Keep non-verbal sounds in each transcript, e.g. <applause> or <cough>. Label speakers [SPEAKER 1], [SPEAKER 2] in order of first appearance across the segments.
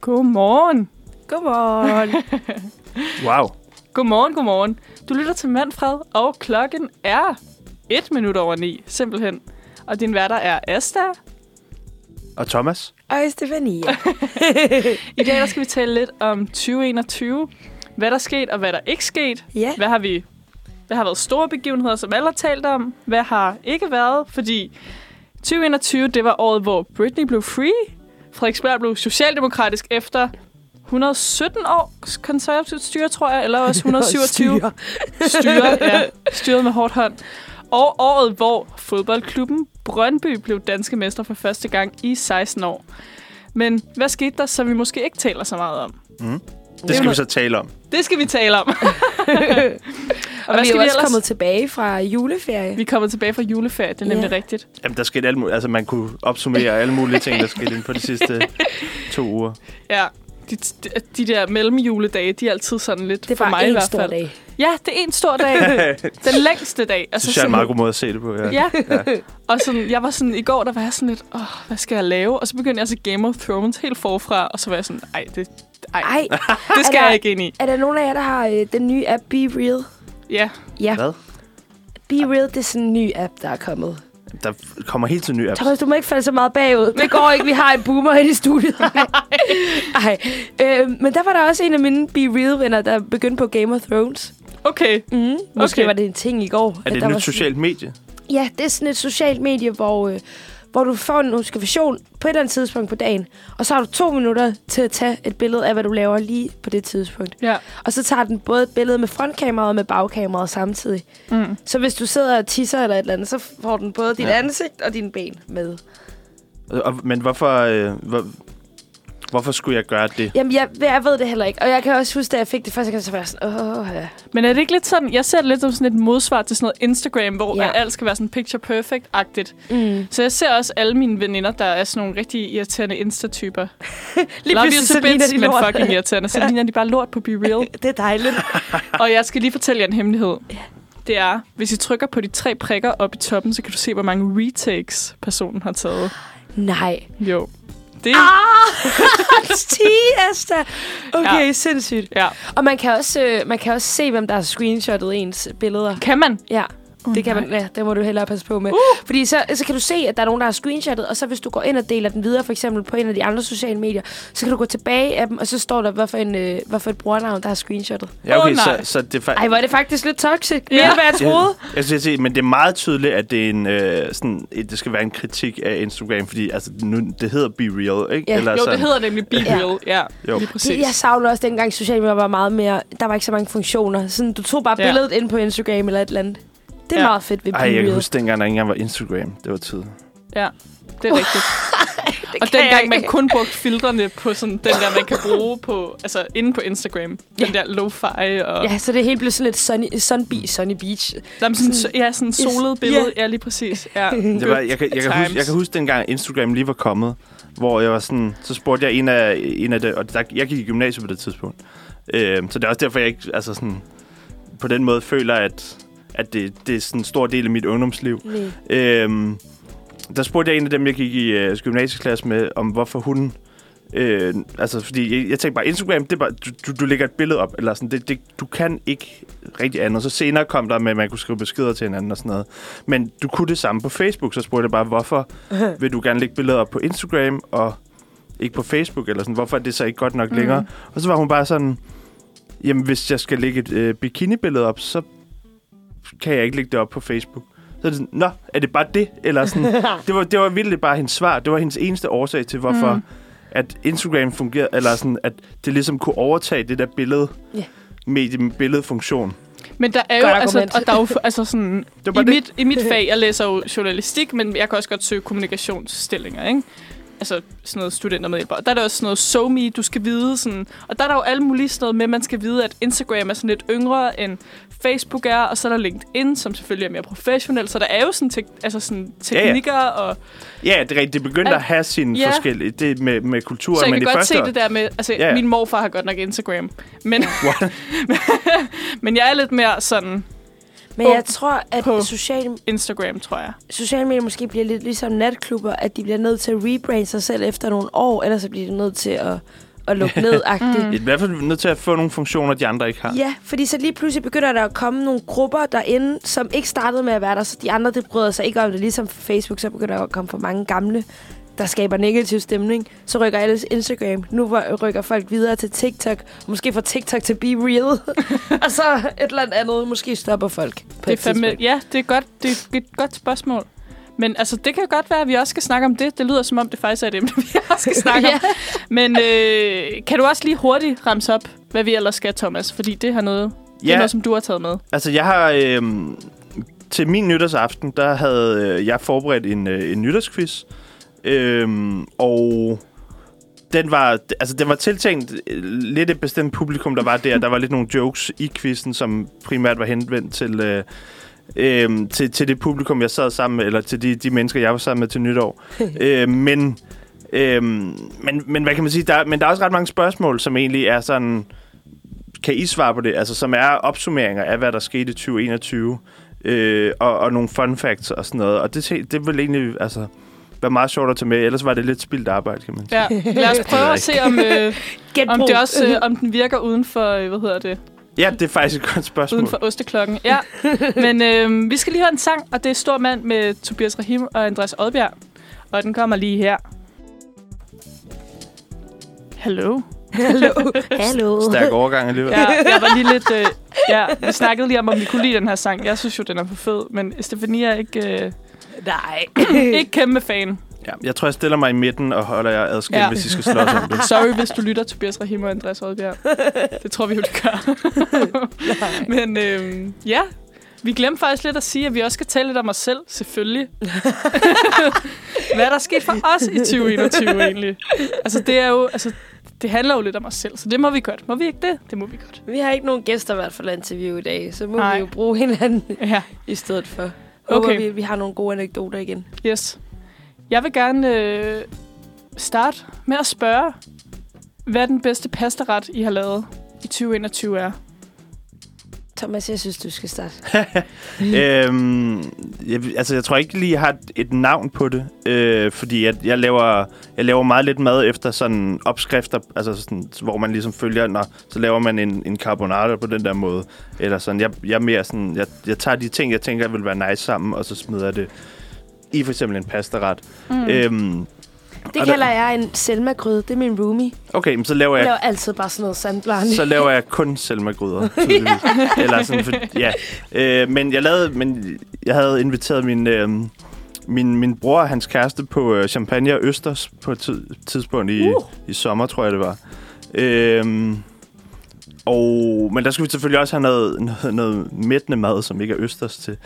[SPEAKER 1] Godmorgen.
[SPEAKER 2] Godmorgen.
[SPEAKER 3] Wow.
[SPEAKER 1] <laughs> Godmorgen, godmorgen. Du lytter til Manfred, og klokken er et minut over ni, simpelthen. Og din værter er Asta.
[SPEAKER 3] Og Thomas?
[SPEAKER 2] Og <laughs> Stefania.
[SPEAKER 1] I dag der skal vi tale lidt om 2021. Hvad der er sket, og hvad der ikke er sket.
[SPEAKER 2] Ja.
[SPEAKER 1] Hvad har vi... Hvad har været store begivenheder, som alle har talt om? Hvad har ikke været? Fordi 2021, det var året, hvor Britney blev free. Frederiksberg blev socialdemokratisk efter 117 års konservativt styre, tror jeg, eller
[SPEAKER 2] <laughs>
[SPEAKER 1] også 127
[SPEAKER 2] Styrer. <laughs>
[SPEAKER 1] styre, ja, styret med hårdt hånd. Og året, hvor fodboldklubben Brøndby blev danske mester for første gang i 16 år. Men hvad skete der, som vi måske ikke taler så meget om?
[SPEAKER 3] Det skal vi så tale om.
[SPEAKER 1] Det skal vi
[SPEAKER 2] <laughs>
[SPEAKER 1] tale om. og,
[SPEAKER 2] Og vi er jo også kommet tilbage fra juleferie.
[SPEAKER 1] Vi kommer tilbage fra juleferie, det er nemlig
[SPEAKER 2] Ja.
[SPEAKER 1] rigtigt.
[SPEAKER 3] Jamen, der skete alt muligt. Altså, man kunne opsummere alle mulige
[SPEAKER 2] <laughs>
[SPEAKER 3] ting, der skete inden for de sidste to uger.
[SPEAKER 1] Ja, de, de, de der mellemjuledage, de er altid sådan lidt
[SPEAKER 2] Det er
[SPEAKER 1] for
[SPEAKER 2] bare
[SPEAKER 1] mig i
[SPEAKER 2] en
[SPEAKER 1] hvert
[SPEAKER 2] stor
[SPEAKER 1] fald.
[SPEAKER 2] dag.
[SPEAKER 1] Ja, det er en stor
[SPEAKER 3] <laughs>
[SPEAKER 1] dag. Den længste dag. Altså
[SPEAKER 3] Det synes jeg er en meget god måde at se det på, ja.
[SPEAKER 1] Ja. Og sådan, jeg var sådan, i går der var jeg sådan lidt, åh, hvad skal jeg lave? Og så begyndte jeg så Game of Thrones helt forfra, og så var jeg sådan, ej, det, ej,
[SPEAKER 2] Ej,
[SPEAKER 1] det skal
[SPEAKER 2] er der-
[SPEAKER 1] jeg ikke ind i.
[SPEAKER 2] <laughs> er der nogen af jer, der har øh, den nye app Be Real?
[SPEAKER 1] Ja,
[SPEAKER 2] Ja,
[SPEAKER 3] Hvad?
[SPEAKER 2] Be Real, det er sådan en ny app, der er kommet.
[SPEAKER 3] Der kommer helt til ny apps.
[SPEAKER 2] Thomas, du må ikke falde så meget bagud. Det går ikke, vi har en boomer inde i studiet. <laughs> Nej. Øh, men der var der også en af mine Be Real-venner, der begyndte på Game of Thrones.
[SPEAKER 1] okay.
[SPEAKER 2] Mm, måske
[SPEAKER 1] Okay.
[SPEAKER 2] okay. var det en ting i går.
[SPEAKER 3] Er det
[SPEAKER 2] der
[SPEAKER 3] et
[SPEAKER 2] var
[SPEAKER 3] nyt
[SPEAKER 2] sådan-
[SPEAKER 3] socialt medie?
[SPEAKER 2] Ja, det er sådan et socialt medie, hvor, øh, hvor du får en notifikation på et eller andet tidspunkt på dagen, og så har du to minutter til at tage et billede af, hvad du laver lige på det tidspunkt.
[SPEAKER 1] Ja.
[SPEAKER 2] Og så tager den både et billede med frontkameraet og med bagkameraet samtidig.
[SPEAKER 1] Mm.
[SPEAKER 2] Så hvis du sidder og tisser eller et eller andet, så får den både dit
[SPEAKER 3] Ja.
[SPEAKER 2] ja. ansigt og dine ben med.
[SPEAKER 3] Og- og- Men hvorfor, øh, hvor, hvorfor skulle jeg gøre det?
[SPEAKER 2] Jamen, jeg, jeg ved det heller ikke. Og jeg kan også huske, da jeg fik det første gang, så var jeg sådan, åh, ja.
[SPEAKER 1] Men er det ikke lidt sådan, jeg ser det lidt som sådan et modsvar til sådan noget Instagram, hvor
[SPEAKER 2] Ja.
[SPEAKER 1] ja. alt skal være sådan picture perfect-agtigt.
[SPEAKER 2] Mm.
[SPEAKER 1] Så jeg ser også alle mine veninder, der er sådan nogle rigtig irriterende Insta-typer.
[SPEAKER 2] Lige
[SPEAKER 1] Love you
[SPEAKER 2] pludselig,
[SPEAKER 1] to
[SPEAKER 2] så ligner
[SPEAKER 1] bits,
[SPEAKER 2] de
[SPEAKER 1] men <laughs>
[SPEAKER 2] lort.
[SPEAKER 1] fucking irriterende. Så ligner de bare lort på Be Real.
[SPEAKER 2] <laughs> Det er dejligt.
[SPEAKER 1] <laughs> Og jeg skal lige fortælle jer en hemmelighed. Det er, hvis I trykker på de tre prikker op i toppen, så kan du se, hvor mange retakes personen har taget.
[SPEAKER 2] Nej.
[SPEAKER 1] Jo. Det,
[SPEAKER 2] <laughs> Tiesta. Okay, ja. sindssygt.
[SPEAKER 1] ja.
[SPEAKER 2] Og man kan, også, øh, man kan også se, hvem der har screenshottet ens billeder.
[SPEAKER 1] Kan man?
[SPEAKER 2] Ja, oh, det kan
[SPEAKER 1] nej.
[SPEAKER 2] man. Ja, det må du hellere passe på med. Uh! Fordi så, så kan du se, at der er nogen, der har screenshottet, og så hvis du går ind og deler den videre, for eksempel på en af de andre sociale medier, så kan du gå tilbage af dem, og så står der, hvorfor, en, øh, hvorfor et brugernavn, der har screenshottet.
[SPEAKER 3] Ja,
[SPEAKER 1] Åh,
[SPEAKER 3] okay,
[SPEAKER 1] nej.
[SPEAKER 3] så, så det er fa-
[SPEAKER 2] Ej, hvor er det faktisk lidt toxic.
[SPEAKER 1] Ja.
[SPEAKER 2] Ja. Mere, end hvad jeg troede.
[SPEAKER 3] Jeg, jeg, synes, jeg, men det er meget tydeligt, at det, er en, øh, sådan, et, det skal være en kritik af Instagram, fordi altså, nu, det hedder Be Real, ikke?
[SPEAKER 2] Ja.
[SPEAKER 1] Jo, det hedder nemlig Be
[SPEAKER 2] Ja.
[SPEAKER 1] Real. Ja,
[SPEAKER 3] Jo.
[SPEAKER 1] lige
[SPEAKER 2] Det,
[SPEAKER 1] præcis.
[SPEAKER 2] jeg savner også dengang sociale medier var meget mere... Der var ikke så mange funktioner. Sådan, du tog bare
[SPEAKER 1] Ja.
[SPEAKER 2] ja. billedet ind på Instagram eller et eller andet. Det
[SPEAKER 1] Ja.
[SPEAKER 2] er ja. meget fedt ved
[SPEAKER 3] Ej, jeg kan
[SPEAKER 2] Be Real.
[SPEAKER 3] huske dengang, der ikke engang var Instagram. Det var tid.
[SPEAKER 1] Ja, det er rigtigt.
[SPEAKER 2] Det
[SPEAKER 1] Og
[SPEAKER 2] kan jeg
[SPEAKER 1] dengang
[SPEAKER 2] ikke.
[SPEAKER 1] man kun brugte filtrene på sådan den der, man kan bruge på, altså inde på Instagram. Den
[SPEAKER 2] Ja.
[SPEAKER 1] der lo-fi og... Ja.
[SPEAKER 2] Ja, så det hele blev sådan lidt sunny, sunny, sunny beach.
[SPEAKER 1] Der er sådan, så- ja, sådan solet billede. Ja, lige præcis. Ja.
[SPEAKER 3] Det var, jeg, kan, jeg, kan huske, jeg kan huske dengang Instagram lige var kommet, hvor jeg var sådan, så spurgte jeg en af, en af det, og der, jeg gik i gymnasiet på det tidspunkt. Øh, så det er også derfor, jeg ikke altså sådan, på den måde føler, at, at det, det er sådan en stor del af mit ungdomsliv.
[SPEAKER 2] Nej.
[SPEAKER 3] Øh, der spurgte jeg en af dem, jeg gik i øh, gymnasieklasse med, om hvorfor hun... Øh, altså, fordi jeg, jeg tænkte bare, Instagram, det er bare, du, du, du lægger et billede op, eller sådan, det, det, du kan ikke rigtig andet. Så senere kom der med, at man kunne skrive beskeder til hinanden og sådan noget. Men du kunne det samme på Facebook, så spurgte jeg bare, hvorfor vil du gerne lægge billeder op på Instagram og ikke på Facebook, eller sådan, hvorfor er det så ikke godt nok længere? Og så var hun bare sådan, jamen hvis jeg skal lægge et øh, bikini-billede op, så kan jeg ikke lægge det op på Facebook. Så er det sådan, nå, er det bare det?
[SPEAKER 1] <laughs>
[SPEAKER 3] Eller sådan, det, var, det var virkelig bare hendes svar. Det var hendes eneste årsag til, hvorfor mm. at Instagram fungerede, eller sådan, at det ligesom kunne overtage det der billede,
[SPEAKER 2] Ja.
[SPEAKER 3] med med billedfunktion.
[SPEAKER 1] Men der er jo,
[SPEAKER 2] Godt
[SPEAKER 1] altså,
[SPEAKER 2] argument.
[SPEAKER 1] og der er jo altså sådan,
[SPEAKER 3] var
[SPEAKER 1] i,
[SPEAKER 3] bare det.
[SPEAKER 1] mit, i mit fag, jeg læser jo journalistik, men jeg kan også godt søge kommunikationsstillinger, ikke? Altså sådan noget studentermedhjælper. Og der er der også sådan noget so me, du skal vide sådan. Og der er der jo alle mulige sådan noget med, at man skal vide, at Instagram er sådan lidt yngre end Facebook er, og så er der LinkedIn, som selvfølgelig er mere professionel. Så der er jo sådan, tek- altså sådan
[SPEAKER 3] ja.
[SPEAKER 1] teknikker, ja, ja. og
[SPEAKER 3] Ja, det, er rigtigt. det begyndte
[SPEAKER 1] Al-
[SPEAKER 3] at have sine
[SPEAKER 1] Ja.
[SPEAKER 3] ja. forskellige, det med, med
[SPEAKER 1] så
[SPEAKER 3] kulturen,
[SPEAKER 1] jeg
[SPEAKER 3] men
[SPEAKER 1] kan
[SPEAKER 3] i
[SPEAKER 1] godt
[SPEAKER 3] første
[SPEAKER 1] se
[SPEAKER 3] år-
[SPEAKER 1] det der med, altså
[SPEAKER 3] Ja, ja.
[SPEAKER 1] min morfar har godt nok Instagram, men, <laughs> men jeg er lidt mere sådan
[SPEAKER 2] Men
[SPEAKER 1] Ung
[SPEAKER 2] jeg tror, at
[SPEAKER 1] på-
[SPEAKER 2] sociale,
[SPEAKER 1] Instagram, tror jeg.
[SPEAKER 2] sociale medier måske bliver lidt ligesom natklubber, at de bliver nødt til at rebrande sig selv efter nogle år, ellers så bliver de nødt til at,
[SPEAKER 1] <laughs>
[SPEAKER 2] og lukke ned
[SPEAKER 1] Mm.
[SPEAKER 3] I er i hvert fald nødt til at få nogle funktioner, de andre ikke har.
[SPEAKER 2] Ja, fordi så lige pludselig begynder der at komme nogle grupper derinde, som ikke startede med at være der, så de andre, det bryder sig ikke om det. Ligesom for Facebook, så begynder der at komme for mange gamle, der skaber negativ stemning. Så rykker alles Instagram. Nu ry- rykker folk videre til TikTok. Måske fra TikTok til Be
[SPEAKER 1] <laughs>
[SPEAKER 2] Real. og så et eller andet andet. Måske stopper folk på
[SPEAKER 1] Det er
[SPEAKER 2] et
[SPEAKER 1] fandme,
[SPEAKER 2] tidspunkt.
[SPEAKER 1] ja, det er, godt, det er et godt spørgsmål. Men altså, det kan jo godt være, at vi også skal snakke om det. Det lyder, som om det faktisk er et emne, <laughs> vi også
[SPEAKER 2] <laughs>
[SPEAKER 1] skal snakke om. Men øh, kan du også lige hurtigt ramse op, hvad vi ellers skal, Thomas? Fordi det, her noget, det er noget, som du har taget med.
[SPEAKER 3] Altså, jeg har... Øh, til min nytårsaften, der havde øh, jeg forberedt en, øh, en nytårsquiz. Øh, og den var, altså, den var tiltænkt øh, lidt et bestemt publikum, der var der. Der var lidt nogle jokes i quizzen, som primært var henvendt til... Øh, Øhm, til, til det publikum, jeg sad sammen med, eller til de, de mennesker, jeg var sammen med til nytår. øhm, men, øhm, men, men hvad kan man sige? Der, men der er også ret mange spørgsmål, som egentlig er sådan... Kan I svare på det? Altså, som er opsummeringer af, hvad der skete i 2021. Øh, og, og nogle fun facts og sådan noget. Og det, tæ- det ville egentlig altså, være meget sjovt at tage med. Ellers var det lidt spildt arbejde, kan man sige.
[SPEAKER 1] Ja,
[SPEAKER 2] <laughs>
[SPEAKER 1] lad os prøve at se, om, øh, om, det også, øh, om den virker uden for, øh, hvad hedder det,
[SPEAKER 3] Ja, det er faktisk et godt spørgsmål.
[SPEAKER 1] uden for osteklokken. Ja, men øh, vi skal lige høre en sang, og det er Stor Mand med Tobias Rahim og Andreas Odbjerg. Og den kommer lige her. Hallo.
[SPEAKER 2] Hallo. Hallo.
[SPEAKER 3] Stærk overgang alligevel.
[SPEAKER 1] Ja, jeg var lige lidt... Øh, ja, vi snakkede lige om, om vi kunne lide den her sang. Jeg synes jo, den er for fed, men Stefania er ikke, øh,
[SPEAKER 2] Nej.
[SPEAKER 1] ikke kæmpe fan.
[SPEAKER 3] Ja, jeg tror, jeg stiller mig i midten og holder jer adskilt,
[SPEAKER 1] Ja.
[SPEAKER 3] ja. hvis I skal slås
[SPEAKER 1] <laughs>
[SPEAKER 3] om det.
[SPEAKER 1] Sorry, hvis du lytter, Tobias Rahim og Andreas Odbjerg. Det tror vi jo, det gør. men øh, ja, vi glemte faktisk lidt at sige, at vi også skal tale lidt om os selv, selvfølgelig. Hvad er der sket for os i 2021 egentlig? Altså, det er jo... Altså, det handler jo lidt om os selv, så det må vi godt. Må vi ikke det? Det må vi godt.
[SPEAKER 2] Vi har ikke nogen gæster i hvert fald at interviewe i dag, så må
[SPEAKER 1] Nej.
[SPEAKER 2] vi jo bruge hinanden
[SPEAKER 1] Ja.
[SPEAKER 2] i stedet for. Håber
[SPEAKER 1] Okay.
[SPEAKER 2] okay. vi, vi har nogle gode anekdoter igen.
[SPEAKER 1] Yes. Jeg vil gerne øh, starte med at spørge, hvad den bedste pastaret, I har lavet i 2021 er.
[SPEAKER 2] Thomas, jeg synes, du skal starte.
[SPEAKER 3] øhm, jeg, altså, jeg tror ikke lige, jeg har et- et navn på det, øh, fordi jeg, jeg, laver, jeg laver meget lidt mad efter sådan opskrifter, altså sådan, hvor man ligesom følger, når, så laver man en, en carbonara på den der måde, eller sådan. Jeg, jeg, er mere sådan, jeg, jeg tager de ting, jeg tænker, vil være nice sammen, og så smider jeg det i for eksempel en pastaret. Mm. Øhm,
[SPEAKER 2] Det
[SPEAKER 3] Og
[SPEAKER 2] kalder jeg en Selma-gryde. Det er min roomie.
[SPEAKER 3] okay, men så laver
[SPEAKER 2] Jeg
[SPEAKER 3] jeg
[SPEAKER 2] laver altid bare sådan noget sandblarni.
[SPEAKER 3] så laver jeg kun selmagryder, tydeligvis. Eller sådan, for, ja. Øh, men jeg lavede, men jeg havde inviteret min, øh, min, min bror og hans kæreste på øh, Champagne og Østers på et tid, tidspunkt i,
[SPEAKER 1] Uh.
[SPEAKER 3] uh. i sommer, tror jeg det var. Øh, og, men der skulle vi selvfølgelig også have noget, noget, noget mættende mad, som ikke er Østers til.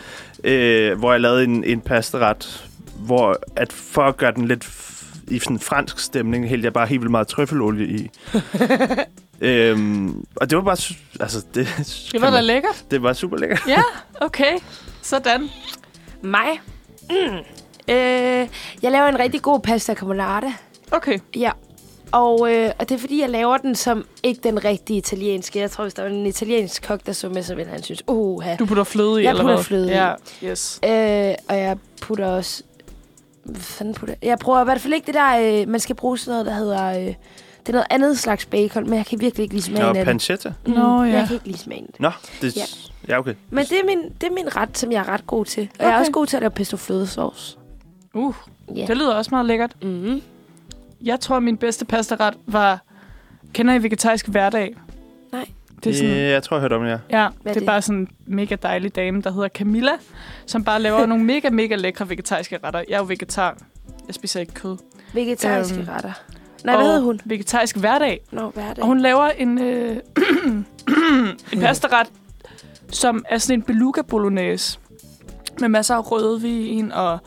[SPEAKER 3] Øh, hvor jeg lavede en, en pastaret, hvor at for at gøre den lidt f- i sådan en fransk stemning, hældte jeg bare helt vildt meget trøffelolie
[SPEAKER 1] <laughs>
[SPEAKER 3] i. Øhm, og det var bare... Su- altså, det,
[SPEAKER 1] Det var da lækkert.
[SPEAKER 3] det var super lækkert.
[SPEAKER 1] Ja, okay. Sådan.
[SPEAKER 2] Mig? Mm. Øh, jeg laver en rigtig god pasta carbonara.
[SPEAKER 1] Okay.
[SPEAKER 2] Ja. Og, øh, og det er fordi, jeg laver den som ikke den rigtige italienske. Jeg tror, hvis der var en italiensk kok, der så med, så ville han synes, oha.
[SPEAKER 1] Du putter fløde i,
[SPEAKER 2] Jeg
[SPEAKER 1] eller
[SPEAKER 2] putter
[SPEAKER 1] hvad?
[SPEAKER 2] fløde i.
[SPEAKER 1] ja. Yes.
[SPEAKER 2] Øh, og jeg putter også... Hvad fanden putter jeg? Jeg bruger i hvert fald ikke det der... Øh, man skal bruge sådan noget, der hedder... Øh, det er noget andet slags bacon, men jeg kan virkelig ikke lide smagen
[SPEAKER 3] Nå,
[SPEAKER 2] af det.
[SPEAKER 3] pancetta.
[SPEAKER 2] Mm,
[SPEAKER 1] Nå, ja.
[SPEAKER 2] Jeg kan ikke lide smagen.
[SPEAKER 3] Nå, det...
[SPEAKER 2] Ja.
[SPEAKER 3] Ja. ja, okay.
[SPEAKER 2] Men det er, min, det er min ret, som jeg er ret god til. Og okay. jeg er
[SPEAKER 1] Okay.
[SPEAKER 2] også god til at lave pesto flødesauce.
[SPEAKER 1] Uh,
[SPEAKER 2] Ja.
[SPEAKER 1] det lyder også meget lækkert.
[SPEAKER 2] Mm.
[SPEAKER 1] Jeg tror, min bedste pastaret var... Kender I vegetarisk hverdag?
[SPEAKER 2] Nej.
[SPEAKER 1] Det er sådan...
[SPEAKER 3] Ja, jeg tror, jeg hørte om jer.
[SPEAKER 1] Ja, det
[SPEAKER 2] er
[SPEAKER 1] er
[SPEAKER 2] det?
[SPEAKER 1] bare sådan en mega dejlig dame, der hedder Camilla, som bare
[SPEAKER 2] <laughs>
[SPEAKER 1] laver nogle mega, mega lækre vegetariske retter. Jeg er jo vegetar. Jeg spiser ikke kød.
[SPEAKER 2] Vegetariske
[SPEAKER 1] Øhm,
[SPEAKER 2] øhm. retter. Nej, hvad
[SPEAKER 1] Og
[SPEAKER 2] hedder hun?
[SPEAKER 1] Vegetarisk hverdag.
[SPEAKER 2] Nå, hvad er det?
[SPEAKER 1] Og hun laver en, øh, <clears throat> en pastaret, som er sådan en beluga bolognese. Med masser af rødvin og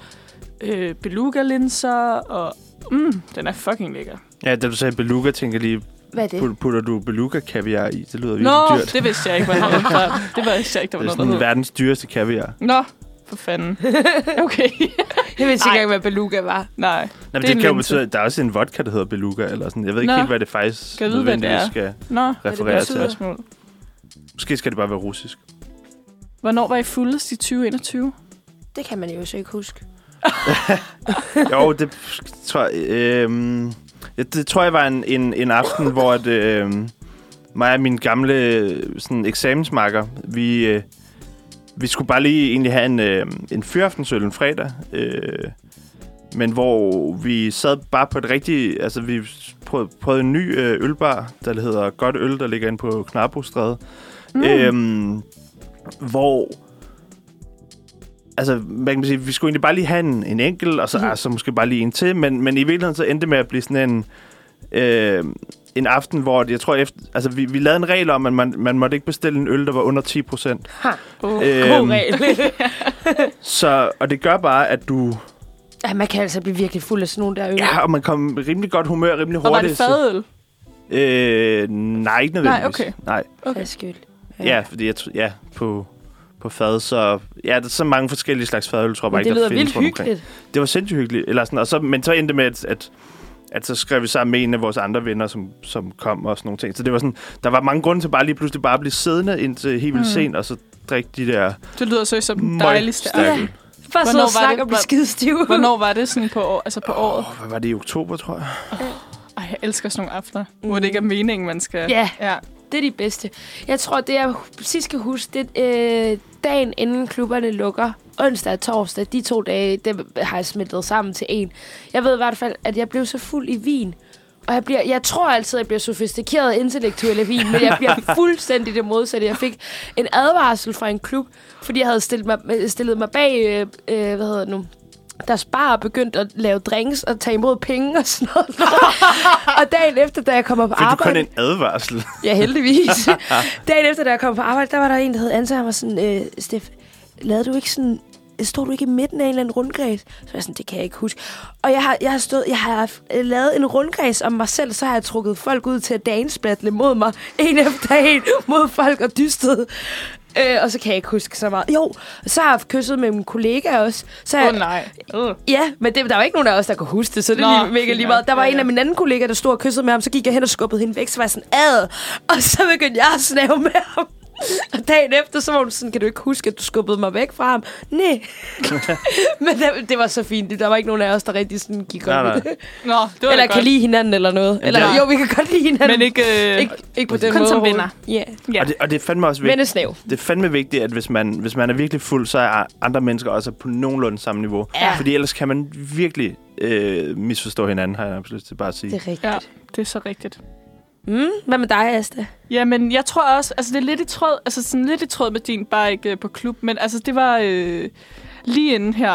[SPEAKER 1] øh, beluga-linser. Og mm, den er fucking lækker.
[SPEAKER 3] Ja, da du sagde beluga, tænker jeg lige,
[SPEAKER 2] Hvad er det?
[SPEAKER 3] put- putter du beluga-kaviar i? Det lyder virkelig
[SPEAKER 1] Nå,
[SPEAKER 3] dyrt.
[SPEAKER 1] det vidste jeg ikke, hvad det
[SPEAKER 3] <laughs>
[SPEAKER 1] var. Det vidste jeg ikke, der var
[SPEAKER 3] Det er
[SPEAKER 1] noget, der
[SPEAKER 3] sådan
[SPEAKER 1] hed.
[SPEAKER 3] verdens dyreste kaviar.
[SPEAKER 1] Nå, for
[SPEAKER 2] <laughs>
[SPEAKER 1] fanden. Okay.
[SPEAKER 2] Jeg vidste
[SPEAKER 1] Ej.
[SPEAKER 2] ikke engang, hvad beluga var.
[SPEAKER 1] Nej.
[SPEAKER 3] Nå, men
[SPEAKER 1] Det er
[SPEAKER 3] det,
[SPEAKER 1] en
[SPEAKER 3] det kan jo
[SPEAKER 1] linse.
[SPEAKER 3] betyde, at der er også en vodka, der hedder beluga, eller sådan. Jeg ved ikke
[SPEAKER 1] Nå.
[SPEAKER 3] helt, hvad det faktisk
[SPEAKER 1] Kan jeg vide, hvad det
[SPEAKER 3] nødvendigvis
[SPEAKER 1] er?
[SPEAKER 3] skal
[SPEAKER 1] Nå,
[SPEAKER 2] det
[SPEAKER 3] referere
[SPEAKER 2] betyder?
[SPEAKER 3] til.
[SPEAKER 1] spørgsmål.
[SPEAKER 3] Måske skal det bare være russisk.
[SPEAKER 1] Hvornår var I fuldest i 2021?
[SPEAKER 2] Det kan man jo så ikke huske.
[SPEAKER 3] jo, det tror jeg... Øhm, Jeg, det tror jeg var en, en, en aften, hvor at, øh, mig og min gamle øh, sådan, eksamensmarker, vi, øh, vi skulle bare lige egentlig have en, øh, en fyraftensøl en fredag. Øh, men hvor vi sad bare på et rigtigt... Altså, vi prøvede, prøvede en ny øh, ølbar, der hedder Godt Øl, der ligger inde på Knarbostræde. Mm. Øhm, hvor... Altså, man kan sige, vi skulle egentlig bare lige have en, en enkelt, og så, mm. altså, måske bare lige en til, men, men i virkeligheden så endte det med at blive sådan en... Øh, en aften, hvor jeg tror, efter, altså, vi, vi lavede en regel om, at man, man måtte ikke bestille en øl, der var under 10 procent.
[SPEAKER 1] Uh,
[SPEAKER 3] Øhm.
[SPEAKER 1] god
[SPEAKER 2] <laughs>
[SPEAKER 1] regel.
[SPEAKER 3] Så, og det gør bare, at du...
[SPEAKER 2] Ja, man kan altså blive virkelig fuld af sådan nogle der øl.
[SPEAKER 3] Ja, og man kom rimelig godt humør, rimelig
[SPEAKER 1] og
[SPEAKER 3] hurtigt.
[SPEAKER 1] var det
[SPEAKER 3] så-
[SPEAKER 1] fadøl?
[SPEAKER 3] Øh, nej, ikke nødvendigvis.
[SPEAKER 1] okay.
[SPEAKER 3] Nej,
[SPEAKER 1] Okay.
[SPEAKER 2] Fadskøl.
[SPEAKER 3] ja, fordi jeg, tr- ja, på, på fad, så... Ja, der er så mange forskellige slags fadøl, tror jeg bare
[SPEAKER 2] Men
[SPEAKER 3] ikke,
[SPEAKER 2] det
[SPEAKER 3] der
[SPEAKER 2] lyder
[SPEAKER 3] findes
[SPEAKER 2] vildt
[SPEAKER 3] rundt omkring.
[SPEAKER 2] hyggeligt.
[SPEAKER 3] Det var sindssygt hyggeligt. Eller sådan, og så, men så endte det med, at, at, at så skrev vi sammen med en af vores andre venner, som, som kom og sådan nogle ting. Så det var sådan, der var mange grunde til bare lige pludselig bare at blive siddende indtil helt vildt
[SPEAKER 1] Mm.
[SPEAKER 3] sent, og så drikke de der
[SPEAKER 1] Det lyder så som den
[SPEAKER 3] møg-
[SPEAKER 1] dejligste
[SPEAKER 3] stærke-
[SPEAKER 1] aften.
[SPEAKER 2] Bare
[SPEAKER 1] Hvornår
[SPEAKER 2] sidde og
[SPEAKER 1] var
[SPEAKER 2] snakke
[SPEAKER 1] det-
[SPEAKER 2] og blive
[SPEAKER 1] hvor-
[SPEAKER 2] skide stiv.
[SPEAKER 1] Hvornår var det sådan på, år, altså på året?
[SPEAKER 3] Åh, hvad var det i oktober, tror jeg?
[SPEAKER 1] Ej, jeg elsker sådan nogle aftener, hvor det ikke er meningen, man skal...
[SPEAKER 2] Mm. Ja.
[SPEAKER 1] ja.
[SPEAKER 2] Det er de bedste. Jeg tror, det jeg sidst kan huske, det er øh, dagen inden klubberne lukker. Onsdag og torsdag, de to dage, dem har jeg smeltet sammen til en. Jeg ved i hvert fald, at jeg blev så fuld i vin. Og jeg, bliver, jeg tror altid, at jeg bliver sofistikeret og intellektuel af vin, men jeg
[SPEAKER 3] <laughs>
[SPEAKER 2] bliver fuldstændig det modsatte. Jeg fik en advarsel fra en klub, fordi jeg havde stillet mig, øh, stillet mig bag, øh, øh, hvad hedder det nu, der spar begyndte at lave drinks og tage imod penge og sådan
[SPEAKER 3] <laughs>
[SPEAKER 2] noget. og dagen efter, da jeg kommer på
[SPEAKER 3] Fik du
[SPEAKER 2] arbejde...
[SPEAKER 3] kun en advarsel?
[SPEAKER 2] Ja,
[SPEAKER 1] <laughs>
[SPEAKER 2] heldigvis. Dagen efter, da jeg kom på arbejde, der var der en, der hed Anse, og han var sådan, øh, Steff, lavede du ikke sådan... Stod du ikke i midten af en eller anden rundkreds? Så var jeg sådan, det kan jeg ikke huske. Og jeg har, jeg har, stået, jeg har øh, lavet en rundkreds om mig selv, så har jeg trukket folk ud til at dancebattle mod mig, en efter en, mod folk og dystet. Øh, og så kan jeg ikke huske så meget. Jo, så har jeg haft kysset med min kollega også. Så har
[SPEAKER 1] Åh
[SPEAKER 2] jeg-
[SPEAKER 1] oh, nej. Uh.
[SPEAKER 2] Ja, men det, der var ikke nogen af os, der kunne huske det, så det
[SPEAKER 1] Nå,
[SPEAKER 2] er lige, mega
[SPEAKER 1] fint
[SPEAKER 2] lige meget.
[SPEAKER 1] nok.
[SPEAKER 2] Der var
[SPEAKER 1] Ja,
[SPEAKER 2] en
[SPEAKER 1] ja.
[SPEAKER 2] af mine anden kollegaer, der stod og kyssede med ham, så gik jeg hen og skubbede hende væk, så var jeg sådan, ad, og så begyndte jeg at snave med ham. Og dagen efter, så var hun sådan, kan du ikke huske, at du skubbede mig væk fra ham? Nej. <laughs> men det, det, var så fint. Der var ikke nogen af os, der rigtig sådan gik
[SPEAKER 3] Nej,
[SPEAKER 2] op i
[SPEAKER 3] nej.
[SPEAKER 2] det.
[SPEAKER 1] Nå, det var
[SPEAKER 2] Eller
[SPEAKER 1] da
[SPEAKER 2] kan
[SPEAKER 1] godt.
[SPEAKER 2] lide hinanden eller noget. Eller,
[SPEAKER 1] det-
[SPEAKER 2] jo, vi kan godt lide hinanden.
[SPEAKER 1] Men ikke... Øh,
[SPEAKER 2] ikke, ikke på den
[SPEAKER 1] kun
[SPEAKER 2] måde.
[SPEAKER 1] som
[SPEAKER 2] overhovedet. Ja.
[SPEAKER 1] Ja.
[SPEAKER 3] Ja. Og, det, og det er fandme også vigtigt.
[SPEAKER 2] Vennesnav.
[SPEAKER 3] Det er fandme vigtigt, at hvis man, hvis man er virkelig fuld, så er andre mennesker også på nogenlunde samme niveau.
[SPEAKER 2] Ja.
[SPEAKER 3] Fordi ellers kan man virkelig øh, misforstå hinanden, har jeg absolut lyst til bare at sige.
[SPEAKER 2] Det er rigtigt.
[SPEAKER 1] ja,
[SPEAKER 2] Ja.
[SPEAKER 1] det er så rigtigt.
[SPEAKER 2] Mm, hvad med dig, Asta?
[SPEAKER 1] Jamen, jeg tror også, altså det er lidt i tråd, altså sådan lidt i tråd med din, bare ikke øh, på klub, men altså det var øh, lige inden her,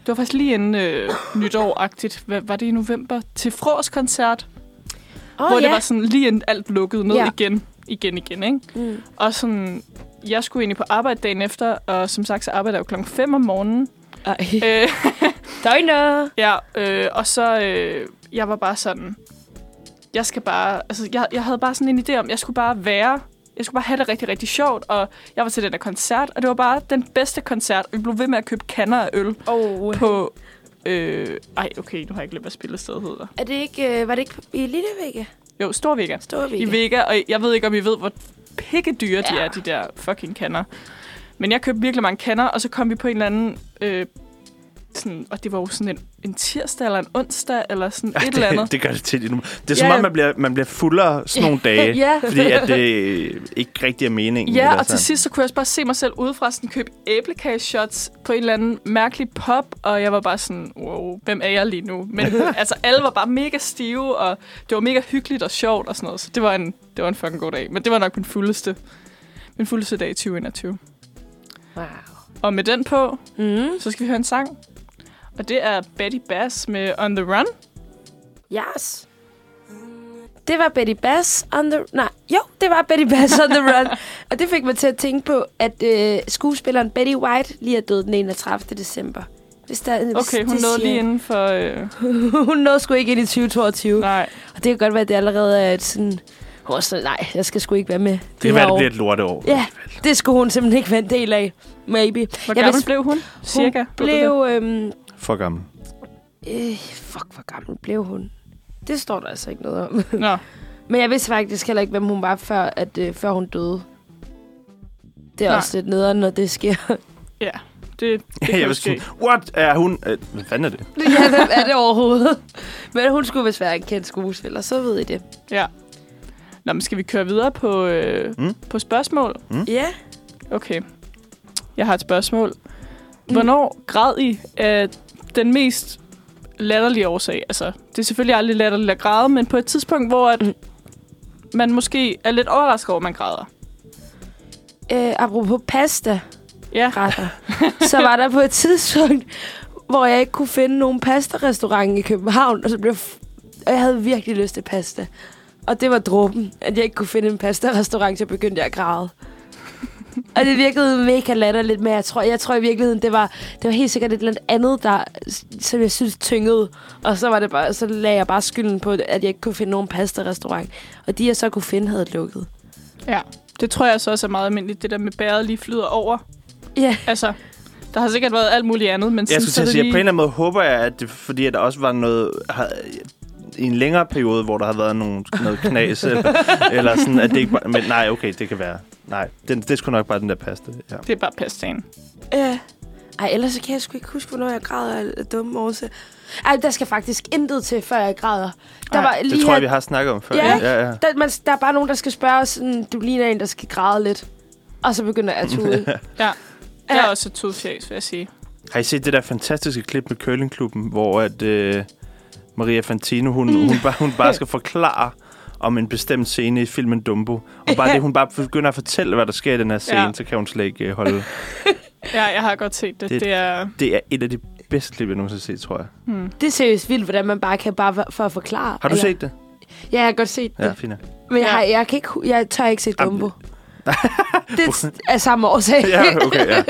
[SPEAKER 1] det var faktisk lige inden øh, nytår-agtigt, Hva, var det i november, til Frås koncert,
[SPEAKER 2] Oh,
[SPEAKER 1] hvor det var sådan lige inden alt lukkede ned
[SPEAKER 2] Ja.
[SPEAKER 1] igen, igen, igen, ikke?
[SPEAKER 2] Mm.
[SPEAKER 1] Og sådan, jeg skulle egentlig på arbejde dagen efter, og som sagt, så arbejder jeg jo klokken 5 om morgenen.
[SPEAKER 2] <laughs> Ej.
[SPEAKER 1] Øh,
[SPEAKER 2] Døgner.
[SPEAKER 1] ja, øh, og så, øh, jeg var bare sådan, jeg skal bare, altså jeg, jeg havde bare sådan en idé om, jeg skulle bare være, jeg skulle bare have det rigtig, rigtig sjovt, og jeg var til den der koncert, og det var bare den bedste koncert, og vi blev ved med at købe kander af øl
[SPEAKER 2] Oh.
[SPEAKER 1] på, øh, ej, okay, nu har jeg ikke glemt, hvad spillestedet hedder.
[SPEAKER 2] Er det ikke, øh, var det ikke i Lillevægge?
[SPEAKER 1] Jo, Storvika.
[SPEAKER 2] Storvika.
[SPEAKER 1] i Vega, og jeg ved ikke, om I ved, hvor pikke dyre ja. de
[SPEAKER 2] Ja.
[SPEAKER 1] er, de der fucking kander. Men jeg købte virkelig mange kander, og så kom vi på en eller anden... Øh, sådan, og det var jo sådan en, en tirsdag eller en onsdag, eller sådan et eller andet.
[SPEAKER 3] det, det gør det til endnu. Det er som
[SPEAKER 1] Ja.
[SPEAKER 3] om, man bliver, man bliver fuldere sådan
[SPEAKER 1] <laughs>
[SPEAKER 3] nogle dage,
[SPEAKER 2] Ja.
[SPEAKER 3] fordi at det ikke rigtig er meningen.
[SPEAKER 1] Ja,
[SPEAKER 3] eller
[SPEAKER 1] og til
[SPEAKER 3] sådan.
[SPEAKER 1] sidst så kunne jeg også bare se mig selv udefra sådan købe æblekageshots på en eller anden mærkelig pop, og jeg var bare sådan, wow, hvem er jeg lige nu?
[SPEAKER 3] <laughs>
[SPEAKER 1] Men altså, alle var bare mega stive, og det var mega hyggeligt og sjovt og sådan noget, så det var en, det var en fucking god dag. Men det var nok min fuldeste, min fuldeste dag i 2021.
[SPEAKER 2] Wow.
[SPEAKER 1] Og med den på,
[SPEAKER 2] Mm.
[SPEAKER 1] Så skal vi høre en sang. Og det er Betty Bass med On The Run.
[SPEAKER 2] Yes. Det var Betty Bass on the... Nej, jo, det var Betty Bass on the
[SPEAKER 1] <laughs>
[SPEAKER 2] run. Og det fik mig til at tænke på, at øh, skuespilleren Betty White lige er død den 31. december. Hvis der, hvis
[SPEAKER 1] Okay, hun
[SPEAKER 2] det
[SPEAKER 1] nåede
[SPEAKER 2] siger-
[SPEAKER 1] lige inden for... Øh,
[SPEAKER 2] <laughs> hun nåede sgu ikke ind i 2022. Nej.
[SPEAKER 1] nej.
[SPEAKER 2] Og det kan godt være, at det allerede er et sådan... Hun var sådan, nej, jeg skal sgu ikke være med det,
[SPEAKER 3] det kan være,
[SPEAKER 2] her
[SPEAKER 3] det
[SPEAKER 2] år.
[SPEAKER 3] bliver et lorteår.
[SPEAKER 2] Ja, det skulle hun simpelthen ikke være en del af. Maybe.
[SPEAKER 1] Hvor
[SPEAKER 2] Ja,
[SPEAKER 1] gammel
[SPEAKER 2] hvis-
[SPEAKER 1] blev hun? Cirka. Ved
[SPEAKER 2] Hun
[SPEAKER 1] du det?
[SPEAKER 2] blev... Øhm,
[SPEAKER 3] For gammel.
[SPEAKER 2] øh, fuck, hvor gammel blev hun? Det står der altså ikke noget om.
[SPEAKER 1] Nå,
[SPEAKER 2] Men jeg vidste faktisk heller ikke, hvem hun var, før, at, øh, før hun døde. Det er
[SPEAKER 1] Nej.
[SPEAKER 2] Nej. også lidt nederen, når det sker.
[SPEAKER 1] ja. Det, det kan
[SPEAKER 3] <laughs> jeg
[SPEAKER 1] jo
[SPEAKER 3] var
[SPEAKER 1] ske.
[SPEAKER 3] sådan, what er hun? Øh, hvad fanden er det?
[SPEAKER 2] <laughs> ja, hvem er det overhovedet? Men hun skulle vist være en kendt skuespiller, så ved I det.
[SPEAKER 1] Ja. Nå, men skal vi køre videre på, øh,
[SPEAKER 3] Mm.
[SPEAKER 1] mm. på spørgsmål?
[SPEAKER 2] Ja.
[SPEAKER 1] Okay. Jeg har et spørgsmål. Hvornår
[SPEAKER 2] Mm.
[SPEAKER 1] græd I af den mest latterlige årsag? Altså, det er selvfølgelig aldrig latterligt at græde, men på et tidspunkt, hvor at
[SPEAKER 2] Mm.
[SPEAKER 1] man måske er lidt overrasket over, at man græder.
[SPEAKER 2] Øh, apropos pasta
[SPEAKER 1] Ja,
[SPEAKER 2] retter, så var der på et tidspunkt, hvor jeg ikke kunne finde nogen pastarestaurant i København, og så blev jeg f- og jeg havde virkelig lyst til pasta. Og det var dråben, at jeg ikke kunne finde en pastarestaurant, så begyndte jeg at græde. Og det virkede mega latterligt, men jeg tror, jeg tror i virkeligheden, det var, det var helt sikkert et eller andet, der, som jeg synes tyngede. Og så, var det bare, så lagde jeg bare skylden på, at jeg ikke kunne finde nogen pastarestaurant. Og de, jeg så kunne finde, havde lukket.
[SPEAKER 1] ja. Det tror jeg så også er meget almindeligt, det der med bæret lige flyder over.
[SPEAKER 2] Ja,
[SPEAKER 1] Altså, der har sikkert været alt muligt andet, men
[SPEAKER 3] Jeg
[SPEAKER 1] sådan,
[SPEAKER 3] skulle
[SPEAKER 1] så
[SPEAKER 3] til
[SPEAKER 1] er
[SPEAKER 3] at
[SPEAKER 1] det
[SPEAKER 3] sige, at på en
[SPEAKER 1] lige...
[SPEAKER 3] eller anden måde håber jeg, at det fordi, at der også var noget... Har, i en længere periode, hvor der har været nogle, noget
[SPEAKER 1] <laughs>
[SPEAKER 3] knas, eller, eller sådan, at det ikke bare... Men nej, okay, det kan være... Nej, den, det skulle nok bare den der pasta. Ja.
[SPEAKER 1] Det er bare pastaen.
[SPEAKER 2] Ja. Ej, ellers så kan jeg sgu ikke huske, hvornår jeg græder af dumme årsager. Ej, der skal faktisk intet til, før jeg græder. Der
[SPEAKER 1] Ej,
[SPEAKER 2] var lige
[SPEAKER 3] Det tror jeg,
[SPEAKER 2] her,
[SPEAKER 3] vi har snakket om før.
[SPEAKER 2] Ja,
[SPEAKER 3] ja, ja.
[SPEAKER 2] der, man, der er bare nogen, der skal spørge sådan, du ligner en, der skal græde lidt. Og så begynder jeg at
[SPEAKER 3] <laughs>
[SPEAKER 2] tude.
[SPEAKER 1] Ja. Det er
[SPEAKER 2] Ja.
[SPEAKER 1] også et tudfjæs, vil jeg sige.
[SPEAKER 3] Har I set det der fantastiske klip med curlingklubben, hvor at, øh, Maria Fantino, hun, mm. hun, bare, hun bare skal forklare om en bestemt scene i filmen Dumbo. Og bare det, hun bare begynder at fortælle, hvad der sker i den her scene, ja.
[SPEAKER 1] Ja.
[SPEAKER 3] så kan hun slet ikke øh, holde.
[SPEAKER 1] Ja, jeg har godt set det. Det,
[SPEAKER 3] Det-
[SPEAKER 1] det er...
[SPEAKER 3] Det er et af de bedste klip, jeg nogensinde har set, tror jeg.
[SPEAKER 2] det er seriøst vildt, hvordan man bare kan bare for- for at forklare.
[SPEAKER 3] Har
[SPEAKER 2] Altså,
[SPEAKER 3] du set det?
[SPEAKER 2] Ja, jeg har godt set det.
[SPEAKER 3] Ja,
[SPEAKER 2] Ja.
[SPEAKER 3] fint. nok.
[SPEAKER 2] Men jeg,
[SPEAKER 1] Ja.
[SPEAKER 2] har, jeg, kan ikke, hu- jeg tør ikke se
[SPEAKER 3] <laughs> Jamen,
[SPEAKER 2] Dumbo. det er samme årsag.
[SPEAKER 3] Ja, okay, ja.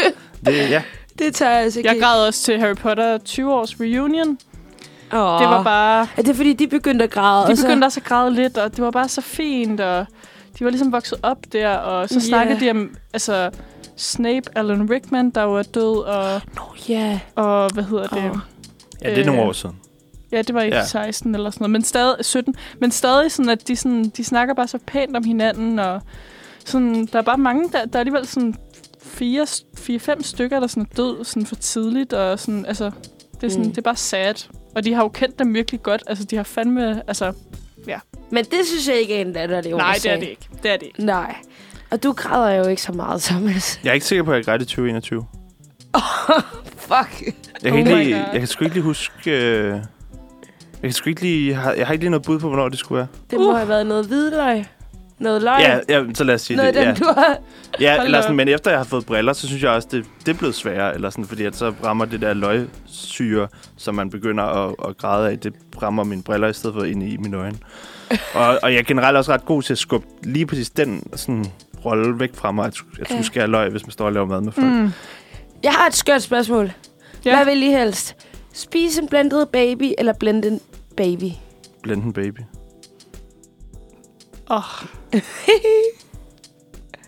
[SPEAKER 3] Det, ja.
[SPEAKER 2] <laughs> det tør jeg altså ikke.
[SPEAKER 1] Jeg græd også til Harry Potter 20-års reunion.
[SPEAKER 2] Åh.
[SPEAKER 1] Det var bare...
[SPEAKER 2] Er det fordi, de begyndte at græde?
[SPEAKER 1] De
[SPEAKER 2] og så-
[SPEAKER 1] begyndte også at græde lidt, og det var bare så fint, og de var ligesom vokset op der, og så
[SPEAKER 2] Ja.
[SPEAKER 1] snakkede de om, altså, Snape, Alan Rickman, der jo er død, og,
[SPEAKER 2] Nå, ja.
[SPEAKER 1] og hvad hedder det?
[SPEAKER 2] Åh.
[SPEAKER 1] Oh.
[SPEAKER 3] ja, det er nogle
[SPEAKER 1] Øh.
[SPEAKER 3] år siden.
[SPEAKER 1] Ja, det var i
[SPEAKER 3] Ja.
[SPEAKER 1] ja. 16 eller sådan noget, men stadig, 17, men stadig sådan, at de, sådan, de snakker bare så pænt om hinanden, og sådan, der er bare mange, der, der er alligevel sådan fire, fire, fem stykker, der sådan er død sådan for tidligt, og sådan, altså, det er, sådan,
[SPEAKER 2] Mm.
[SPEAKER 1] mm. det er bare sad. Og de har jo kendt dem virkelig godt, altså, de har fandme, altså,
[SPEAKER 2] Men det synes jeg ikke er en latterlig
[SPEAKER 1] nej, det
[SPEAKER 2] årsag.
[SPEAKER 1] er det ikke, det er det ikke.
[SPEAKER 2] Nej. Og du græder jo ikke så meget, Thomas.
[SPEAKER 3] Jeg er ikke sikker på, at jeg græd i 2021.
[SPEAKER 2] Fuck.
[SPEAKER 3] Jeg kan,
[SPEAKER 1] Oh
[SPEAKER 3] ikke
[SPEAKER 1] my
[SPEAKER 3] lige,
[SPEAKER 1] God.
[SPEAKER 3] jeg kan sgu ikke lige huske... Øh, jeg, kan sgu ikke lige, jeg har- jeg har ikke lige noget bud på, hvornår det skulle være.
[SPEAKER 2] Det må
[SPEAKER 1] Uh.
[SPEAKER 2] have været noget hvidløg. Noget løg.
[SPEAKER 3] Ja, ja så lad os sige
[SPEAKER 2] noget
[SPEAKER 3] det.
[SPEAKER 2] af
[SPEAKER 3] ja.
[SPEAKER 2] den, du har.
[SPEAKER 3] Ja,
[SPEAKER 1] Hold
[SPEAKER 3] eller
[SPEAKER 1] da
[SPEAKER 3] sådan,
[SPEAKER 1] op.
[SPEAKER 3] men efter jeg har fået briller, så synes jeg også, det, det er blevet sværere, eller sådan, fordi at så rammer det der løgsyre, som man begynder at, at græde af, det rammer mine briller i stedet for ind i mine
[SPEAKER 1] <laughs>
[SPEAKER 3] øjne. Og, og jeg er generelt også ret god til at skubbe lige præcis den sådan, rolle væk fra mig, at, sku- at
[SPEAKER 2] Ja.
[SPEAKER 3] skulle skære løg, hvis man står og laver mad med folk. Mm.
[SPEAKER 2] Jeg har et skørt spørgsmål. Ja.
[SPEAKER 1] Ja.
[SPEAKER 2] Hvad vil I helst? Spise en blendet baby eller blende en baby?
[SPEAKER 3] Blend en baby.
[SPEAKER 1] Åh.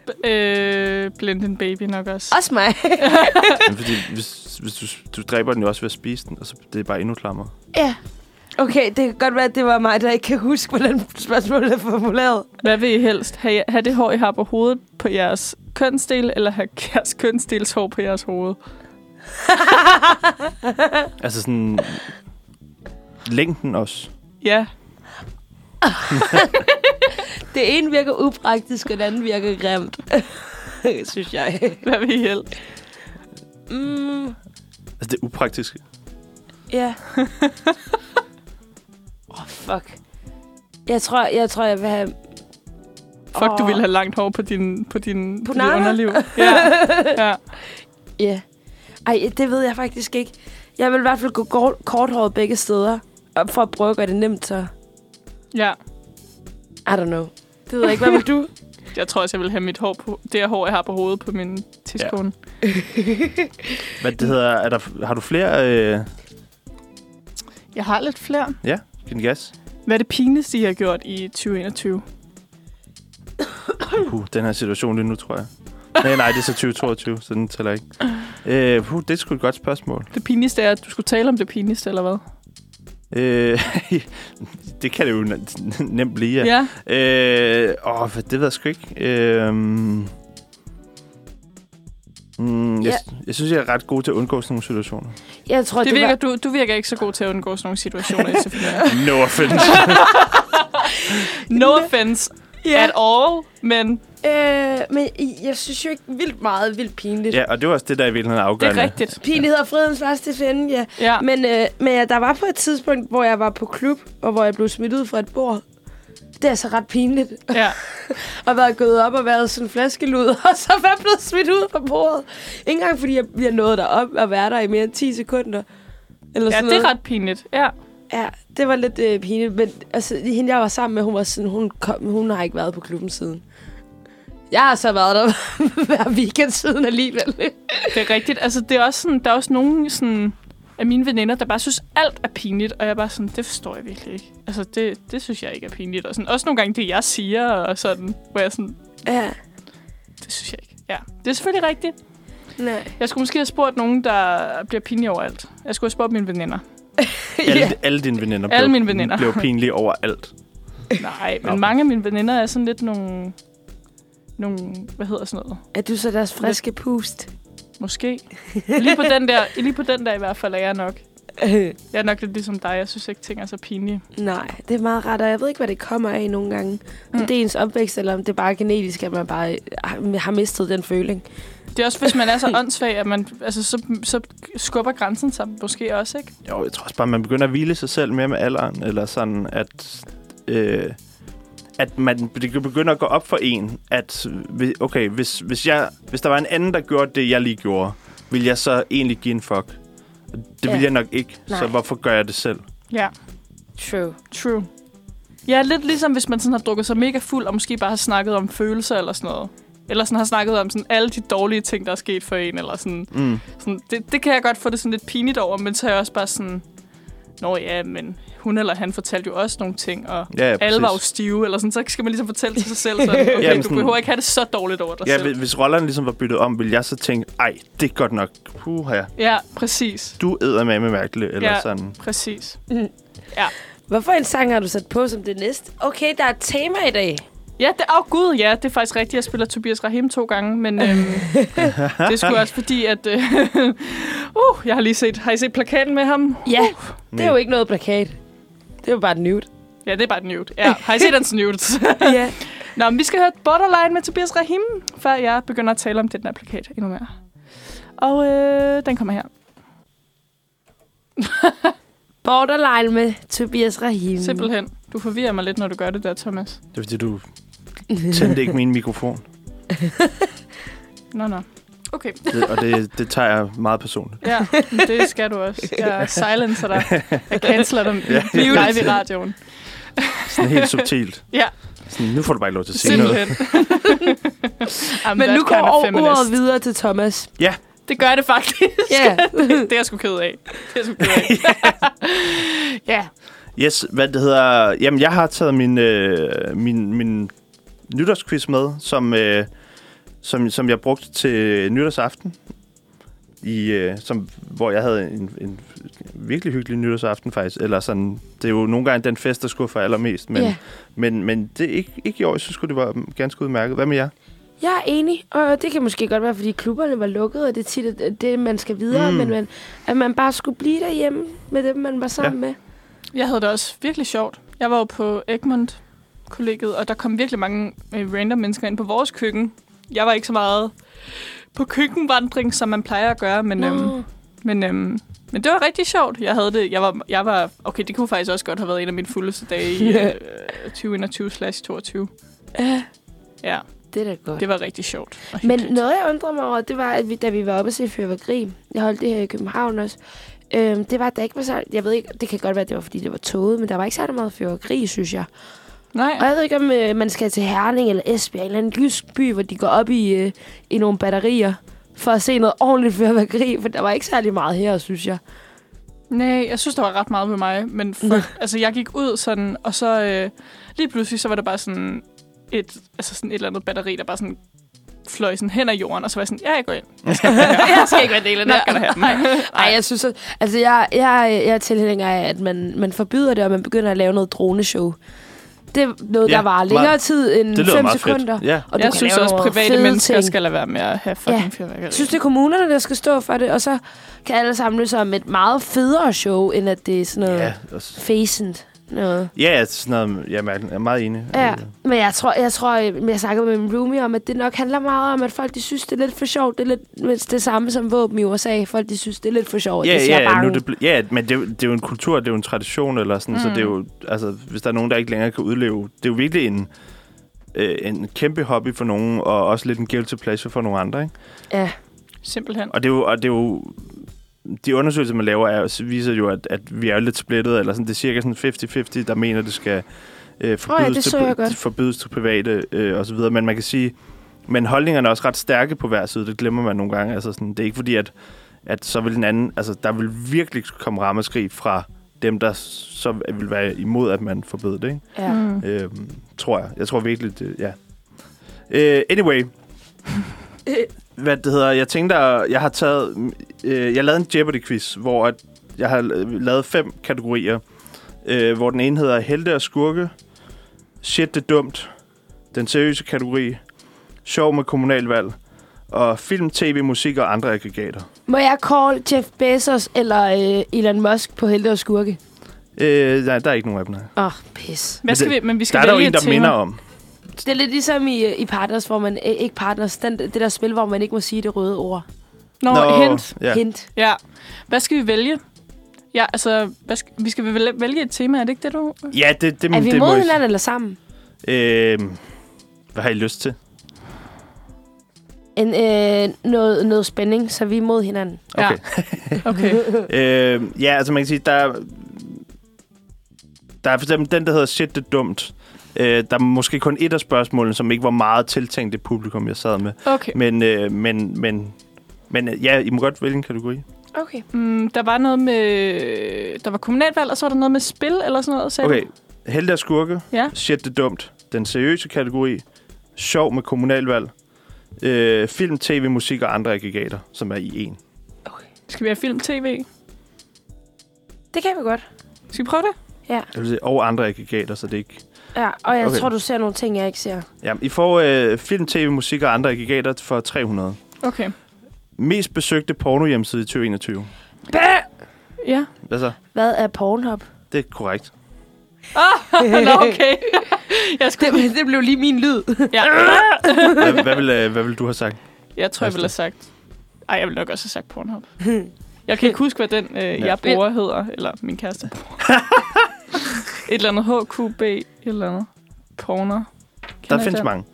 [SPEAKER 1] B- øh, blend en baby nok også.
[SPEAKER 2] Også mig.
[SPEAKER 3] Men fordi hvis, hvis du, du dræber den jo også ved at spise den, og så det er bare endnu klammere.
[SPEAKER 2] ja. Okay, det kan godt være, at det var mig, der ikke kan huske, hvordan spørgsmålet er formuleret.
[SPEAKER 1] Hvad vil I helst? Have, have det hår, I har på hovedet på jeres kønsdel, eller have <laughs> jeres kønsdels hår på jeres hoved?
[SPEAKER 3] Altså sådan... Længden også.
[SPEAKER 1] Ja.
[SPEAKER 2] Det ene virker upraktisk, og det andet virker grimt. <laughs> synes jeg.
[SPEAKER 1] Hvad vil I helst?
[SPEAKER 2] Mm,
[SPEAKER 3] Altså det er upraktisk.
[SPEAKER 2] <laughs> Ja. Åh, oh, fuck. Jeg tror, jeg tror, jeg vil have...
[SPEAKER 1] Fuck, oh. du
[SPEAKER 2] Åh.
[SPEAKER 1] ville have langt hår på din, på din på dit
[SPEAKER 2] navlen?
[SPEAKER 1] underliv. Ja. ja.
[SPEAKER 2] Ja. Ej, det ved jeg faktisk ikke. Jeg vil i hvert fald gå kort, korthåret begge steder, og for at prøve at gøre det nemt, så...
[SPEAKER 1] ja.
[SPEAKER 2] I don't know. Det ved jeg ikke. Hvad vil du?
[SPEAKER 1] Jeg tror også, jeg vil have mit hår på, det her hår, jeg har på hovedet på min tidskone.
[SPEAKER 3] Hvad det hedder, er der, har du flere... Øh,
[SPEAKER 1] Jeg har lidt flere.
[SPEAKER 3] ja, giv den gas.
[SPEAKER 1] Hvad er det pinligste, I har gjort i 2021?
[SPEAKER 3] Puh, den her situation lige nu, tror jeg. Nej, nej, det er så 2022, så den tæller ikke. Øh, puh, det er sgu et godt spørgsmål.
[SPEAKER 1] Det pinligste er, at du skulle tale om det pinligste, eller hvad?
[SPEAKER 3] Øh, <laughs> det kan det jo n- nemt blive, ja.
[SPEAKER 1] ja.
[SPEAKER 3] Øh, åh, hvad- det ved jeg sgu ikke. Øh, Øhm, Mm, jeg,
[SPEAKER 2] Ja.
[SPEAKER 3] jeg synes, jeg er ret god til at undgå sådan nogle situationer.
[SPEAKER 2] <laughs> Jeg tror, det,
[SPEAKER 1] Det virker,
[SPEAKER 2] var...
[SPEAKER 1] du, du virker ikke så god til at undgå sådan nogle situationer, Josefine.
[SPEAKER 3] No offense.
[SPEAKER 1] No offense yeah. at all, men
[SPEAKER 2] Øh, men I- jeg synes jo ikke vildt meget vildt pinligt.
[SPEAKER 3] <laughs> ja, og det var også det, der i virkeligheden er
[SPEAKER 1] det er
[SPEAKER 3] afgørende.
[SPEAKER 1] rigtigt.
[SPEAKER 2] Pinlighed og frihedens værste fjende, ja.
[SPEAKER 1] Ja.
[SPEAKER 2] Men, øh, men ja, der var på et tidspunkt, hvor jeg var på klub, og hvor jeg blev smidt ud fra et bord. Det er så ret pinligt.
[SPEAKER 1] ja.
[SPEAKER 2] Og været gået op og været sådan en flaskelud, <laughs> og så var blevet smidt ud fra bordet. Ikke engang fordi jeg, jeg nåede derop og være der i mere end 10 sekunder. Eller
[SPEAKER 1] ja,
[SPEAKER 2] sådan
[SPEAKER 1] det er
[SPEAKER 2] noget.
[SPEAKER 1] ret pinligt. Ja.
[SPEAKER 2] Ja, det var lidt øh, pinligt, men altså, hende, jeg var sammen med, hun var sådan, hun, kom, hun har ikke været på klubben siden. Jeg har så været der <laughs> hver weekend siden alligevel.
[SPEAKER 1] Det er rigtigt. Altså, det er også sådan, der er også nogen sådan, af mine veninder, der bare synes, alt er pinligt. Og jeg er bare sådan, det forstår jeg virkelig ikke. Altså, det, det synes jeg ikke er pinligt. Og sådan, også nogle gange det, jeg siger, og sådan, hvor jeg sådan,
[SPEAKER 2] Ja,
[SPEAKER 1] det synes jeg ikke. Ja, det er selvfølgelig rigtigt.
[SPEAKER 2] nej.
[SPEAKER 1] Jeg skulle måske have spurgt nogen, der bliver pinlige over alt. Jeg skulle have spurgt mine veninder.
[SPEAKER 3] Alle, alle dine veninder
[SPEAKER 1] Alle
[SPEAKER 3] blev,
[SPEAKER 1] mine veninder.
[SPEAKER 3] blev pinlige over alt.
[SPEAKER 1] Nej, men
[SPEAKER 3] Nå.
[SPEAKER 1] mange af mine veninder er sådan lidt nogle... Nogle, hvad hedder sådan noget?
[SPEAKER 2] Er du så deres friske pust? <laughs>
[SPEAKER 1] Måske. Lige på den der, lige på den der i hvert fald er jeg nok. Jeg er nok lidt ligesom dig. Jeg synes ikke, ting er så pinlige.
[SPEAKER 2] Nej, det er meget rart, og jeg ved ikke, hvad det kommer af nogle gange. Om
[SPEAKER 1] Mm.
[SPEAKER 2] det er ens opvækst, eller om det er bare genetisk, at man bare øh, har- har mistet den føling.
[SPEAKER 1] Det er også, hvis man er så åndssvag, at man, altså, så, så skubber grænsen sig måske også, ikke?
[SPEAKER 3] Jo, jeg tror også bare, man begynder at hvile sig selv mere med alderen, eller sådan, at... Øh, at man det begynder at gå op for en, at hvi- okay, hvis, hvis, jeg, hvis der var en anden, der gjorde det, jeg lige gjorde, vil jeg så egentlig give en fuck? Det vil
[SPEAKER 2] Ja.
[SPEAKER 3] jeg nok ikke, så
[SPEAKER 2] Nej.
[SPEAKER 3] hvorfor gør jeg det selv?
[SPEAKER 1] Ja,
[SPEAKER 2] True.
[SPEAKER 1] true. Ja, lidt ligesom hvis man sådan har drukket sig mega fuld, og måske bare har snakket om følelser eller sådan noget. Eller sådan har snakket om sådan alle de dårlige ting, der er sket for en, eller sådan.
[SPEAKER 3] Mm.
[SPEAKER 1] Sådan, det, det kan jeg godt få det sådan lidt pinligt over, men så er jeg også bare sådan... Nå ja, men hun eller han fortalte jo også nogle ting, og
[SPEAKER 3] Ja, ja,
[SPEAKER 1] alle var jo
[SPEAKER 3] præcis.
[SPEAKER 1] stive, eller sådan, så skal man ligesom fortælle til sig selv,
[SPEAKER 3] <laughs>
[SPEAKER 1] sådan, okay,
[SPEAKER 3] Jamen,
[SPEAKER 1] du
[SPEAKER 3] sådan-
[SPEAKER 1] behøver ikke have det så dårligt over dig
[SPEAKER 3] Ja,
[SPEAKER 1] selv.
[SPEAKER 3] hvis- hvis rollerne ligesom var byttet om, ville jeg så tænke, ej, det er godt nok, puha,
[SPEAKER 1] Ja, præcis.
[SPEAKER 3] du æder med med mærkeligt, eller
[SPEAKER 1] Ja.
[SPEAKER 3] ja. sådan.
[SPEAKER 1] Præcis.
[SPEAKER 2] Hvorfor en sang har du sat på som det næste? Okay, der er et tema i dag.
[SPEAKER 1] Ja, det, oh gud, ja, det er faktisk rigtigt. Jeg spiller Tobias Rahim to gange, men øhm, det skulle også fordi, at... Øh, <laughs> uh, jeg har lige set... Har I set plakaten med ham?
[SPEAKER 2] Ja, Uh, det er jo ikke noget plakat. Det er jo bare et
[SPEAKER 1] <laughs>
[SPEAKER 2] nude.
[SPEAKER 1] Ja, det er bare et nude. Ja, har I set hans nudes?
[SPEAKER 2] ja.
[SPEAKER 1] Nå, men vi skal høre Borderline med Tobias Rahim, før jeg begynder at tale om den her plakat endnu mere. Og øh, den kommer her.
[SPEAKER 2] Borderline med Tobias Rahim.
[SPEAKER 1] Simpelthen. Du forvirrer mig lidt, når du gør det der, Thomas.
[SPEAKER 3] Det er fordi, du tændte ikke min
[SPEAKER 2] <laughs>
[SPEAKER 3] mikrofon,
[SPEAKER 1] Nå, nå. Okay,
[SPEAKER 3] det, og det, det tager jeg meget personligt.
[SPEAKER 1] ja, men det skal du også. Jeg silencer dig. Jeg canceler dig live i radioen.
[SPEAKER 3] Sådan helt
[SPEAKER 2] <laughs>
[SPEAKER 3] subtilt.
[SPEAKER 1] Ja.
[SPEAKER 3] Sådan, nu får du bare ikke lov til at sige noget.
[SPEAKER 1] Simpelthen. <laughs> I'm
[SPEAKER 2] Men
[SPEAKER 1] that
[SPEAKER 2] nu
[SPEAKER 1] kind
[SPEAKER 2] går
[SPEAKER 1] of
[SPEAKER 2] over
[SPEAKER 1] feminist.
[SPEAKER 2] ordet videre til Thomas.
[SPEAKER 1] Det gør det faktisk.
[SPEAKER 2] Ja.
[SPEAKER 1] <laughs> det er jeg sgu ked af. Det er jeg sgu ked af. ja.
[SPEAKER 3] Yes, hvad det hedder... Jamen, jeg har taget min, øh, min, min nytårsquiz med, som, øh, som, som jeg brugte til nytårsaften. I, øh, som, hvor jeg havde en, en virkelig hyggelig nytårsaften, faktisk. Eller sådan, det er jo nogle gange den fest, der skuffer allermest. Men,
[SPEAKER 2] Ja.
[SPEAKER 3] men, men det er ikke, ikke i år. Jeg synes sgu, det var ganske udmærket. Hvad med jer?
[SPEAKER 2] Mm. Jeg er enig, og det kan måske godt være, fordi klubberne var lukkede, og det er tit at- at det, man skal videre, mm.
[SPEAKER 3] Mm.
[SPEAKER 2] men man, at man bare skulle blive derhjemme med dem, man var sammen ja. med.
[SPEAKER 1] Jeg havde det også virkelig sjovt. Jeg var jo på Egmont kollegiet, og der kom virkelig mange øh, random mennesker ind på vores køkken. Jeg var ikke så meget på køkkenvandring, som man plejer at gøre, men, øhm,
[SPEAKER 2] Nå.
[SPEAKER 1] men, øhm, men det var rigtig sjovt. Jeg havde det. Jeg var, jeg var, okay, det kunne faktisk også godt have været en af mine fuldeste dage <laughs> i øh, 2021-22.
[SPEAKER 2] Ja,
[SPEAKER 1] Ja,
[SPEAKER 2] det er da godt.
[SPEAKER 1] det var rigtig sjovt. og
[SPEAKER 2] Men
[SPEAKER 1] hyggeligt.
[SPEAKER 2] noget, jeg undrer mig over, det var, at vi, da vi var oppe og se fyrværkeri, jeg holdt det her i København også, øhm, det var, at der ikke var så... Jeg ved ikke, det kan godt være, at det var, fordi det var toget, men der var ikke særlig meget fyrværkeri, synes jeg. Og
[SPEAKER 1] Nej,
[SPEAKER 2] jeg ved ikke, om øh, man skal til Herning eller Esbjerg, eller en eller anden jysk by, hvor de går op i, øh, i nogle batterier for at se noget ordentligt fyrværkeri, for der var ikke særlig meget her, synes jeg.
[SPEAKER 1] nej, jeg synes, der var ret meget med mig. Men for, altså, jeg gik ud sådan, og så øh, lige pludselig, så var der bare sådan et, altså sådan et eller andet batteri, der bare sådan fløj sådan hen ad jorden, og så var jeg sådan, ja, jeg går ind.
[SPEAKER 2] <laughs> jeg skal ikke være en del af
[SPEAKER 1] Nok kan du have dem.
[SPEAKER 2] Ej, jeg synes, at, altså jeg, jeg, jeg er tilhænger af, at man, man forbyder det, og man begynder at lave noget droneshow. Det er noget,
[SPEAKER 3] Ja,
[SPEAKER 2] der var længere
[SPEAKER 3] meget.
[SPEAKER 2] tid end
[SPEAKER 3] det lyder
[SPEAKER 2] 5
[SPEAKER 3] meget
[SPEAKER 2] sekunder.
[SPEAKER 3] fedt. Ja.
[SPEAKER 2] Og du
[SPEAKER 1] jeg
[SPEAKER 2] kan
[SPEAKER 1] synes
[SPEAKER 2] lave
[SPEAKER 1] også,
[SPEAKER 2] nogle
[SPEAKER 1] private
[SPEAKER 2] fede
[SPEAKER 1] mennesker
[SPEAKER 2] ting.
[SPEAKER 1] skal lade være med at have fucking
[SPEAKER 2] Ja.
[SPEAKER 1] ja. fyrværkeri.
[SPEAKER 2] Jeg synes, det er kommunerne, der skal stå for det, og så kan alle samle sig om et meget federe show, end at det er sådan noget
[SPEAKER 3] Ja,
[SPEAKER 2] yeah.
[SPEAKER 3] også-
[SPEAKER 2] facent noget.
[SPEAKER 3] ja det er sådan noget, jeg er mærkelig- jeg er meget enig.
[SPEAKER 2] Ja, men jeg tror, jeg tror, men jeg snakkede med min roomie om, at det nok handler meget om, at folk de synes, det er lidt for sjovt. Det er lidt mens det samme som våben i USA. Folk de synes, det er lidt for sjovt.
[SPEAKER 3] Ja,
[SPEAKER 2] de ser
[SPEAKER 3] ja,
[SPEAKER 2] bange.
[SPEAKER 3] nu er det ble- ja, men det, er jo- det er jo en kultur, det er jo en tradition eller sådan, mm. så det er jo, altså, hvis der er nogen, der ikke længere kan udleve, det er jo virkelig en, øh, en kæmpe hobby for nogen, og også lidt en guilty pleasure for nogle andre, ikke?
[SPEAKER 2] ja.
[SPEAKER 1] Simpelthen.
[SPEAKER 3] Og det er jo, og det er jo de undersøgelser, man laver, er, viser jo, at, at vi er jo lidt splittet, eller sådan, det er cirka sådan 50-50, der mener, det skal øh, forbydes,
[SPEAKER 2] det så jeg
[SPEAKER 3] til,
[SPEAKER 2] godt.
[SPEAKER 3] forbydes til private øh, og så videre, men man kan sige, men holdningerne er også ret stærke på hver side, det glemmer man nogle gange, altså sådan, det er ikke fordi, at, at så vil den anden, altså der vil virkelig komme rammeskrig fra dem, der så vil være imod, at man forbød det, ikke?
[SPEAKER 2] ja.
[SPEAKER 1] Mm.
[SPEAKER 3] Øh, tror jeg. Jeg tror virkelig, det, ja. Øh,
[SPEAKER 1] <laughs>
[SPEAKER 3] anyway. Hvad det hedder, jeg tænkte, at jeg har taget, øh, jeg lavede en Jeopardy-quiz, hvor at jeg har lavet fem kategorier, øh, hvor den ene hedder helte og skurke, shit det er dumt, den seriøse kategori, sjov med kommunalvalg, og film, tv, musik og andre aggregater.
[SPEAKER 2] Må jeg call Jeff Bezos eller øh, Elon Musk på helte og skurke?
[SPEAKER 3] Øh, nej, der er ikke nogen af dem. nej.
[SPEAKER 2] Åh, oh, pis.
[SPEAKER 1] Hvad skal
[SPEAKER 3] Men
[SPEAKER 1] vi, men vi
[SPEAKER 3] Der
[SPEAKER 1] skal
[SPEAKER 3] er der jo
[SPEAKER 1] vælge
[SPEAKER 3] en, der
[SPEAKER 1] et tema.
[SPEAKER 3] minder om.
[SPEAKER 2] Det er lidt ligesom i, øh, i Partners, hvor man... Øh, ikke Partners, den, det der spil, hvor man ikke må sige det røde ord.
[SPEAKER 1] Nå,
[SPEAKER 3] Nå,
[SPEAKER 1] hint.
[SPEAKER 2] Ja.
[SPEAKER 3] Ja.
[SPEAKER 2] Hint.
[SPEAKER 1] Ja. Hvad skal vi vælge? Ja, altså, hvad skal, vi skal vel vælge et tema, er det ikke det, du...
[SPEAKER 3] ja, det, det,
[SPEAKER 2] Er vi
[SPEAKER 3] det må
[SPEAKER 2] mod
[SPEAKER 3] I-
[SPEAKER 2] hinanden eller sammen?
[SPEAKER 3] Øh, hvad har I lyst til?
[SPEAKER 2] En, øh, noget, noget spænding, så vi er mod hinanden.
[SPEAKER 1] Ja. Okay.
[SPEAKER 3] øh, ja, altså man kan sige, der er, der er for eksempel den, der hedder Shit, det er dumt. Øh, der er måske kun et af spørgsmålene, som ikke var meget tiltænkt det publikum, jeg sad med.
[SPEAKER 2] <laughs>
[SPEAKER 1] Okay.
[SPEAKER 3] Men, øh, men, men, men øh, ja, I må godt vælge en kategori.
[SPEAKER 2] Okay.
[SPEAKER 1] Mm, der var noget med... Der var kommunalvalg, og så var der noget med spil eller sådan noget, sagde
[SPEAKER 3] Okay,
[SPEAKER 1] du?
[SPEAKER 3] Helte og skurke.
[SPEAKER 1] Ja.
[SPEAKER 3] Shit, det er dumt. Den seriøse kategori. Sjov med kommunalvalg. Øh, film, tv, musik og andre aggregater, som er i en.
[SPEAKER 1] Skal vi have film, tv?
[SPEAKER 2] Det kan vi godt.
[SPEAKER 1] Skal vi prøve det?
[SPEAKER 3] Jeg vil sige, Altså, Og andre aggregater, så det ikke
[SPEAKER 2] Ja, og
[SPEAKER 3] Okay.
[SPEAKER 2] jeg okay. tror, du ser nogle ting, jeg ikke ser.
[SPEAKER 3] Ja, I får øh, film, tv, musik og andre aggregater for 300.
[SPEAKER 1] Okay.
[SPEAKER 3] Mest besøgte pornohjemmeside i 2021.
[SPEAKER 2] Bæh!
[SPEAKER 1] Ja.
[SPEAKER 3] Hvad så?
[SPEAKER 2] Hvad er Pornhub?
[SPEAKER 3] Det er korrekt.
[SPEAKER 1] Ah! <laughs> Nå,
[SPEAKER 3] <laughs>
[SPEAKER 1] okay. jeg, skulle,
[SPEAKER 2] <laughs> Det, det blev lige min lyd.
[SPEAKER 1] ja.
[SPEAKER 3] Hvad, hvad, vil, øh, hvad vil du have sagt?
[SPEAKER 1] jeg tror, jeg ville have sagt... Ej, jeg ville nok også have sagt Pornhub. Jeg kan ikke huske, hvad den, øh, jeg bruger, hedder. Eller min
[SPEAKER 3] <laughs>
[SPEAKER 1] kæreste bruger. Et eller andet HQB, et eller andet. Porner. Kender
[SPEAKER 3] Der
[SPEAKER 1] I
[SPEAKER 3] findes
[SPEAKER 1] den?
[SPEAKER 3] mange.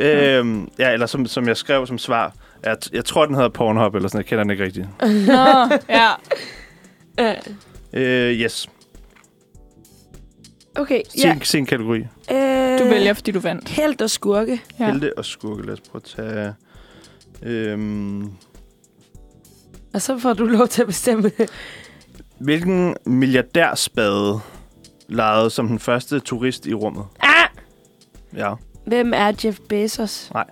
[SPEAKER 3] Øhm, ja, eller som, som jeg skrev som svar. Jeg, t- jeg tror, den hedder Pornhub, eller sådan Jeg kender den ikke rigtigt. <laughs>
[SPEAKER 1] Nå, ja.
[SPEAKER 3] Øh, yes.
[SPEAKER 2] <laughs> Okay,
[SPEAKER 3] Sin, ja. sin kategori.
[SPEAKER 2] Øh,
[SPEAKER 1] Du vælger, fordi du vandt.
[SPEAKER 2] Helt og skurke.
[SPEAKER 1] Ja.
[SPEAKER 3] Ja. Helte og skurke. Lad os prøve at tage... Øhm,
[SPEAKER 2] Og så får du lov til at bestemme.
[SPEAKER 3] hvilken milliardærspade lejede som den første turist i rummet?
[SPEAKER 2] <laughs> ah!
[SPEAKER 3] Ja.
[SPEAKER 2] Hvem er Jeff Bezos?
[SPEAKER 3] Nej.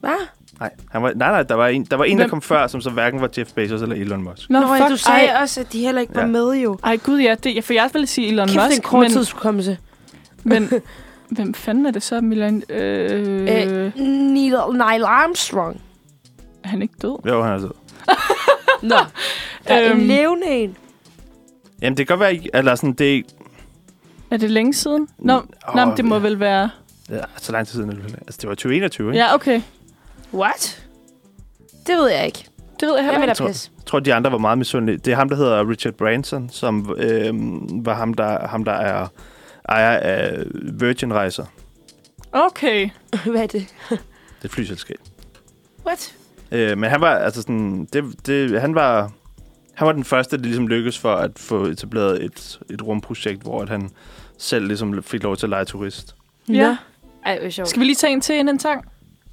[SPEAKER 2] Hvad?
[SPEAKER 3] Nej, han var, nej, nej, der var en, der, var en, der
[SPEAKER 1] Hvem?
[SPEAKER 3] kom før, som så hverken var Jeff Bezos eller Elon Musk.
[SPEAKER 1] Nå,
[SPEAKER 2] Nå, ja,
[SPEAKER 1] fuck,
[SPEAKER 2] du sagde
[SPEAKER 1] ej.
[SPEAKER 2] også, at de heller ikke var
[SPEAKER 3] Ja.
[SPEAKER 2] med jo.
[SPEAKER 1] Ej, gud ja, det, for jeg ville sige Elon
[SPEAKER 2] Kæft, en
[SPEAKER 1] Musk, men,
[SPEAKER 2] korttidsudkommelse.
[SPEAKER 1] men hvem fanden er det så, Milan? Øh,
[SPEAKER 2] Øh.
[SPEAKER 1] øh.
[SPEAKER 2] Neil, Neil <laughs> Armstrong.
[SPEAKER 1] Er han ikke død?
[SPEAKER 3] Jo, han er sød.
[SPEAKER 2] Nå, der er en
[SPEAKER 1] Øhm.
[SPEAKER 2] levende en.
[SPEAKER 3] Jamen, det kan godt være, ikke- eller sådan, det er ikke...
[SPEAKER 1] Er det længe siden? Nå,
[SPEAKER 3] Åh,
[SPEAKER 1] oh, nej, men det må
[SPEAKER 3] ja.
[SPEAKER 1] vel være...
[SPEAKER 3] Ja, så lang tid siden. er det vel. Altså, det var 2021, ikke?
[SPEAKER 1] Ja, okay.
[SPEAKER 2] What? Det ved jeg ikke.
[SPEAKER 1] Det ved jeg
[SPEAKER 2] Jeg
[SPEAKER 1] heller
[SPEAKER 2] vil
[SPEAKER 1] ikke.
[SPEAKER 2] da pisse.
[SPEAKER 3] Jeg tror, de andre var meget misundelige. Det er ham, der hedder Richard Branson, som øh, var ham, der, ham, der er ejer af Virgin Rejser.
[SPEAKER 1] Okay.
[SPEAKER 2] <laughs> Hvad er det?
[SPEAKER 3] Det er et flyselskab.
[SPEAKER 2] What?
[SPEAKER 3] Øh, men han var, altså sådan, det, det, han var... Han var den første, der ligesom lykkedes for at få etableret et, et rumprojekt, hvor at han selv ligesom fik lov til at lege turist.
[SPEAKER 1] Ja.
[SPEAKER 2] Ej, hvor sjovt.
[SPEAKER 1] Skal vi lige tage en til inden en tang?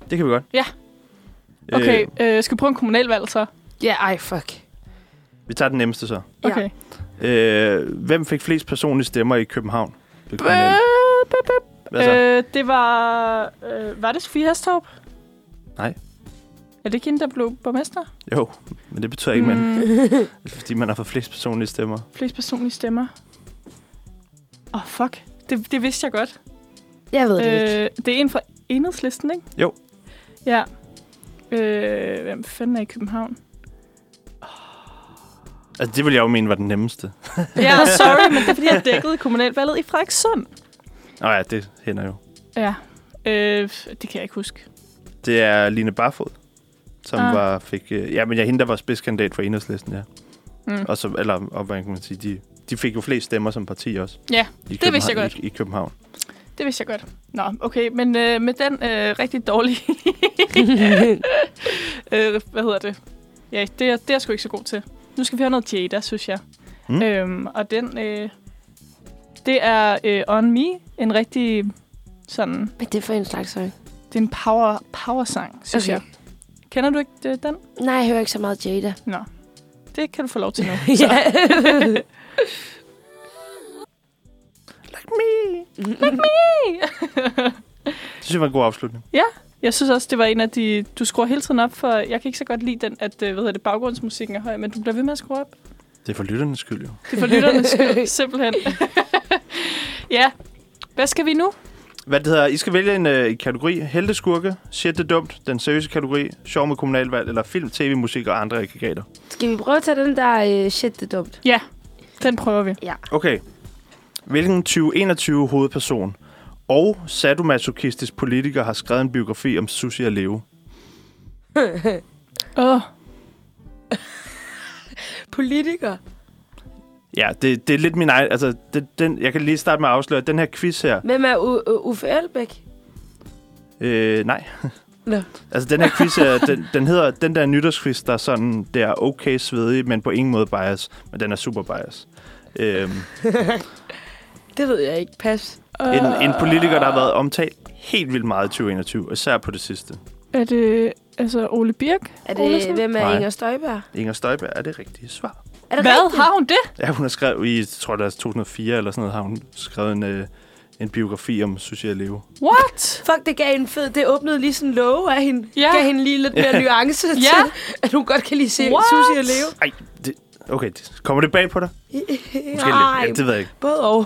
[SPEAKER 3] Det kan vi godt.
[SPEAKER 1] Ja. Okay, øh, skal vi prøve en kommunalvalg så?
[SPEAKER 2] Ja, ej, fuck.
[SPEAKER 3] Vi tager den nemmeste så.
[SPEAKER 2] Ja.
[SPEAKER 1] Okay.
[SPEAKER 3] Øh, hvem fik flest personlige stemmer i København? Ved kommunal-
[SPEAKER 1] Øh, bøp, bøp.
[SPEAKER 3] Hvad så?
[SPEAKER 1] Øh, det var... Øh, var det Sofie Hestorp?
[SPEAKER 3] Nej.
[SPEAKER 1] Er det ikke hende, der blev borgmester?
[SPEAKER 3] Jo, men det betyder ikke,
[SPEAKER 1] Mm.
[SPEAKER 3] man, fordi man har fået flest personlige stemmer.
[SPEAKER 1] Flest personlige stemmer. Åh, oh, fuck. Det, det vidste jeg godt.
[SPEAKER 2] Jeg ved det ikke.
[SPEAKER 1] Øh, det er en fra enhedslisten, ikke?
[SPEAKER 3] Jo.
[SPEAKER 1] Ja. Øh, hvem fanden er i København?
[SPEAKER 3] Altså, det vil jeg jo mene var den nemmeste.
[SPEAKER 1] Ja, sorry, men det er fordi, jeg dækkede kommunalvalget i Frederikssund.
[SPEAKER 3] Nå ja, det hænder jo.
[SPEAKER 1] Ja. Øh, det kan jeg ikke huske.
[SPEAKER 3] Det er Line Barfod, som
[SPEAKER 1] Ah.
[SPEAKER 3] ah. var, fik... Øh, ja, men jeg hende, der var spidskandidat for enhedslisten, ja.
[SPEAKER 1] Mm.
[SPEAKER 3] Mm. Og så, eller, og hvad kan man sige, de, de fik jo flest stemmer som parti også.
[SPEAKER 1] Ja,
[SPEAKER 3] i
[SPEAKER 1] det vidste jeg
[SPEAKER 3] København- I, i København.
[SPEAKER 1] Det vidste jeg godt. Nå, okay, men øh, med den øh, rigtig dårlige...
[SPEAKER 3] <laughs>
[SPEAKER 1] øh, hvad hedder det? Ja, det er, det er jeg sgu ikke så god til. Nu skal vi have noget Jada, synes jeg. Mm.
[SPEAKER 3] Mm.
[SPEAKER 1] Øhm, og den... Øh, det er øh, On Me, en rigtig sådan...
[SPEAKER 2] Hvad er det for en slags sang?
[SPEAKER 1] Det er en power, power sang, synes okay.
[SPEAKER 2] Okay.
[SPEAKER 1] jeg. Kender du ikke øh, den?
[SPEAKER 2] Nej, jeg hører ikke så meget Jada.
[SPEAKER 1] Nå. Det kan du få lov
[SPEAKER 2] <laughs>
[SPEAKER 1] til nu.
[SPEAKER 2] Ja.
[SPEAKER 1] <laughs>
[SPEAKER 3] Like me! Det synes jeg var en god afslutning.
[SPEAKER 1] Jeg synes også, det var en af de... Du skruer hele tiden op for... Jeg kan ikke så godt lide den, at øh, hvad hedder det, baggrundsmusikken er høj, men du bliver ved med at skrue op.
[SPEAKER 3] Det er for lytternes skyld, jo.
[SPEAKER 1] Det er for lytternes
[SPEAKER 2] <laughs>
[SPEAKER 1] skyld, simpelthen. <laughs> ja. Hvad skal vi nu?
[SPEAKER 3] Hvad det hedder, I skal vælge en øh, kategori. Helteskurke, shit det er dumt, den seriøse kategori, sjov med kommunalvalg, eller film, tv, musik og andre aggregater.
[SPEAKER 2] <laughs> Skal vi prøve at tage den der øh, shit, det er dumt?
[SPEAKER 1] Ja, den prøver vi.
[SPEAKER 3] Okay. Hvilken 2021 hovedperson og sadomasochistisk politiker har skrevet en biografi om Susie og Leo?
[SPEAKER 1] Åh, oh,
[SPEAKER 2] Politiker.
[SPEAKER 3] Ja, det, det er lidt min egen... Altså, det, den, jeg kan lige starte med at afsløre, at den her quiz her...
[SPEAKER 2] Hvem er U- U- Uffe Elbæk?
[SPEAKER 3] Øh, nej.
[SPEAKER 2] Nå.
[SPEAKER 3] Altså, den her quiz her, den, den hedder... Den der nytårsquiz, der er sådan... Det er okay svedig, men på ingen måde bias. Men den er super bias. Øhm,
[SPEAKER 2] Det ved jeg ikke. Pas.
[SPEAKER 1] Øh,
[SPEAKER 3] en, en politiker, der har været omtalt helt vildt meget i 2021, især på det sidste.
[SPEAKER 1] er det altså Ole Birk?
[SPEAKER 2] Er det,
[SPEAKER 1] Olesen?
[SPEAKER 2] hvem er
[SPEAKER 3] Nej.
[SPEAKER 2] Inger Støjberg?
[SPEAKER 3] Inger Støjberg er det rigtige svar.
[SPEAKER 2] Er det
[SPEAKER 1] Hvad?
[SPEAKER 2] rigtigt?
[SPEAKER 1] Har hun det?
[SPEAKER 3] Ja, hun har skrevet i, jeg tror det er 2004 eller sådan noget, har hun skrevet en, øh, en biografi om Susie og Leo.
[SPEAKER 1] What?
[SPEAKER 2] <laughs> Fuck, det gav en fed... Det åbnede lige sådan en låge af hende.
[SPEAKER 1] Ja.
[SPEAKER 2] Gav hende lige lidt mere nuance til,
[SPEAKER 1] Ja.
[SPEAKER 2] at hun godt kan lige se
[SPEAKER 1] What?
[SPEAKER 2] Susie og Leo.
[SPEAKER 3] Ej, det, okay, det, kommer det bag på dig? Måske lidt. Ja, det ved jeg ikke.
[SPEAKER 2] både og.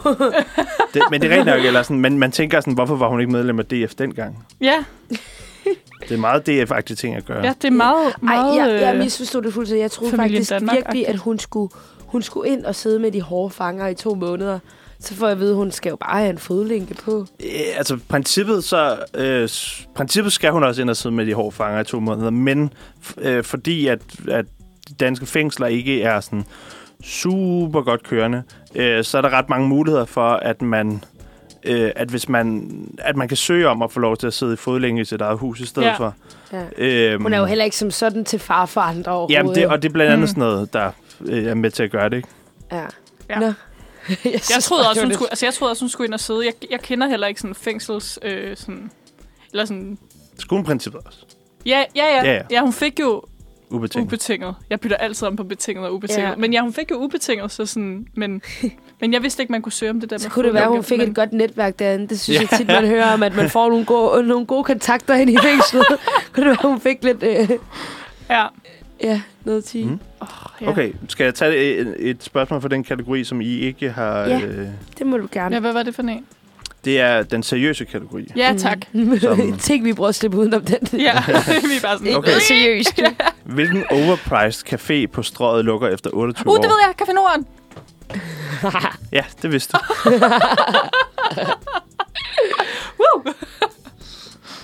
[SPEAKER 3] Det, men det er rigtigt nok, eller sådan, men man tænker sådan, hvorfor var hun ikke medlem af DF dengang?
[SPEAKER 1] Ja,
[SPEAKER 3] Det er meget DF-agtige ting at gøre.
[SPEAKER 1] ja det er meget,
[SPEAKER 2] Ej,
[SPEAKER 1] meget...
[SPEAKER 2] jeg, jeg
[SPEAKER 1] øh,
[SPEAKER 2] misforstod det fuldstændig. Jeg troede
[SPEAKER 1] Familien
[SPEAKER 2] faktisk
[SPEAKER 1] Danmark-agtigt.
[SPEAKER 2] virkelig, at hun skulle, hun skulle ind og sidde med de hårde fanger i to måneder. Så får jeg at vide, at hun skal jo bare have en fodlænke på.
[SPEAKER 3] Øh, altså, princippet så... Øh, s- princippet skal hun også ind og sidde med de hårde fanger i to måneder, men f- øh, fordi at, at danske fængsler ikke er sådan super godt kørende, øh, så er der ret mange muligheder for, at man... Øh, at hvis man at man kan søge om at få lov til at sidde i fodlænke i sit eget hus i stedet
[SPEAKER 1] Ja.
[SPEAKER 3] for.
[SPEAKER 2] Ja.
[SPEAKER 3] Øhm,
[SPEAKER 2] Hun er jo heller ikke som sådan til far for andre overhovedet.
[SPEAKER 3] Jamen, det, og det er blandt andet
[SPEAKER 1] Mm.
[SPEAKER 3] mm. sådan noget, der øh, er med til at gøre det, ikke?
[SPEAKER 2] Ja.
[SPEAKER 1] Ja.
[SPEAKER 2] Nå. jeg,
[SPEAKER 1] <laughs> Jeg
[SPEAKER 2] synes
[SPEAKER 1] troede
[SPEAKER 2] bare,
[SPEAKER 1] også,
[SPEAKER 2] det var
[SPEAKER 1] hun
[SPEAKER 2] lidt-
[SPEAKER 1] skulle, altså, jeg troede også, hun skulle ind og sidde. Jeg, jeg kender heller ikke sådan fængsels... Øh, sådan, eller sådan...
[SPEAKER 3] Skulle hun i princippet også.
[SPEAKER 1] Ja, ja, ja.
[SPEAKER 3] Ja, ja.
[SPEAKER 1] ja hun fik jo
[SPEAKER 3] Ubetinget.
[SPEAKER 1] ubetinget. Jeg bytter altid om på betinget og ubetinget. Ja.
[SPEAKER 2] Ja.
[SPEAKER 1] Men ja, hun fik jo ubetinget, så sådan...
[SPEAKER 2] <laughs>
[SPEAKER 1] Men, men jeg vidste ikke, man kunne søge om det der
[SPEAKER 2] Så
[SPEAKER 1] med
[SPEAKER 2] kunne det være, at hun
[SPEAKER 1] fodlænke,
[SPEAKER 2] fik
[SPEAKER 1] men-
[SPEAKER 2] et godt netværk derinde. Det synes jeg tit, man hører om, at man får nogle gode, nogle gode kontakter ind i
[SPEAKER 3] <laughs>
[SPEAKER 2] fængslet. kunne det være, hun fik lidt... Øh,
[SPEAKER 1] Ja.
[SPEAKER 2] ja, noget til. Mm.
[SPEAKER 3] Mm.
[SPEAKER 1] Oh, ja.
[SPEAKER 3] Okay, skal jeg tage et, et spørgsmål fra den kategori, som I ikke har...
[SPEAKER 2] Ja.
[SPEAKER 3] Øh,
[SPEAKER 2] Det må du gerne.
[SPEAKER 1] Ja, hvad var det for en?
[SPEAKER 3] det er den seriøse kategori.
[SPEAKER 1] Ja,
[SPEAKER 2] Mm.
[SPEAKER 1] tak.
[SPEAKER 2] <laughs>
[SPEAKER 3] Som-
[SPEAKER 2] Tænk, vi prøver at slippe udenom den.
[SPEAKER 3] <laughs>
[SPEAKER 2] <laughs>
[SPEAKER 1] Ja, <laughs> vi er bare sådan...
[SPEAKER 3] Okay.
[SPEAKER 2] Seriøst.
[SPEAKER 3] Hvilken overpriced café på strøget lukker efter 28
[SPEAKER 1] Uh,
[SPEAKER 3] år?
[SPEAKER 1] det ved jeg! Café Norden!
[SPEAKER 3] Ja, det
[SPEAKER 1] <laughs>
[SPEAKER 3] vidste du.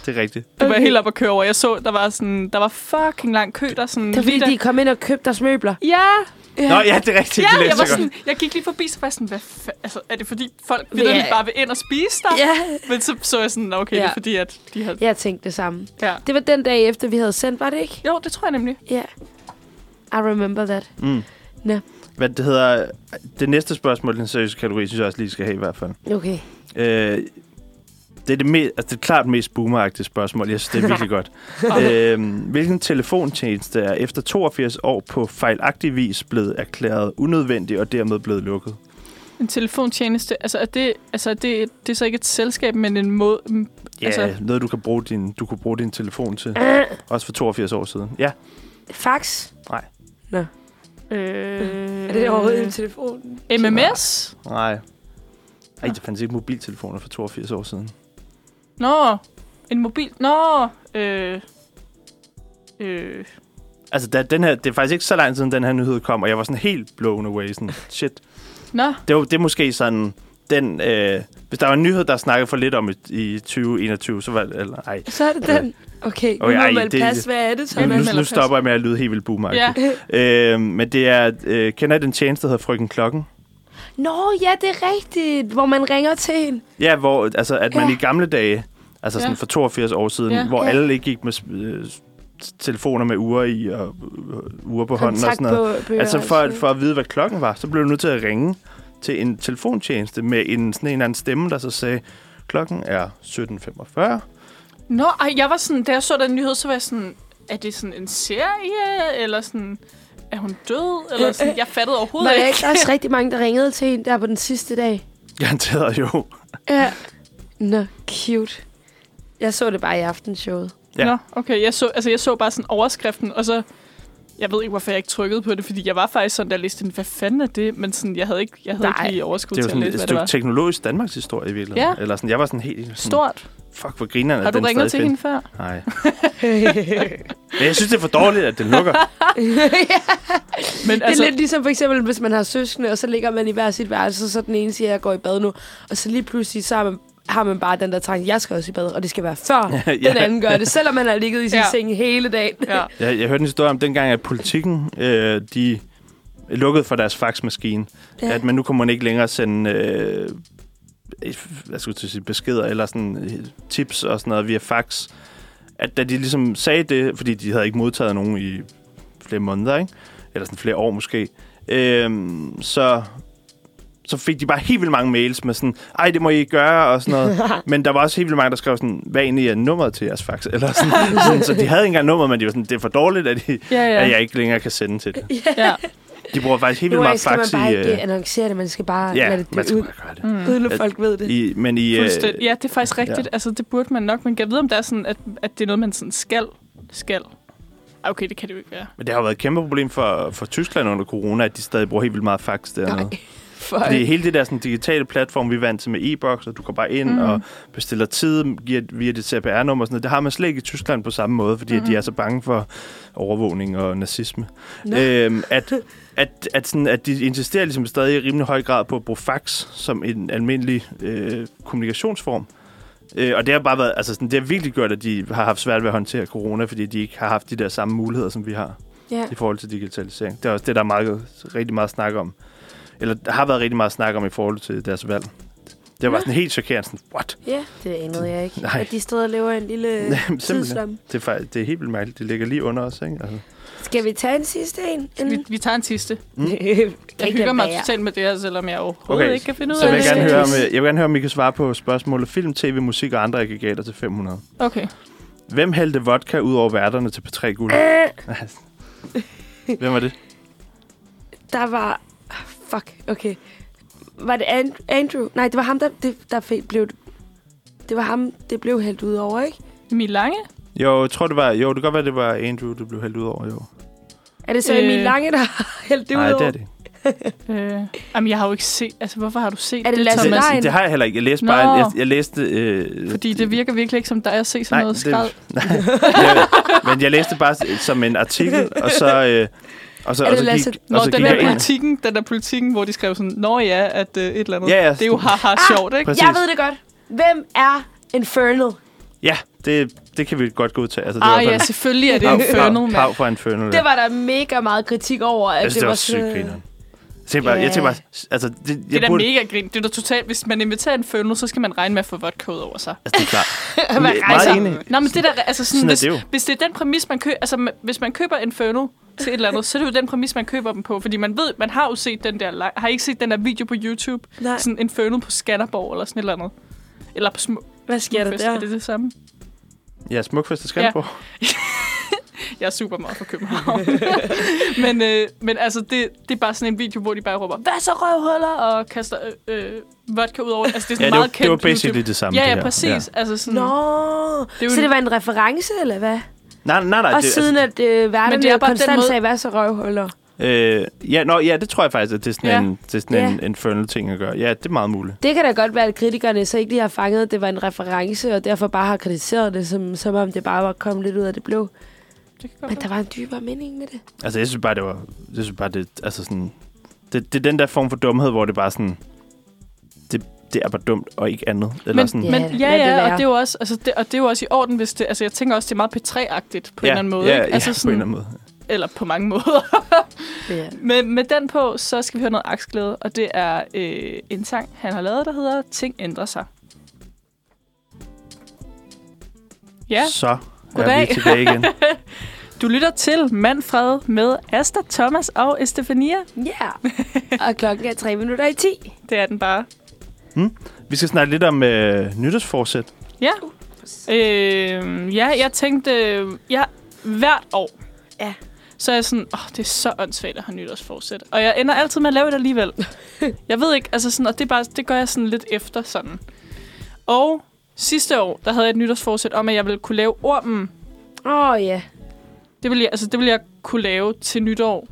[SPEAKER 3] det er rigtigt.
[SPEAKER 1] Det var okay.
[SPEAKER 2] Okay.
[SPEAKER 1] helt op at køre over. Jeg så, der var sådan... Der var fucking lang kø, der sådan...
[SPEAKER 2] Det er fordi,
[SPEAKER 1] der-
[SPEAKER 2] de kom ind og købte deres møbler.
[SPEAKER 1] Ja,
[SPEAKER 3] Ja. Nå, ja, det er rigtigt.
[SPEAKER 1] ja
[SPEAKER 3] det læste
[SPEAKER 1] jeg, var
[SPEAKER 3] godt.
[SPEAKER 1] sådan, jeg gik lige forbi, så var jeg sådan, hvad fa- altså, er det fordi folk
[SPEAKER 2] Ja.
[SPEAKER 1] vil ja. bare vil ind og spise der?
[SPEAKER 2] Ja.
[SPEAKER 1] Men så så jeg sådan, okay, ja. det er
[SPEAKER 2] Ja.
[SPEAKER 1] fordi, at de havde...
[SPEAKER 2] Jeg tænkte det samme.
[SPEAKER 1] Ja.
[SPEAKER 2] Det var den dag efter, vi havde sendt, var det ikke?
[SPEAKER 1] Jo, det tror jeg nemlig.
[SPEAKER 2] Ja. I remember that.
[SPEAKER 3] Mm.
[SPEAKER 2] Nå.
[SPEAKER 3] Hvad det hedder... Det næste spørgsmål i den seriøse kategori, synes jeg også lige skal have i hvert fald.
[SPEAKER 2] Okay.
[SPEAKER 3] Øh, det er det, me- altså, det er klart mest boomeragtige spørgsmål. Jeg synes, det er virkelig
[SPEAKER 1] <laughs>
[SPEAKER 3] godt. øhm, hvilken telefontjeneste er efter 82 år på fejlagtig vis blevet erklæret unødvendig og dermed blevet lukket?
[SPEAKER 1] En telefontjeneste, altså er det, altså er det, det er så ikke et selskab, men en måde... mm,
[SPEAKER 3] Ja,
[SPEAKER 1] Altså-
[SPEAKER 3] altså, noget du kan bruge din, du kunne bruge din telefon til. Også for 82 år siden. Ja,
[SPEAKER 2] Øh, Fax.
[SPEAKER 1] Øh,
[SPEAKER 2] telefonen?
[SPEAKER 1] MMS?
[SPEAKER 3] nej. Ej, der fandt ikke mobiltelefoner for 82 år siden.
[SPEAKER 1] Nå, en mobil... Nå, øh... Øh...
[SPEAKER 3] Altså, da den her, det er faktisk ikke så lang tid siden, den her nyhed kom, og jeg var sådan helt blown away. Sådan, shit.
[SPEAKER 1] Nå,
[SPEAKER 3] Det, var, det er måske sådan... Den, øh, hvis der var en nyhed, der snakkede for lidt om i, i 2021, så var det... Eller, ej.
[SPEAKER 2] Så er det den. Okay,
[SPEAKER 3] Okay, ej, det-
[SPEAKER 2] unormal plads. Hvad er det,
[SPEAKER 1] Jamen,
[SPEAKER 3] Nu,
[SPEAKER 2] Thomas?
[SPEAKER 1] melder
[SPEAKER 3] nu
[SPEAKER 1] pas.
[SPEAKER 3] stopper jeg med at lyde helt vildt boomer.
[SPEAKER 1] ja.
[SPEAKER 3] Øh, men det er... Øh, kender I den tjeneste, der hedder Frøken Klokken?
[SPEAKER 2] <laughs> Nå, ja, det er rigtigt. Hvor man ringer til en.
[SPEAKER 3] Ja, hvor altså, at man
[SPEAKER 2] Ja.
[SPEAKER 3] i gamle dage, altså sådan
[SPEAKER 1] Ja.
[SPEAKER 3] for 82 år siden,
[SPEAKER 1] Ja.
[SPEAKER 3] hvor
[SPEAKER 2] Ja.
[SPEAKER 3] alle ikke gik med s- øh, s- telefoner med ure i og øh, ure på hånden og sådan noget.
[SPEAKER 2] Kontaktbøger
[SPEAKER 3] Altså for,
[SPEAKER 2] og
[SPEAKER 3] at-
[SPEAKER 2] sådan
[SPEAKER 3] for at vide, hvad klokken var, så blev du nødt til at ringe til en telefontjeneste med en sådan en eller anden stemme, der så sagde, klokken er 17.45.
[SPEAKER 1] Nå, ej, jeg var sådan... Da jeg så den nyhed, så var jeg sådan... Er det sådan en serie, eller sådan... Er hun død?
[SPEAKER 2] Øh,
[SPEAKER 1] Eller sådan, jeg fattede
[SPEAKER 2] Var
[SPEAKER 1] overhovedet
[SPEAKER 2] der
[SPEAKER 1] ikke.
[SPEAKER 2] ikke også rigtig mange, der ringede til en der på den sidste dag?
[SPEAKER 3] Garanteret jo.
[SPEAKER 2] Ja. Nå, cute. Jeg så det bare i aftenshowet.
[SPEAKER 1] <laughs>
[SPEAKER 3] Ja.
[SPEAKER 1] Ja. Nå, okay. Jeg så, altså, jeg så bare sådan overskriften, og så... Jeg ved ikke, hvorfor jeg ikke trykkede på det, fordi jeg var faktisk sådan, der læste den, hvad fanden er det? Men sådan, jeg havde ikke, jeg havde
[SPEAKER 2] Nej.
[SPEAKER 1] ikke lige overskud
[SPEAKER 3] Det er jo
[SPEAKER 1] til at
[SPEAKER 3] sådan
[SPEAKER 1] læse,
[SPEAKER 3] et
[SPEAKER 1] hvad det
[SPEAKER 3] stykke
[SPEAKER 1] var.
[SPEAKER 3] teknologisk Danmarks historie i virkeligheden.
[SPEAKER 1] Ja.
[SPEAKER 3] Eller sådan, jeg var sådan helt... Sådan,
[SPEAKER 1] Stort.
[SPEAKER 3] Fuck, hvor grineren
[SPEAKER 1] Har du ringet til hende
[SPEAKER 2] <laughs>
[SPEAKER 1] før?
[SPEAKER 3] Nej. <laughs> Men jeg synes, det er for dårligt, at den lukker.
[SPEAKER 1] Men
[SPEAKER 2] Det er altså, lidt ligesom for eksempel, hvis man har søskende, og så ligger man i hver sit værelse, så den ene siger, jeg går i bad nu, og så lige pludselig, så har man, har man bare den der tanke, jeg skal også i bad, og det skal være
[SPEAKER 1] <laughs>
[SPEAKER 2] før ja. den anden gør det, selvom man har ligget i sin
[SPEAKER 1] Ja.
[SPEAKER 2] ja. seng hele dagen. <laughs>
[SPEAKER 1] Ja.
[SPEAKER 3] Jeg, jeg hørte en historie om dengang, at politikken, øh, de lukkede for deres faxmaskine. Ja. At man nu kunne man ikke længere sende øh, hvad skulle jeg til at sige, beskeder eller sådan øh, tips og sådan noget via fax. At da de ligesom sagde det, fordi de havde ikke modtaget nogen i flere måneder, ikke? eller sådan flere år måske, øh, så så fik de bare helt vildt mange mails med sådan, ej, det må I ikke gøre, og sådan <laughs> noget. Men der var også helt vildt mange, der skrev sådan, hvad egentlig er nummeret til jeres fax? Eller sådan, <laughs> sådan, så de havde ikke engang nummeret, men de var sådan, det er for dårligt, at, I,
[SPEAKER 1] Ja,
[SPEAKER 3] ja.
[SPEAKER 1] ja.
[SPEAKER 3] at jeg ikke længere kan sende til det.
[SPEAKER 1] ja.
[SPEAKER 3] De bruger faktisk helt vildt
[SPEAKER 2] Nu
[SPEAKER 3] meget
[SPEAKER 2] skal man
[SPEAKER 3] fax i...
[SPEAKER 2] bare
[SPEAKER 3] øh,
[SPEAKER 2] ikke annoncere det, man skal bare
[SPEAKER 3] Ja,
[SPEAKER 2] lade det dø
[SPEAKER 3] man skal
[SPEAKER 2] ud,
[SPEAKER 3] bare gøre det.
[SPEAKER 1] Mm.
[SPEAKER 2] uden at
[SPEAKER 3] at-
[SPEAKER 2] folk ved det.
[SPEAKER 3] I, men i... Øh,
[SPEAKER 1] Fuldstænd- ja, det er faktisk rigtigt. Ja. Altså, det burde man nok. Men jeg ved, om det er sådan, at, at det er noget, man sådan skal. Skal. Ej, Okay, det kan det jo ikke være.
[SPEAKER 3] men det har jo været et kæmpe problem for, for Tyskland under corona, at de stadig bruger helt vildt meget fax dernede.
[SPEAKER 2] Nej, <laughs> for
[SPEAKER 3] Det er hele det der sådan, digitale platform, vi er vant til med e-boks, og du går bare ind mm.
[SPEAKER 1] Mhm.
[SPEAKER 3] og bestiller tid via, via dit CPR-nummer og sådan noget. Det har man slet ikke i Tyskland på samme måde, fordi mm. de er så bange for overvågning og nazisme.
[SPEAKER 2] Nå.
[SPEAKER 3] Øhm, at, at, at, sådan, at de insisterer ligesom stadig i rimelig høj grad på at bruge fax som en almindelig øh, kommunikationsform. Øh, og det har bare været, altså sådan, det har virkelig gjort, at de har haft svært ved at håndtere corona, fordi de ikke har haft de der samme muligheder, som vi har
[SPEAKER 2] ja.
[SPEAKER 3] i forhold til digitalisering. Det er også det, der er meget, rigtig meget snak om. Eller der har været rigtig meget snak om i forhold til deres valg. Det var
[SPEAKER 2] Nå.
[SPEAKER 3] sådan helt chokerende. Sådan, what?
[SPEAKER 2] ja, det anede jeg ikke.
[SPEAKER 3] Nej.
[SPEAKER 2] At de stadig lever i en lille
[SPEAKER 3] <laughs> Jamen, simpelthen.
[SPEAKER 2] tidslomme.
[SPEAKER 3] Det er, faktisk, det er helt vildt mærkeligt. Det ligger lige under os, ikke? Altså.
[SPEAKER 2] Skal vi tage en sidste en?
[SPEAKER 1] Vi,
[SPEAKER 2] Inden-
[SPEAKER 1] vi tager en sidste.
[SPEAKER 2] <laughs>
[SPEAKER 3] Mm.
[SPEAKER 1] Jeg
[SPEAKER 2] Ikke
[SPEAKER 1] hygger mig
[SPEAKER 2] være.
[SPEAKER 1] totalt med det her, selvom jeg overhovedet
[SPEAKER 3] Okay,
[SPEAKER 1] okay. ikke kan finde ud
[SPEAKER 3] Så
[SPEAKER 1] af
[SPEAKER 3] vil jeg,
[SPEAKER 1] det.
[SPEAKER 3] gerne
[SPEAKER 2] det.
[SPEAKER 3] høre, om, øh, jeg vil gerne høre, om I kan svare på spørgsmålet. Film, tv, musik og andre aggregater til 500.
[SPEAKER 1] Okay.
[SPEAKER 3] Hvem hældte vodka ud over værterne til P3 Guld?
[SPEAKER 2] Øh,
[SPEAKER 1] Øh.
[SPEAKER 3] <laughs> Altså. Hvem var det?
[SPEAKER 2] Der var... ah, Fuck, okay. Var det And- Andrew? Nej, det var ham, der, det, der fik, blev... Det var ham, det blev hældt ud over, ikke?
[SPEAKER 1] Emil Lange?
[SPEAKER 3] Jo, jeg tror, det var... Jo, det kan godt være, det var Andrew, du blev hældt ud over, jo.
[SPEAKER 2] Er det så
[SPEAKER 1] Øh.
[SPEAKER 2] øh. Emil Lange, der <laughs> har hældt det
[SPEAKER 3] Nej,
[SPEAKER 2] ud over?
[SPEAKER 3] det er det. ikke.
[SPEAKER 1] Øh, jamen, jeg har jo ikke set... Altså, hvorfor har du set
[SPEAKER 2] Er det
[SPEAKER 1] det,
[SPEAKER 2] Lasse
[SPEAKER 1] Thomas?
[SPEAKER 2] Larsen?
[SPEAKER 3] Det, det har jeg heller ikke. Jeg læste
[SPEAKER 1] Nå.
[SPEAKER 3] bare... Jeg, jeg læste... Øh,
[SPEAKER 1] Fordi det virker virkelig ikke som dig at se sådan noget skrald.
[SPEAKER 3] nej. Jeg, men jeg læste bare s- som en artikel, og så... Øh, og så,
[SPEAKER 2] Er
[SPEAKER 3] og
[SPEAKER 2] det
[SPEAKER 3] så
[SPEAKER 2] Lasse-
[SPEAKER 3] gik,
[SPEAKER 1] Nå,
[SPEAKER 3] og så
[SPEAKER 1] den
[SPEAKER 3] gik
[SPEAKER 1] der
[SPEAKER 3] jeg ind.
[SPEAKER 1] politikken, den der politikken, hvor de skrev sådan, Nå ja, at øh, et eller andet.
[SPEAKER 3] Ja, ja.
[SPEAKER 1] Det er jo haha
[SPEAKER 2] Ah,
[SPEAKER 1] sjovt, ikke?
[SPEAKER 3] Præcis.
[SPEAKER 2] Jeg ved det godt. Hvem er Infernal?
[SPEAKER 3] Ja, det, det kan vi godt godtage. Altså, det var
[SPEAKER 1] Ah
[SPEAKER 3] i hvert
[SPEAKER 1] ja,
[SPEAKER 3] fald-
[SPEAKER 1] selvfølgelig er det
[SPEAKER 3] Pav-
[SPEAKER 1] Infernal,
[SPEAKER 3] pav-
[SPEAKER 1] mand.
[SPEAKER 3] Pav for Infernal.
[SPEAKER 2] Det var der mega meget kritik over, at
[SPEAKER 3] jeg synes, Altså, det,
[SPEAKER 2] det
[SPEAKER 3] var,
[SPEAKER 2] var
[SPEAKER 3] sygt grineren. Jeg tænkte
[SPEAKER 2] Ja.
[SPEAKER 3] bare, jeg tænkte bare, s- altså, det, jeg
[SPEAKER 1] Det er da
[SPEAKER 3] burde,
[SPEAKER 1] mega grin. Det er da totalt, hvis man inviterer en følge, så skal man regne med at få vodka ud over sig.
[SPEAKER 3] altså, det er klart.
[SPEAKER 2] Hvad
[SPEAKER 3] Meget
[SPEAKER 2] rejser?
[SPEAKER 3] enig.
[SPEAKER 1] Nå, men det der, altså sådan,
[SPEAKER 3] Sådan er
[SPEAKER 1] hvis,
[SPEAKER 3] det jo.
[SPEAKER 1] hvis det er den præmis, man køber, altså ma- hvis man køber en følge til et eller andet, så er det jo den præmis, man køber dem på. Fordi man ved, man har jo set den der, li- har I ikke set den der video på YouTube?
[SPEAKER 2] Nej.
[SPEAKER 1] Sådan en følge på Skanderborg eller sådan et eller andet. Eller på små
[SPEAKER 2] Hvad sker der
[SPEAKER 1] Er det
[SPEAKER 2] der?
[SPEAKER 1] det samme?
[SPEAKER 3] Ja, smukfest og Skanderborg.
[SPEAKER 1] Jeg er super meget fra København. <laughs> men, øh, men altså, det, det er bare sådan en video, hvor de bare råber, hvad så røvhuller? Og kaster øh, øh, vodka ud over. Altså, det er sådan
[SPEAKER 3] Ja, det var,
[SPEAKER 1] meget
[SPEAKER 3] det var
[SPEAKER 1] kendt
[SPEAKER 3] basically
[SPEAKER 1] YouTube.
[SPEAKER 3] det samme.
[SPEAKER 1] Ja,
[SPEAKER 3] det
[SPEAKER 1] ja,
[SPEAKER 3] her.
[SPEAKER 1] præcis. Ja. Altså sådan,
[SPEAKER 2] Nå,
[SPEAKER 1] Det er
[SPEAKER 2] Mm. det
[SPEAKER 1] jo
[SPEAKER 2] så
[SPEAKER 1] en-
[SPEAKER 2] det var en reference, eller hvad?
[SPEAKER 3] Nej, nej, nej.
[SPEAKER 2] Og
[SPEAKER 3] det-
[SPEAKER 2] siden at øh,
[SPEAKER 1] Men
[SPEAKER 2] verden
[SPEAKER 1] det er
[SPEAKER 2] jo
[SPEAKER 1] bare den
[SPEAKER 2] konstant
[SPEAKER 1] måde-
[SPEAKER 2] sagde, hvad så røvhuller?
[SPEAKER 3] Øh, ja, nå, ja, det tror jeg faktisk, at det er sådan,
[SPEAKER 1] Ja.
[SPEAKER 3] en, det er sådan en
[SPEAKER 2] Ja.
[SPEAKER 3] infernal ting at gøre. Ja, det er meget muligt.
[SPEAKER 2] Det kan da godt være, at kritikerne så ikke lige har fanget, at det var en reference, og derfor bare har kritiseret det, som, som om det bare var kommet lidt ud af det blå.
[SPEAKER 1] Det kan godt
[SPEAKER 2] Men
[SPEAKER 1] være.
[SPEAKER 2] der var en dybere mening med det.
[SPEAKER 3] Altså, jeg synes bare, det var... Jeg synes bare, det, altså sådan, det, det er den der form for dumhed, hvor det bare sådan... Det, det er bare dumt, og ikke andet. Eller
[SPEAKER 1] men,
[SPEAKER 3] sådan,
[SPEAKER 1] men
[SPEAKER 2] Ja,
[SPEAKER 1] ja,
[SPEAKER 2] lad det
[SPEAKER 1] ja, og
[SPEAKER 2] være.
[SPEAKER 1] det er jo også, altså det, og det er jo også i orden, hvis det, altså jeg tænker også, det er meget P3-agtigt på ja, en eller anden måde.
[SPEAKER 3] Ja,
[SPEAKER 1] ikke?
[SPEAKER 3] ja,
[SPEAKER 1] altså
[SPEAKER 3] på en eller anden måde.
[SPEAKER 1] Eller på mange måder. <laughs>
[SPEAKER 2] Ja.
[SPEAKER 1] med, med den på, så skal vi høre noget aksglæde, og det er øh, en sang, han har lavet, der hedder Ting ændrer sig. Ja,
[SPEAKER 3] Så er
[SPEAKER 1] Goddag.
[SPEAKER 3] vi tilbage
[SPEAKER 1] <laughs>
[SPEAKER 3] igen.
[SPEAKER 1] du lytter til Manfred med Asta, Thomas og Estefania.
[SPEAKER 2] Ja. Yeah. og klokken er tre minutter i ti.
[SPEAKER 1] Det er den bare.
[SPEAKER 3] Vi skal snakke lidt om øh, nytårsforsæt.
[SPEAKER 1] Ja. Øh, ja, jeg tænkte, øh, ja, hvert år,
[SPEAKER 2] Ja.
[SPEAKER 1] så er jeg sådan, åh, oh, det er så åndssvagt at have nytårsforsæt. Og jeg ender altid med at lave det alligevel. jeg ved ikke, altså sådan, og det, er bare, det gør jeg sådan lidt efter sådan. Og sidste år, der havde jeg et nytårsforsæt om, at jeg ville kunne lave ormen.
[SPEAKER 2] Åh oh, ja.
[SPEAKER 1] Det ville jeg, altså, det ville jeg kunne lave til nytår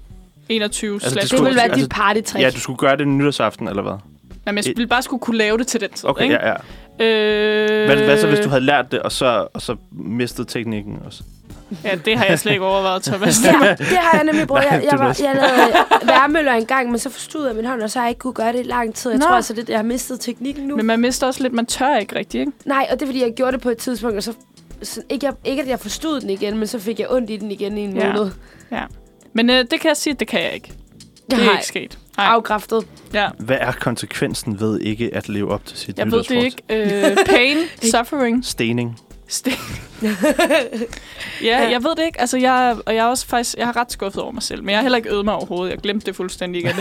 [SPEAKER 1] 21
[SPEAKER 3] Altså,
[SPEAKER 1] altså,
[SPEAKER 3] det
[SPEAKER 1] slash
[SPEAKER 2] Det
[SPEAKER 3] skulle-
[SPEAKER 2] ville være
[SPEAKER 3] altså,
[SPEAKER 2] dit partytrick.
[SPEAKER 3] Ja, du skulle gøre det nytårsaften, eller hvad?
[SPEAKER 1] Nej, men jeg ville bare skulle kunne lave det til den tid,
[SPEAKER 3] Okay,
[SPEAKER 1] ikke?
[SPEAKER 3] ja, ja.
[SPEAKER 1] Øh,
[SPEAKER 3] Hvad, hvad så, hvis du havde lært det, og så, og så mistede teknikken også?
[SPEAKER 1] Ja, det har jeg slet ikke overvejet,
[SPEAKER 3] <laughs>
[SPEAKER 1] Thomas.
[SPEAKER 2] Ja, det har jeg nemlig brugt.
[SPEAKER 3] Nej,
[SPEAKER 2] Jeg,
[SPEAKER 3] det
[SPEAKER 2] jeg,
[SPEAKER 3] er
[SPEAKER 2] var,
[SPEAKER 3] næsten.
[SPEAKER 2] jeg lavede værmøller en gang, men så forstod jeg min hånd, og så har jeg ikke kunne gøre det i lang tid. Jeg
[SPEAKER 1] Nå.
[SPEAKER 2] tror altså, det, jeg har mistet teknikken nu.
[SPEAKER 1] Men man mister også lidt, man tør ikke rigtigt, ikke?
[SPEAKER 2] Nej, og det er, fordi jeg gjorde det på et tidspunkt, og så... Sådan, ikke, jeg, ikke, at jeg forstod den igen, men så fik jeg ondt i den igen i en
[SPEAKER 1] Ja.
[SPEAKER 2] måned.
[SPEAKER 1] Men øh, det kan jeg sige, det kan jeg ikke. Det er
[SPEAKER 2] Nej.
[SPEAKER 1] ikke sket. Nej,
[SPEAKER 2] Afkræftet.
[SPEAKER 1] ja.
[SPEAKER 3] Hvad er konsekvensen ved ikke at leve op til sit
[SPEAKER 1] Jeg ved
[SPEAKER 3] nytårsforsæt?
[SPEAKER 1] det ikke. Øh,
[SPEAKER 2] <laughs>
[SPEAKER 1] pain, suffering,
[SPEAKER 3] Stening.
[SPEAKER 1] sting. <laughs> ja, jeg ved det ikke. Altså, jeg, og jeg er også faktisk, jeg har ret skuffet over mig selv, men jeg har heller ikke øvet mig overhovedet. Jeg glemte det fuldstændig
[SPEAKER 2] <laughs>
[SPEAKER 1] igen.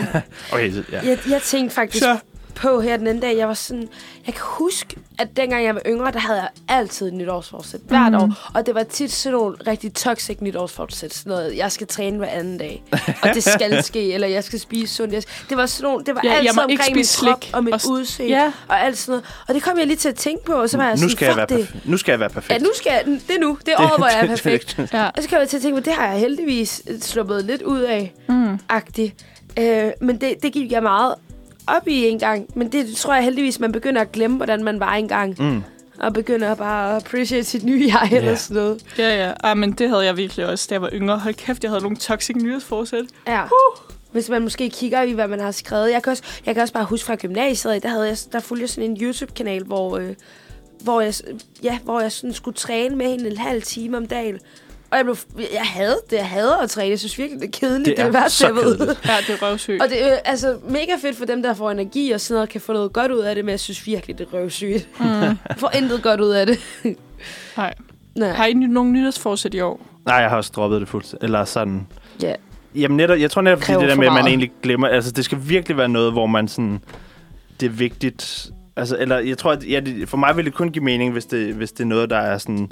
[SPEAKER 3] Okay, så, ja.
[SPEAKER 2] Jeg, jeg tænkte faktisk
[SPEAKER 1] Så.
[SPEAKER 2] så. på her den anden dag, jeg var sådan... Jeg kan huske, at dengang jeg var yngre, der havde jeg altid et nytårsforsæt hvert
[SPEAKER 1] Mhm.
[SPEAKER 2] år. Og det var tit sådan nogle rigtig toxic nytårsforsæt. Sådan noget, jeg skal træne hver anden dag, og det
[SPEAKER 1] <laughs>
[SPEAKER 2] skal ske, eller jeg skal spise sundt. Jeg skal- Det var sådan nogle, det var
[SPEAKER 1] Ja,
[SPEAKER 2] ja,
[SPEAKER 1] jeg
[SPEAKER 2] altid
[SPEAKER 1] må ikke
[SPEAKER 2] omkring min
[SPEAKER 1] spise
[SPEAKER 2] krop
[SPEAKER 1] slik
[SPEAKER 2] og mit
[SPEAKER 1] og s-
[SPEAKER 2] udseende
[SPEAKER 1] ja.
[SPEAKER 2] ja. og alt sådan noget. Og det kom jeg lige til at tænke på, og så var jeg
[SPEAKER 3] nu
[SPEAKER 1] altså,
[SPEAKER 2] sådan,
[SPEAKER 3] skal jeg være
[SPEAKER 2] fuck det.
[SPEAKER 3] perfekt. Nu skal jeg være perfekt.
[SPEAKER 2] Ja, nu skal jeg, det er nu. Det er året,
[SPEAKER 3] <laughs>
[SPEAKER 2] hvor jeg er perfekt.
[SPEAKER 1] Ja.
[SPEAKER 2] Og så kan jeg til at tænke, at det har jeg heldigvis øh, sluppet lidt ud af, mm. agtigt. Øh, men det, det gik jeg meget op i en gang. Men det tror jeg heldigvis, man begynder at glemme, hvordan man var engang.
[SPEAKER 3] Mm.
[SPEAKER 2] Og begynder bare at appreciate sit nye jeg eller
[SPEAKER 3] Ja.
[SPEAKER 2] sådan noget.
[SPEAKER 1] Ja, ja. Ah, men det havde jeg virkelig også, da jeg var yngre. Hold kæft, jeg havde nogle toxic nyhedsforsæt.
[SPEAKER 2] Ja. Hvis man måske kigger i, hvad man har skrevet. Jeg kan også, jeg kan også bare huske fra gymnasiet, af, der, havde jeg, der fulgte jeg sådan en YouTube-kanal, hvor, øh, hvor jeg, s- ja, hvor jeg sådan skulle træne med hende en halv time om dagen. Og jeg, blev, jeg havde det. Jeg hader at træne. Jeg synes virkelig, det er kedeligt.
[SPEAKER 3] Det
[SPEAKER 2] Det er,
[SPEAKER 3] er
[SPEAKER 2] det er værst,
[SPEAKER 3] så
[SPEAKER 2] jeg ved.
[SPEAKER 3] kedeligt.
[SPEAKER 1] Ja, det er røvsygt.
[SPEAKER 2] Og det er øh, altså mega fedt for dem, der får energi og sådan noget, kan få noget godt ud af det, men jeg synes virkelig, det er røvsygt. Mm. <laughs> får intet godt ud af det.
[SPEAKER 1] Nej. Har
[SPEAKER 2] Nej.
[SPEAKER 1] I ny- nogle nyhedsforsæt i år?
[SPEAKER 3] Nej, jeg har også droppet det fuldstændig. Eller sådan.
[SPEAKER 2] Ja.
[SPEAKER 3] Jamen netop, jeg tror netop, fordi
[SPEAKER 2] Kræver
[SPEAKER 3] det der
[SPEAKER 2] for
[SPEAKER 3] med, at man
[SPEAKER 2] meget.
[SPEAKER 3] egentlig glemmer... Altså, det skal virkelig være noget, hvor man sådan... Det er vigtigt... Altså, eller jeg tror, at ja, det, for mig vil det kun give mening, hvis det, hvis det er noget, der er sådan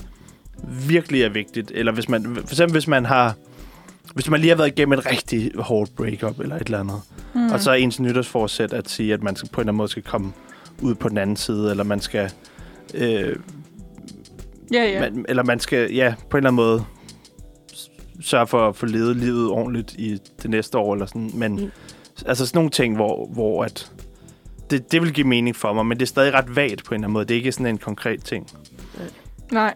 [SPEAKER 3] virkelig er vigtigt. Eller hvis man, for eksempel hvis man har, hvis man lige har været igennem et rigtig hårdt breakup eller et eller andet. Mm. Og så er ens nytårsforsæt at sige, at man skal, på en eller anden måde skal komme ud på den anden side, eller man skal øh,
[SPEAKER 1] Ja, ja.
[SPEAKER 3] man, eller man skal, ja, på en eller anden måde s- sørge for at få levet livet ordentligt i det næste år, eller sådan. Men
[SPEAKER 2] Mm.
[SPEAKER 3] mm. altså sådan nogle ting, hvor, hvor at, det, det vil give mening for mig, men det er stadig ret vagt på en eller anden måde. Det er ikke sådan en konkret ting.
[SPEAKER 1] Nej.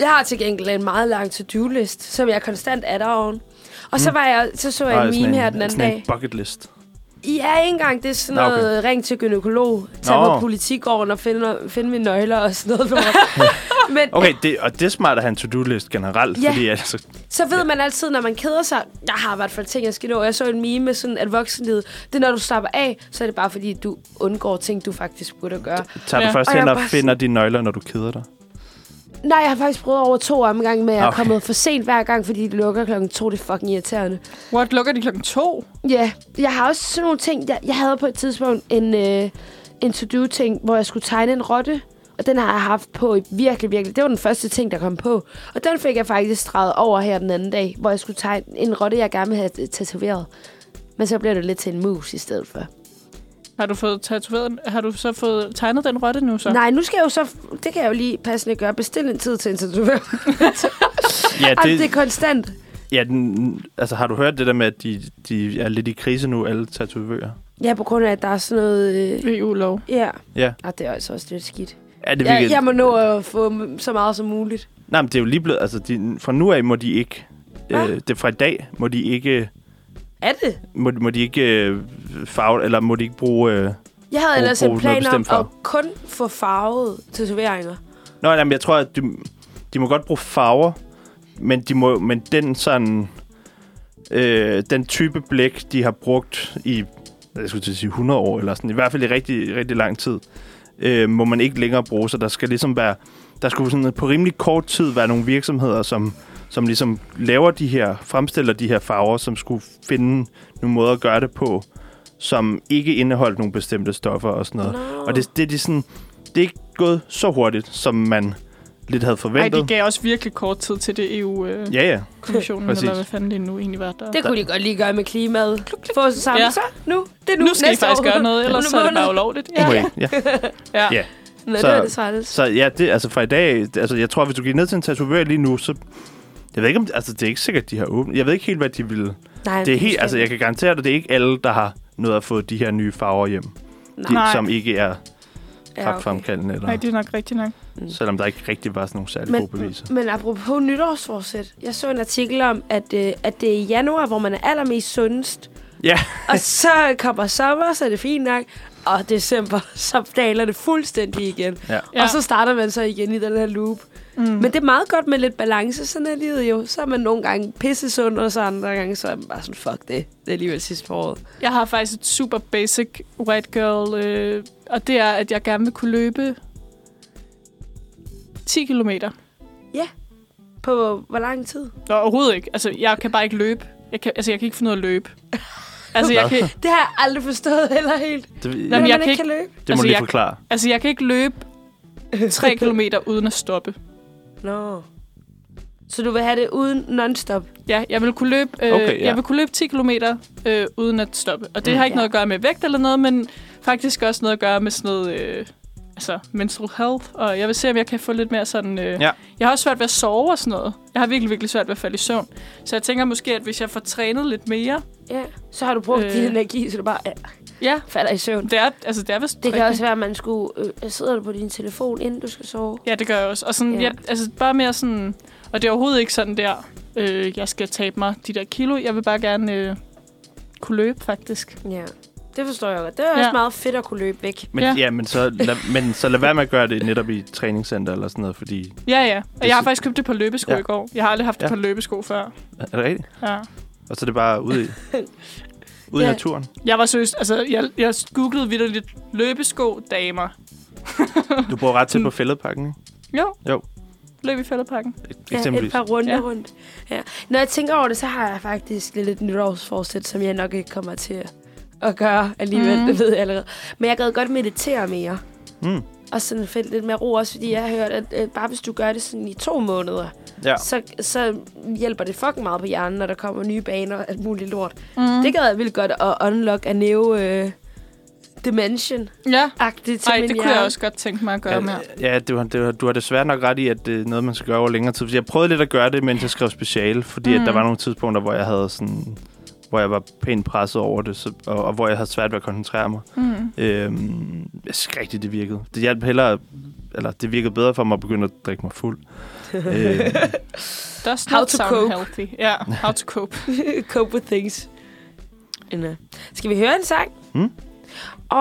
[SPEAKER 2] Jeg har til gengæld en meget lang to-do-list, som jeg konstant er deroven. Og så, var jeg, så så jeg
[SPEAKER 3] Nej,
[SPEAKER 2] en
[SPEAKER 3] sådan
[SPEAKER 2] meme her den anden
[SPEAKER 3] sådan
[SPEAKER 2] dag.
[SPEAKER 3] en bucket list.
[SPEAKER 2] Ja, ikke engang. Det er sådan
[SPEAKER 3] Nå, okay.
[SPEAKER 2] noget, okay. ring til gynækolog, tag
[SPEAKER 3] Nå.
[SPEAKER 2] på politigården og finde, finde mine nøgler og sådan noget.
[SPEAKER 3] <laughs>
[SPEAKER 2] Men
[SPEAKER 3] Okay, det, og det er smart at have en to-do-list generelt,
[SPEAKER 2] Ja.
[SPEAKER 3] ja. fordi altså,
[SPEAKER 2] så ved man altid, når man keder sig, jeg har i hvert fald ting, jeg skal nå. Jeg så en meme med sådan, at voksenlivet, det er, når du slapper af, så er det bare fordi, du undgår ting, du faktisk burde gøre.
[SPEAKER 3] tager
[SPEAKER 1] Ja.
[SPEAKER 3] du først
[SPEAKER 2] Og jeg
[SPEAKER 3] hen
[SPEAKER 2] er
[SPEAKER 3] og
[SPEAKER 2] bare
[SPEAKER 3] finder dine nøgler, når du keder dig.
[SPEAKER 2] Nej, jeg har faktisk prøvet over to omgange med, at jeg okay.
[SPEAKER 3] Okay.
[SPEAKER 2] er kommet for sent hver gang, fordi de lukker klokken to. Det er fucking irriterende.
[SPEAKER 1] What, lukker de klokken to?
[SPEAKER 2] Ja, jeg har også sådan nogle ting. Jeg, jeg havde på et tidspunkt en, øh, en to-do-ting, hvor jeg skulle tegne en rotte. Og den har jeg haft på i virkelig, virkelig. Det var den første ting, der kom på. Og den fik jeg faktisk streget over her den anden dag, hvor jeg skulle tegne en rotte, jeg gerne ville have tatoveret. Men så blev det lidt til en mus i stedet for.
[SPEAKER 1] Har du fået tatoveret, har du så fået tegnet den rotte nu så?
[SPEAKER 2] Så. Nej, nu skal jeg jo så... Det kan jeg jo lige passende gøre. Bestille en tid til en tatovering.
[SPEAKER 3] Ja,
[SPEAKER 2] Ja, det...
[SPEAKER 3] det,
[SPEAKER 2] det er konstant.
[SPEAKER 3] Ja, den, altså har du hørt det der med, at de, de er lidt i krise nu, alle tatovører?
[SPEAKER 2] Ja, på grund af, at der er sådan noget... Øh,
[SPEAKER 1] EU-lov.
[SPEAKER 2] ja.
[SPEAKER 3] Ja.
[SPEAKER 2] Ah, det er altså også lidt skidt.
[SPEAKER 3] Er det
[SPEAKER 2] Jeg,
[SPEAKER 3] virkelig?
[SPEAKER 2] jeg må nå at få m- så meget som muligt.
[SPEAKER 3] Nej, men det er jo lige blevet... Altså, de, fra nu af må de ikke...
[SPEAKER 2] Hva?
[SPEAKER 3] Øh, det er fra i dag må de ikke...
[SPEAKER 2] Er det?
[SPEAKER 3] Må, må de ikke øh, farve... Eller må de ikke bruge... Øh...
[SPEAKER 2] Jeg havde
[SPEAKER 3] Brug-
[SPEAKER 2] ellers en
[SPEAKER 3] brug noget
[SPEAKER 2] plan om
[SPEAKER 3] bestemt
[SPEAKER 2] at
[SPEAKER 3] farve.
[SPEAKER 2] kun få farvede tatoveringer.
[SPEAKER 3] Nå, jamen, jeg tror, at de, de må godt bruge farver, men, de må, men den sådan... Øh, den type blæk, de har brugt i... Jeg skulle til at sige 100 år, eller sådan. I hvert fald i rigtig, rigtig lang tid. Øh, må man ikke længere bruge, så der skal ligesom være... Der skulle sådan på rimelig kort tid være nogle virksomheder, som, som ligesom laver de her, fremstiller de her farver, som skulle finde nogle måder at gøre det på, som ikke indeholdt nogle bestemte stoffer og sådan noget.
[SPEAKER 2] Nå.
[SPEAKER 3] Og det, det, er de sådan, det er ikke gået så hurtigt, som man lidt havde
[SPEAKER 1] Ej,
[SPEAKER 3] forventet.
[SPEAKER 1] de gav også virkelig kort tid til det EU-kommissionen, øh,
[SPEAKER 3] Ja, ja.
[SPEAKER 1] kommissionen, eller
[SPEAKER 3] Præcis.
[SPEAKER 1] hvad fanden det nu egentlig var der.
[SPEAKER 2] Det kunne de godt lige gøre med klimaet. Få os sammen. Ja.
[SPEAKER 1] Ja.
[SPEAKER 2] Så, nu. Det er nu.
[SPEAKER 1] nu skal I
[SPEAKER 2] Næste
[SPEAKER 1] faktisk
[SPEAKER 2] år.
[SPEAKER 1] gøre noget, ellers er
[SPEAKER 2] Om
[SPEAKER 1] det
[SPEAKER 2] måneden.
[SPEAKER 1] bare ulovligt.
[SPEAKER 3] Ja. Okay, ja.
[SPEAKER 1] ja.
[SPEAKER 3] Ja.
[SPEAKER 1] ja.
[SPEAKER 2] Nå, det
[SPEAKER 3] Så-
[SPEAKER 2] var det træls.
[SPEAKER 3] Så ja, det, altså fra i dag, det- altså jeg tror, hvis du gik ned til en tatovør lige nu, så... Jeg ved ikke, om, altså det er ikke sikkert, de har åbent. Jeg ved ikke helt, hvad de ville.
[SPEAKER 2] Nej,
[SPEAKER 3] Det er helt,
[SPEAKER 2] måske.
[SPEAKER 3] altså jeg kan garantere dig, det er ikke alle, der har noget at få de her nye farver hjem. De,
[SPEAKER 1] Nej.
[SPEAKER 3] som ikke er
[SPEAKER 2] Ja, okay.
[SPEAKER 3] kraftfremkaldende, eller,
[SPEAKER 1] Nej, det er nok rigtigt nok.
[SPEAKER 3] selvom der ikke rigtig var sådan nogle særlige gode
[SPEAKER 2] Men,
[SPEAKER 3] beviser.
[SPEAKER 2] men apropos nytårsforsæt. Jeg så en artikel om, at, øh, at det er i januar, hvor man er allermest sundest.
[SPEAKER 3] Ja,
[SPEAKER 2] Og så kommer sommer, så er det fint nok. Og december, <laughs> så daler det fuldstændig igen.
[SPEAKER 3] Ja.
[SPEAKER 2] Ja. Og så starter man så igen i den her loop. Mm. Men det er meget godt med lidt balance. Sådan er livet jo. Så er man nogle gange pissesund, og så andre gange, så er man bare sådan, fuck det. Det er alligevel sidste forår.
[SPEAKER 1] Jeg har faktisk et super basic white girl, øh, og det er, at jeg gerne vil kunne løbe 10 kilometer.
[SPEAKER 2] På hvor lang tid?
[SPEAKER 1] Nå, overhovedet ikke. Altså, jeg kan bare ikke løbe. Jeg kan, altså, jeg kan ikke finde ud af at <laughs> løbe. Altså, jeg kan,
[SPEAKER 2] Det har jeg aldrig forstået heller helt.
[SPEAKER 3] det,
[SPEAKER 1] Nå, men
[SPEAKER 2] Hvordan
[SPEAKER 1] jeg
[SPEAKER 2] man
[SPEAKER 1] kan
[SPEAKER 2] ikke kan løbe.
[SPEAKER 3] det må
[SPEAKER 1] altså,
[SPEAKER 3] du lige
[SPEAKER 1] jeg-
[SPEAKER 3] forklare.
[SPEAKER 1] altså, jeg kan ikke løbe
[SPEAKER 2] <laughs>
[SPEAKER 1] 3 kilometer uden at stoppe.
[SPEAKER 2] Nå. Så du vil have det uden non-stop?
[SPEAKER 1] Ja, jeg vil kunne løbe, øh,
[SPEAKER 3] Okay,
[SPEAKER 1] okay,
[SPEAKER 3] ja.
[SPEAKER 1] ja. jeg vil kunne løbe 10 km øh, uden at stoppe. Og det
[SPEAKER 3] Mm.
[SPEAKER 1] mm, har ikke
[SPEAKER 2] Ja.
[SPEAKER 1] noget at gøre med vægt eller noget, men faktisk også noget at gøre med sådan noget øh, altså mental health. Og jeg vil se, om jeg kan få lidt mere sådan... Øh,
[SPEAKER 3] Ja.
[SPEAKER 1] Jeg har også svært ved at sove og sådan noget. Jeg har virkelig, virkelig svært ved at falde i søvn. Så jeg tænker måske, at hvis jeg får trænet lidt mere...
[SPEAKER 2] Ja. Så har du brugt øh.
[SPEAKER 1] Øh.
[SPEAKER 2] din energi, så du bare ja,
[SPEAKER 1] Ja,
[SPEAKER 2] falder i søvn.
[SPEAKER 1] det er, altså, det er vist
[SPEAKER 2] Det kan
[SPEAKER 1] rigtigt.
[SPEAKER 2] også være, at man skulle... Øh, sidder du på din telefon, inden du skal sove?
[SPEAKER 1] Ja, det gør jeg også. Og sådan,
[SPEAKER 2] Ja.
[SPEAKER 1] ja. jeg, altså, bare mere sådan... Og det er overhovedet ikke sådan der, øh, jeg skal tabe mig de der kilo. Jeg vil bare gerne øh, kunne løbe, faktisk.
[SPEAKER 2] Ja. Det forstår jeg godt. Det er også
[SPEAKER 1] Ja.
[SPEAKER 2] meget fedt at kunne løbe væk.
[SPEAKER 3] Men, ja.
[SPEAKER 1] Ja.
[SPEAKER 3] ja men, så lad, men så lad være med at gøre det netop i et træningscenter eller sådan noget, fordi...
[SPEAKER 1] Ja, ja. Og
[SPEAKER 3] Det
[SPEAKER 1] jeg har
[SPEAKER 3] sy-
[SPEAKER 1] faktisk købt det på løbesko
[SPEAKER 3] Ja.
[SPEAKER 1] ja. i går. Jeg har aldrig haft ja.
[SPEAKER 3] Ja.
[SPEAKER 1] det på løbesko før.
[SPEAKER 3] Er det rigtigt?
[SPEAKER 1] Ja.
[SPEAKER 3] Og så er det bare
[SPEAKER 1] <laughs>
[SPEAKER 3] ude i, ude
[SPEAKER 2] Ja.
[SPEAKER 3] i naturen.
[SPEAKER 1] Jeg var seriøst, altså, jeg, jeg googlede vidt lidt løbesko damer.
[SPEAKER 3] Du bor ret tæt
[SPEAKER 1] Mm.
[SPEAKER 3] på fældepakken, ikke?
[SPEAKER 1] Jo.
[SPEAKER 3] Jo.
[SPEAKER 1] Løb i fældepakken.
[SPEAKER 3] Eksempelvis.
[SPEAKER 2] et par runder ja.
[SPEAKER 1] Ja.
[SPEAKER 2] rundt. Ja. Når jeg tænker over det, så har jeg faktisk lidt et nytårsforsæt, som jeg nok ikke kommer til at- at gøre alligevel. Mm.
[SPEAKER 1] Mm.
[SPEAKER 2] Det ved jeg allerede. Men jeg gad godt meditere mere.
[SPEAKER 3] Mm.
[SPEAKER 2] Og sådan finde lidt mere ro også, fordi jeg har hørt, at øh, bare hvis du gør det sådan i to måneder,
[SPEAKER 3] Ja.
[SPEAKER 2] ja. så, så hjælper det fucking meget på hjernen, når der kommer nye baner og alt muligt lort.
[SPEAKER 1] Mm.
[SPEAKER 2] Det gad jeg vildt godt at unlock af Neo øh, Dimension-agtigt
[SPEAKER 1] Ja.
[SPEAKER 2] til
[SPEAKER 1] Nej,
[SPEAKER 2] min
[SPEAKER 1] det kunne
[SPEAKER 2] hjerne.
[SPEAKER 1] jeg også godt tænke mig at gøre ja, mere.
[SPEAKER 3] Ja, ja du, har- det, har- du har desværre nok ret i, at det er noget, man skal gøre over længere tid. Fordi jeg prøvede lidt at gøre det, mens jeg skrev speciale, fordi mm. at
[SPEAKER 1] Mm.
[SPEAKER 3] der var nogle tidspunkter, hvor jeg havde sådan hvor jeg var pænt presset over det, så, og, og hvor jeg havde svært ved at koncentrere mig.
[SPEAKER 1] Mm.
[SPEAKER 3] Øhm, jeg synes ikke rigtigt, det virkede. Det hjalp hellere, eller det virkede bedre for mig at begynde at drikke mig
[SPEAKER 1] <laughs>
[SPEAKER 3] fuld. øh,
[SPEAKER 1] Does
[SPEAKER 2] How
[SPEAKER 1] not
[SPEAKER 2] to
[SPEAKER 1] sound
[SPEAKER 2] cope.
[SPEAKER 1] healthy.
[SPEAKER 3] <laughs>
[SPEAKER 1] Ja, how to cope.
[SPEAKER 2] <laughs> Cope with things. Anna. Skal vi høre en sang?
[SPEAKER 3] Mm.
[SPEAKER 2] Åh,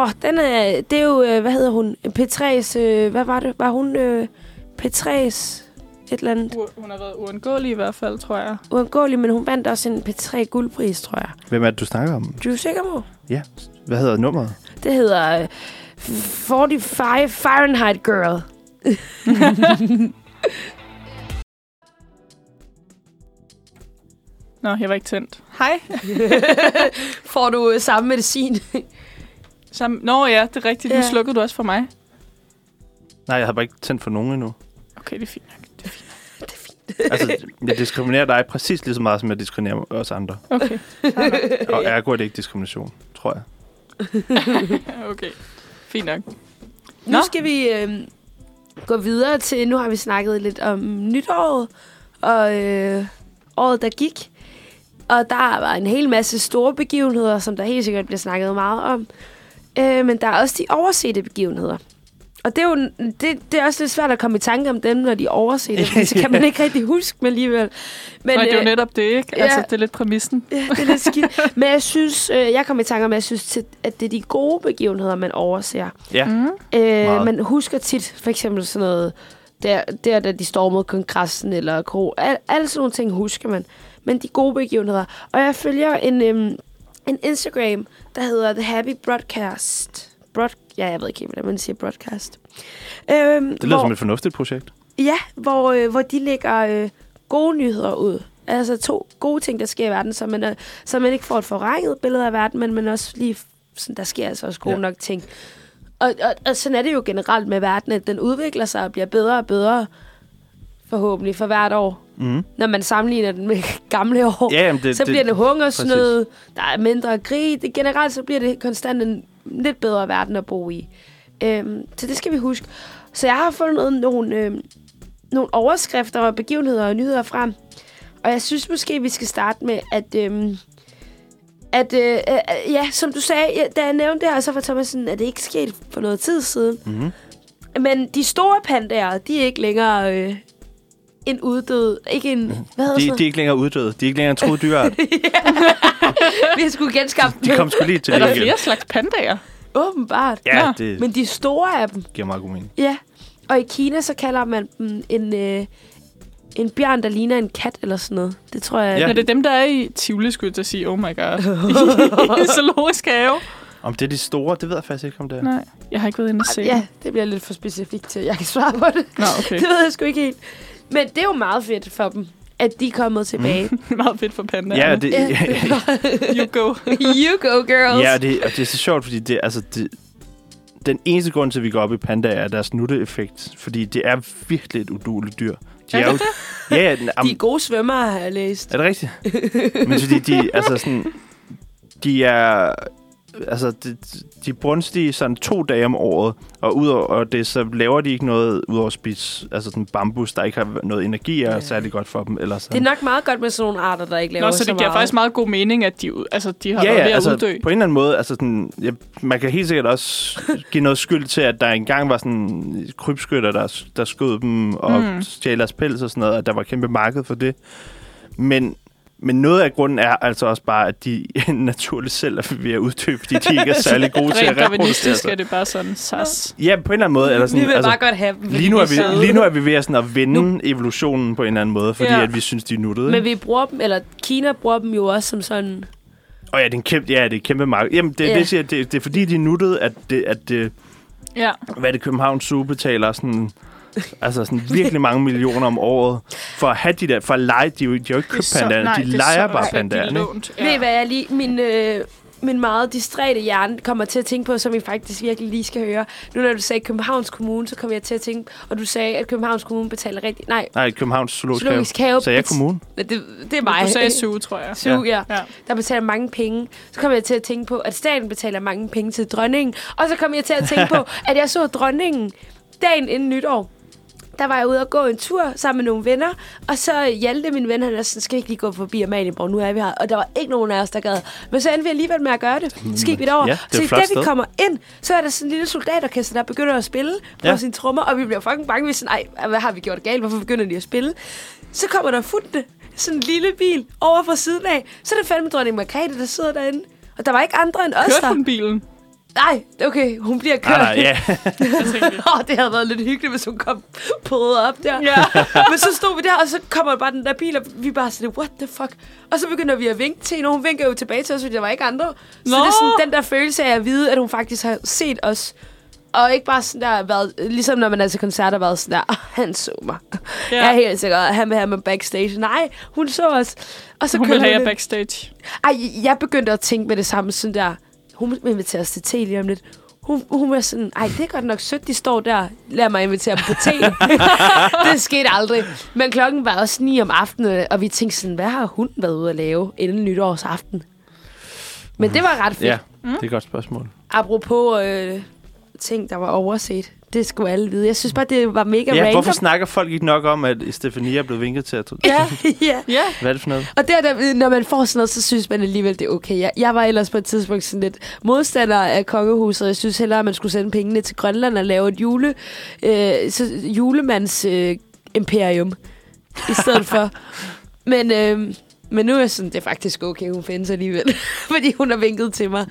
[SPEAKER 2] oh, den er, det er jo, øh, hvad hedder hun? P3's, øh, hvad var det? Var hun øh, P3's et eller andet
[SPEAKER 1] U- hun har været uundgåelig i hvert fald, tror jeg.
[SPEAKER 2] uundgåelig, men hun vandt også en P3 guldpris, tror jeg.
[SPEAKER 3] hvem er det, du snakker om?
[SPEAKER 2] Drew Sycamore.
[SPEAKER 3] Ja, hvad hedder nummeret?
[SPEAKER 2] Det hedder øh, 45 Fahrenheit <laughs> Girl.
[SPEAKER 1] Nå, jeg var ikke tændt.
[SPEAKER 2] <laughs>
[SPEAKER 1] Hej.
[SPEAKER 2] Får du øh, samme medicin?
[SPEAKER 1] Sam- Nå ja, det er rigtigt. Nu
[SPEAKER 2] Ja.
[SPEAKER 1] slukkede du også for mig.
[SPEAKER 3] Nej, jeg har bare ikke tændt for nogen endnu.
[SPEAKER 1] Okay, det er fint nok. Det er fint.
[SPEAKER 3] Altså, jeg diskriminerer dig præcis lige så meget, som jeg diskriminerer os andre.
[SPEAKER 1] <laughs> Okay. <laughs>
[SPEAKER 3] Og ergo er det ikke diskrimination, tror jeg.
[SPEAKER 1] okay. Fint nok.
[SPEAKER 2] Nu
[SPEAKER 1] Nå.
[SPEAKER 2] skal vi øh, gå videre til, nu har vi snakket lidt om nytåret, og øh, året, der gik. Og der var en hel masse store begivenheder, som der helt sikkert bliver snakket meget om. Øh, men der er også de oversete begivenheder. Og det er jo det, det er også lidt svært at komme i tanke om dem, når de er overset, fordi så
[SPEAKER 1] <laughs>
[SPEAKER 2] kan man ikke rigtig huske dem alligevel. Men,
[SPEAKER 1] Men, Nej, det er jo
[SPEAKER 2] øh,
[SPEAKER 1] netop det, ikke?
[SPEAKER 2] ja.
[SPEAKER 1] Ja. Altså, det er lidt præmissen.
[SPEAKER 2] <laughs> Ja, det er lidt skidt. Men jeg synes, øh, jeg kom i tanke om, at jeg synes, til- at det er de gode begivenheder, man overser.
[SPEAKER 3] Ja. Mm.
[SPEAKER 2] Øh,
[SPEAKER 3] Meget.
[SPEAKER 2] man husker tit for eksempel sådan noget, der, der da de stormede kongressen eller kro. Al, alle sådan nogle ting husker man. Men de gode begivenheder. Og jeg følger en, øhm, en Instagram, der hedder The Happy Broadcast. Broad, ja, jeg ved ikke helt, hvordan man siger broadcast. Øhm,
[SPEAKER 3] Det lyder
[SPEAKER 2] hvor,
[SPEAKER 3] som et fornuftigt projekt.
[SPEAKER 2] Ja, hvor, øh, hvor de lægger øh, gode nyheder ud. Altså to gode ting, der sker i verden, så man, øh, så man ikke får et forvrænget billede af verden, men, men også lige, f- sådan, der sker altså også gode ja.
[SPEAKER 3] Ja.
[SPEAKER 2] nok ting. Og, og, og sådan er det jo generelt med verden, at den udvikler sig og bliver bedre og bedre, forhåbentlig, for hvert år.
[SPEAKER 3] Mm.
[SPEAKER 2] Når man sammenligner den med <laughs> gamle
[SPEAKER 3] <laughs>
[SPEAKER 2] år,
[SPEAKER 3] Ja, jamen, det,
[SPEAKER 2] så
[SPEAKER 3] det,
[SPEAKER 2] bliver det hungersnød, der er mindre krig. Det, generelt så bliver det konstant en lidt bedre verden at bo i. Øhm, så det skal vi huske. Så jeg har fundet nogle, øhm, nogle overskrifter og begivenheder og nyheder frem. Og jeg synes måske, vi skal starte med, at... Øhm, at, øh, øh, ja, som du sagde, ja, da jeg nævnte det her, så var Thomas sådan, at det ikke skete for noget tid siden.
[SPEAKER 3] Mhm.
[SPEAKER 2] Men de store pandaer, de er ikke længere øh, en uddød, ikke en, hvad
[SPEAKER 3] Mhm.
[SPEAKER 2] hedder
[SPEAKER 3] De,
[SPEAKER 2] sådan noget?
[SPEAKER 3] de er ikke længere uddøde. De er ikke længere en troet dyreart.
[SPEAKER 2] <laughs> Vi skulle genskabe
[SPEAKER 3] De kom sgu lige til
[SPEAKER 1] Er
[SPEAKER 3] det
[SPEAKER 1] der
[SPEAKER 3] igen.
[SPEAKER 1] flere slags pandaer?
[SPEAKER 2] Åbenbart.
[SPEAKER 3] Ja,
[SPEAKER 1] Nå,
[SPEAKER 3] det
[SPEAKER 2] Men de store af dem,
[SPEAKER 3] giver meget god mening.
[SPEAKER 2] ja. Og i Kina, så kalder man dem en, øh, en bjørn, der ligner en kat eller sådan noget. Det tror jeg...
[SPEAKER 3] Ja.
[SPEAKER 1] Ja. Når det er dem, der er i Tivoli, skulle jeg til at sige, oh my
[SPEAKER 3] <laughs>
[SPEAKER 1] god, i zoologisk have.
[SPEAKER 3] Om det er de store, det ved jeg faktisk ikke, om det er.
[SPEAKER 1] Nej, jeg har ikke været inde og se.
[SPEAKER 2] ja, det bliver lidt for specifikt til, at jeg kan svare på det.
[SPEAKER 1] Nå, okay.
[SPEAKER 2] <laughs> Det ved jeg sgu ikke helt. Men det er jo meget fedt for dem, at de er kommet tilbage.
[SPEAKER 1] <laughs>
[SPEAKER 2] Mm.
[SPEAKER 1] Meget fedt for pandaer.
[SPEAKER 3] Ja, og det, <laughs> ja,
[SPEAKER 1] You go.
[SPEAKER 2] <laughs> you go, girls!
[SPEAKER 3] ja og det, og det er så sjovt, fordi det, altså, det, den eneste grund til, at vi går op i panda, er deres nutteeffekt. Fordi det er virkelig et uduligt dyr. De
[SPEAKER 1] Er det
[SPEAKER 2] <laughs>
[SPEAKER 3] jo, ja, ja, den, am,
[SPEAKER 2] De er gode svømmere, har jeg læst.
[SPEAKER 3] er det rigtigt? Men fordi de, altså sådan, de er, altså, de, de er brunstige sådan to dage om året, og udover det, så laver de ikke noget udover at spise, altså sådan bambus, der ikke har noget energi, er
[SPEAKER 2] Ja.
[SPEAKER 3] særlig godt for dem. Eller
[SPEAKER 2] Det
[SPEAKER 3] sådan.
[SPEAKER 2] er nok meget godt med sådan nogle arter, der ikke laver
[SPEAKER 1] Nå, så det
[SPEAKER 2] meget.
[SPEAKER 1] giver faktisk meget god mening, at de, ud- altså, de har
[SPEAKER 3] Ja,
[SPEAKER 1] været ved
[SPEAKER 3] ja,
[SPEAKER 1] at
[SPEAKER 3] altså
[SPEAKER 1] uddø.
[SPEAKER 3] på en eller anden måde, altså sådan, ja, man kan helt sikkert også give noget skyld til, at der engang var sådan krybskytter, der, der skød dem og
[SPEAKER 1] Mm.
[SPEAKER 3] mm. stjal deres pels og sådan noget, og der var kæmpe marked for det. Men, men noget af grunden er altså også bare, at de <laughs> naturligt selv er ved at uddø, fordi de ikke er særlig gode til at altså.
[SPEAKER 1] Rent
[SPEAKER 3] reproducere
[SPEAKER 1] darwinistisk er
[SPEAKER 3] sig.
[SPEAKER 1] det bare sådan, sas.
[SPEAKER 3] Ja, på en eller anden måde. Eller sådan,
[SPEAKER 2] Vi vil
[SPEAKER 3] altså,
[SPEAKER 2] bare godt have dem. fordi
[SPEAKER 3] lige, nu
[SPEAKER 2] de
[SPEAKER 3] er vi,
[SPEAKER 2] søde.
[SPEAKER 3] lige nu er vi ved at, sådan at vende nu. evolutionen på en eller anden måde, fordi
[SPEAKER 1] Ja.
[SPEAKER 3] ja. at vi synes, de er nuttede.
[SPEAKER 2] Men vi bruger dem, eller Kina bruger dem jo også som sådan...
[SPEAKER 3] Og ja, det er en kæmpe, ja, det er et kæmpe marked. Jamen, det,
[SPEAKER 2] Ja.
[SPEAKER 3] yeah. det, jeg siger, det, det er fordi, de er nuttede, at det, at det,
[SPEAKER 1] Ja.
[SPEAKER 3] hvad det København Zoo betaler sådan, altså sådan virkelig mange millioner om året for at have de der, for at lege, de, er jo- de har jo ikke købt pandaerne, de leger bare pandaerne. ikke?
[SPEAKER 1] Ja.
[SPEAKER 2] Ja. Ved I hvad jeg lige... Min, øh, min meget distræte hjerne kommer til at tænke på, som I faktisk virkelig lige skal høre. Nu når du sagde Københavns Kommune, så kom jeg til at tænke... Og du sagde, at Københavns Kommune betaler rigtig... Nej,
[SPEAKER 3] Nej, Københavns Zoologisk Have.
[SPEAKER 2] Zoologisk Have.
[SPEAKER 3] Så jeg
[SPEAKER 2] <laughs>
[SPEAKER 3] kommunen.
[SPEAKER 2] det, det er <laughs> mig.
[SPEAKER 1] Du sagde suge, tror jeg.
[SPEAKER 2] Su, ja. ja.
[SPEAKER 1] Ja.
[SPEAKER 2] Der betaler mange penge. Så kom jeg til at tænke på, at staten betaler mange penge til dronningen. Og så kom jeg til at tænke
[SPEAKER 3] <laughs>
[SPEAKER 2] på, at jeg så dronningen dagen inden nytår. Der var jeg ude og gå en tur sammen med nogle venner, og så Hjalte, min ven, han er sådan, skal vi ikke lige gå forbi Amalienborg, nu er vi her. Og der var ikke nogen af os, der gad. Men så endte vi alligevel med at gøre det. Så gik vi derover.
[SPEAKER 3] Ja, det er et
[SPEAKER 2] så
[SPEAKER 3] flot
[SPEAKER 2] da vi
[SPEAKER 3] sted.
[SPEAKER 2] kommer ind, så er der sådan en lille soldaterkasse, der begynder at spille på ja.
[SPEAKER 3] Ja.
[SPEAKER 2] sine trommer, og vi bliver fucking bange. Vi er sådan, ej, hvad har vi gjort galt? Hvorfor begynder de at spille? Så kommer der futtende sådan en lille bil over fra siden af. Så er det fandme dronning Margrethe, der sidder derinde. Og der var ikke andre end os
[SPEAKER 1] Kørte
[SPEAKER 2] der.
[SPEAKER 1] hun bilen?
[SPEAKER 2] Nej, okay, hun bliver kørt.
[SPEAKER 3] Ah, nej, ja.
[SPEAKER 1] Jeg tænkte,
[SPEAKER 2] <laughs> Åh, det havde været lidt hyggeligt, hvis hun kom påret op der.
[SPEAKER 1] <laughs> ja.
[SPEAKER 2] <laughs> Men så stod vi der, og så kommer bare den der bil, og vi er bare sådan, what the fuck? Og så begynder vi at vinke til hende, og hun vinker jo tilbage til os, fordi der var ikke andre. Så
[SPEAKER 1] Nå!
[SPEAKER 2] det er sådan den der følelse af at vide, at hun faktisk har set os. Og ikke bare sådan der, været, ligesom når man er til koncerter, været sådan der, "Ah, han så mig. Ja.
[SPEAKER 1] Ja.
[SPEAKER 2] Jeg er helt sikker, at han vil have mig backstage. Nej, hun så os. Og så
[SPEAKER 1] Hun
[SPEAKER 2] kørte
[SPEAKER 1] ville have jer
[SPEAKER 2] ind.
[SPEAKER 1] backstage.
[SPEAKER 2] Ej, jeg begyndte at tænke med det samme, sådan der, hun vil invitere os til te lige om lidt. Hun, hun var sådan, ej, det er godt nok sødt, de står der. Lad mig invitere dem på te. <laughs> det skete aldrig. Men klokken var også 9 om aftenen, og vi tænkte sådan, hvad har hun været ude at lave inden nytårsaften? Men det var ret fedt.
[SPEAKER 3] ja,
[SPEAKER 2] Ja.
[SPEAKER 3] Mm. det er et godt spørgsmål.
[SPEAKER 2] Apropos øh, ting, der var overset. det skulle alle vide. Jeg synes bare, det var mega
[SPEAKER 3] Ja,
[SPEAKER 2] random.
[SPEAKER 3] hvorfor snakker folk ikke nok om, at Stefania er blevet vinket til at...
[SPEAKER 1] Ja,
[SPEAKER 2] <laughs> ja.
[SPEAKER 1] ja.
[SPEAKER 3] Hvad er det for noget?
[SPEAKER 2] Og der, der, når man får sådan noget, så synes man alligevel, det er okay. Jeg, jeg var ellers på et tidspunkt sådan lidt modstander af kongehuset. Jeg synes hellere, at man skulle sende pengene til Grønland og lave et jule, øh, så, julemands øh, imperium i stedet for. Men, øh, men nu er jeg sådan, det er faktisk okay, hun findes alligevel. <laughs> fordi hun har vinket til mig.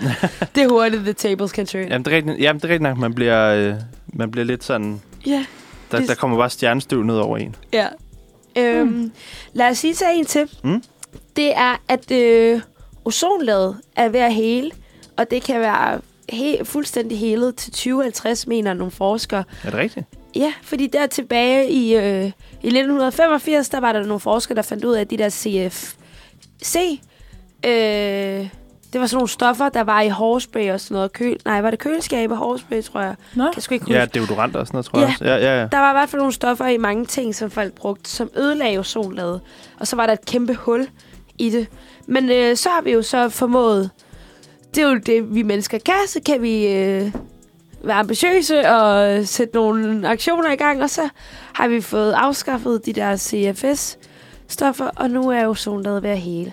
[SPEAKER 2] Det er hurtigt, the tables can turn.
[SPEAKER 3] Jamen, det er rigtigt, jamen, det er rigtigt nok, man bliver, øh, man bliver lidt sådan...
[SPEAKER 2] Ja.
[SPEAKER 3] Der,
[SPEAKER 2] Det-
[SPEAKER 3] der kommer bare stjernestøv ned over en.
[SPEAKER 2] Ja. Øhm, Lad os lige tage en til.
[SPEAKER 3] Mm.
[SPEAKER 2] Det er, at øh, ozonlaget er ved at hele, og det kan være he- fuldstændig helet til 2050, mener nogle forskere.
[SPEAKER 3] Er det rigtigt?
[SPEAKER 2] Ja, fordi der tilbage i, øh, i 1985, der var der nogle forskere, der fandt ud af at de der CFC. Øh, det var sådan nogle stoffer, der var i hårspray og sådan noget. Køl, nej, var det køleskab og hårspray, tror jeg.
[SPEAKER 1] Nå.
[SPEAKER 2] Kan jeg sgu ikke huske.
[SPEAKER 3] Ja, deodorant og sådan noget, tror
[SPEAKER 2] Ja.
[SPEAKER 3] jeg også. Ja, ja, ja.
[SPEAKER 2] Der var i hvert fald nogle stoffer i mange ting, som folk brugte, som ødelagde ozonlaget. Og så var der et kæmpe hul i det. Men øh, så har vi jo så formået... Det er jo det, vi mennesker kan. Så kan vi øh, være ambitiøse og øh, sætte nogle aktioner i gang. Og så har vi fået afskaffet de der CFS-stoffer, og nu er ozonlaget ved at hele.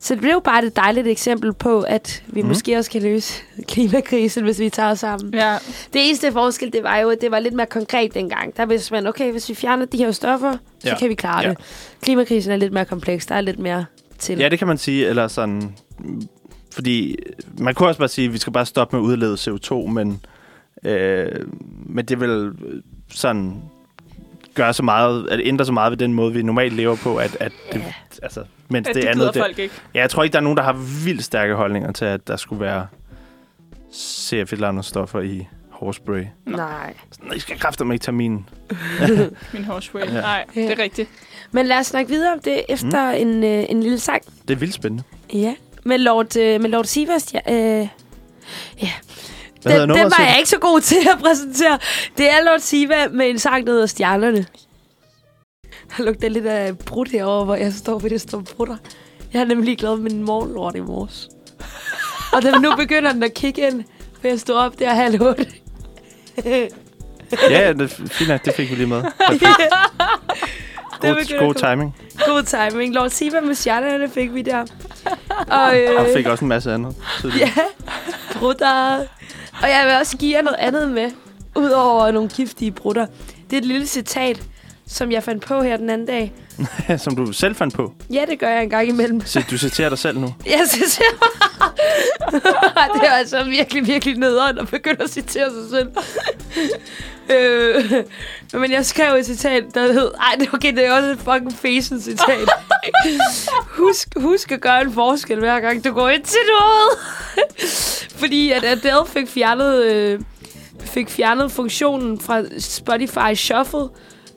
[SPEAKER 2] Så det blev bare et dejligt eksempel på, at vi mm. måske også kan løse klimakrisen, hvis vi tager os sammen.
[SPEAKER 1] ja.
[SPEAKER 2] Det eneste forskel, det var jo, at det var lidt mere konkret dengang. Der vidste man, okay, hvis vi fjerner de her stoffer, så
[SPEAKER 3] Ja.
[SPEAKER 2] kan vi klare
[SPEAKER 3] Ja.
[SPEAKER 2] det. Klimakrisen er lidt mere kompleks. Der er lidt mere til.
[SPEAKER 3] Ja, det kan man sige, eller sådan... mm, Fordi man kunne også bare sige, at vi skal bare stoppe med at udlede CO2, men, øh, men det vil øh, sådan gøre så meget, at ændre så meget ved den måde, vi normalt lever på, at, at det,
[SPEAKER 2] Ja.
[SPEAKER 3] altså, mens
[SPEAKER 1] At
[SPEAKER 3] det,
[SPEAKER 1] det gider
[SPEAKER 3] andet... Det,
[SPEAKER 1] folk ikke.
[SPEAKER 3] ja, jeg tror ikke, der er nogen, der har vildt stærke holdninger til, at der skulle være cf eller andre stoffer i hårspray.
[SPEAKER 2] Nej.
[SPEAKER 3] Sådan, I skal kræfter ikke tage min.
[SPEAKER 1] Min horseway.
[SPEAKER 3] Ja.
[SPEAKER 1] Ja. Nej, det er rigtigt.
[SPEAKER 2] Men lad os snakke videre om det efter mm. en, øh, en lille sang.
[SPEAKER 3] Det er vildt spændende.
[SPEAKER 2] Ja. Med Lord, øh, med Lord Sivers, ja, øh,
[SPEAKER 3] Hvad hedder
[SPEAKER 2] den, den
[SPEAKER 3] nummeret?
[SPEAKER 2] var
[SPEAKER 3] siger
[SPEAKER 2] jeg
[SPEAKER 3] du?
[SPEAKER 2] ikke så god til at præsentere. Det er Lord Siva med en sang, der hedder Stjernerne. Der lugter lidt af brudt herovre, hvor jeg står ved det store brutter. Jeg har nemlig glad med min morgenlort i morges. Og den, nu begynder den at kigge ind, for jeg stod op der halv otte.
[SPEAKER 3] Ja, ja, det, er fint, nok, det fik vi lige med.
[SPEAKER 2] <laughs> Det begynder
[SPEAKER 3] God, god
[SPEAKER 2] at komme.
[SPEAKER 3] timing.
[SPEAKER 2] God timing. Lord Siva med Stjernerne fik
[SPEAKER 3] <laughs>
[SPEAKER 2] vi der. Og,
[SPEAKER 3] Og
[SPEAKER 2] øh,
[SPEAKER 3] fik også en masse andet. Så det-
[SPEAKER 2] Ja, brutter. Og jeg vil også give jer noget andet med, udover nogle giftige brutter. Det er et lille citat, som jeg fandt på her den anden dag.
[SPEAKER 3] <laughs> som du selv fandt på.
[SPEAKER 2] Ja, det gør jeg en gang imellem.
[SPEAKER 3] Så du citerer dig selv nu.
[SPEAKER 2] Jeg citerer mig. <laughs> det er altså virkelig, virkelig nederen at begynde at citere sig selv. <laughs> øh, men jeg skrev et citat, der hed... Ej, det- okay, det er også et fucking fesen citat. husk, husk at gøre en forskel hver gang, du går ind til noget. <laughs> Fordi at Adele fik fjernet, øh, fik fjernet funktionen fra Spotify Shuffle,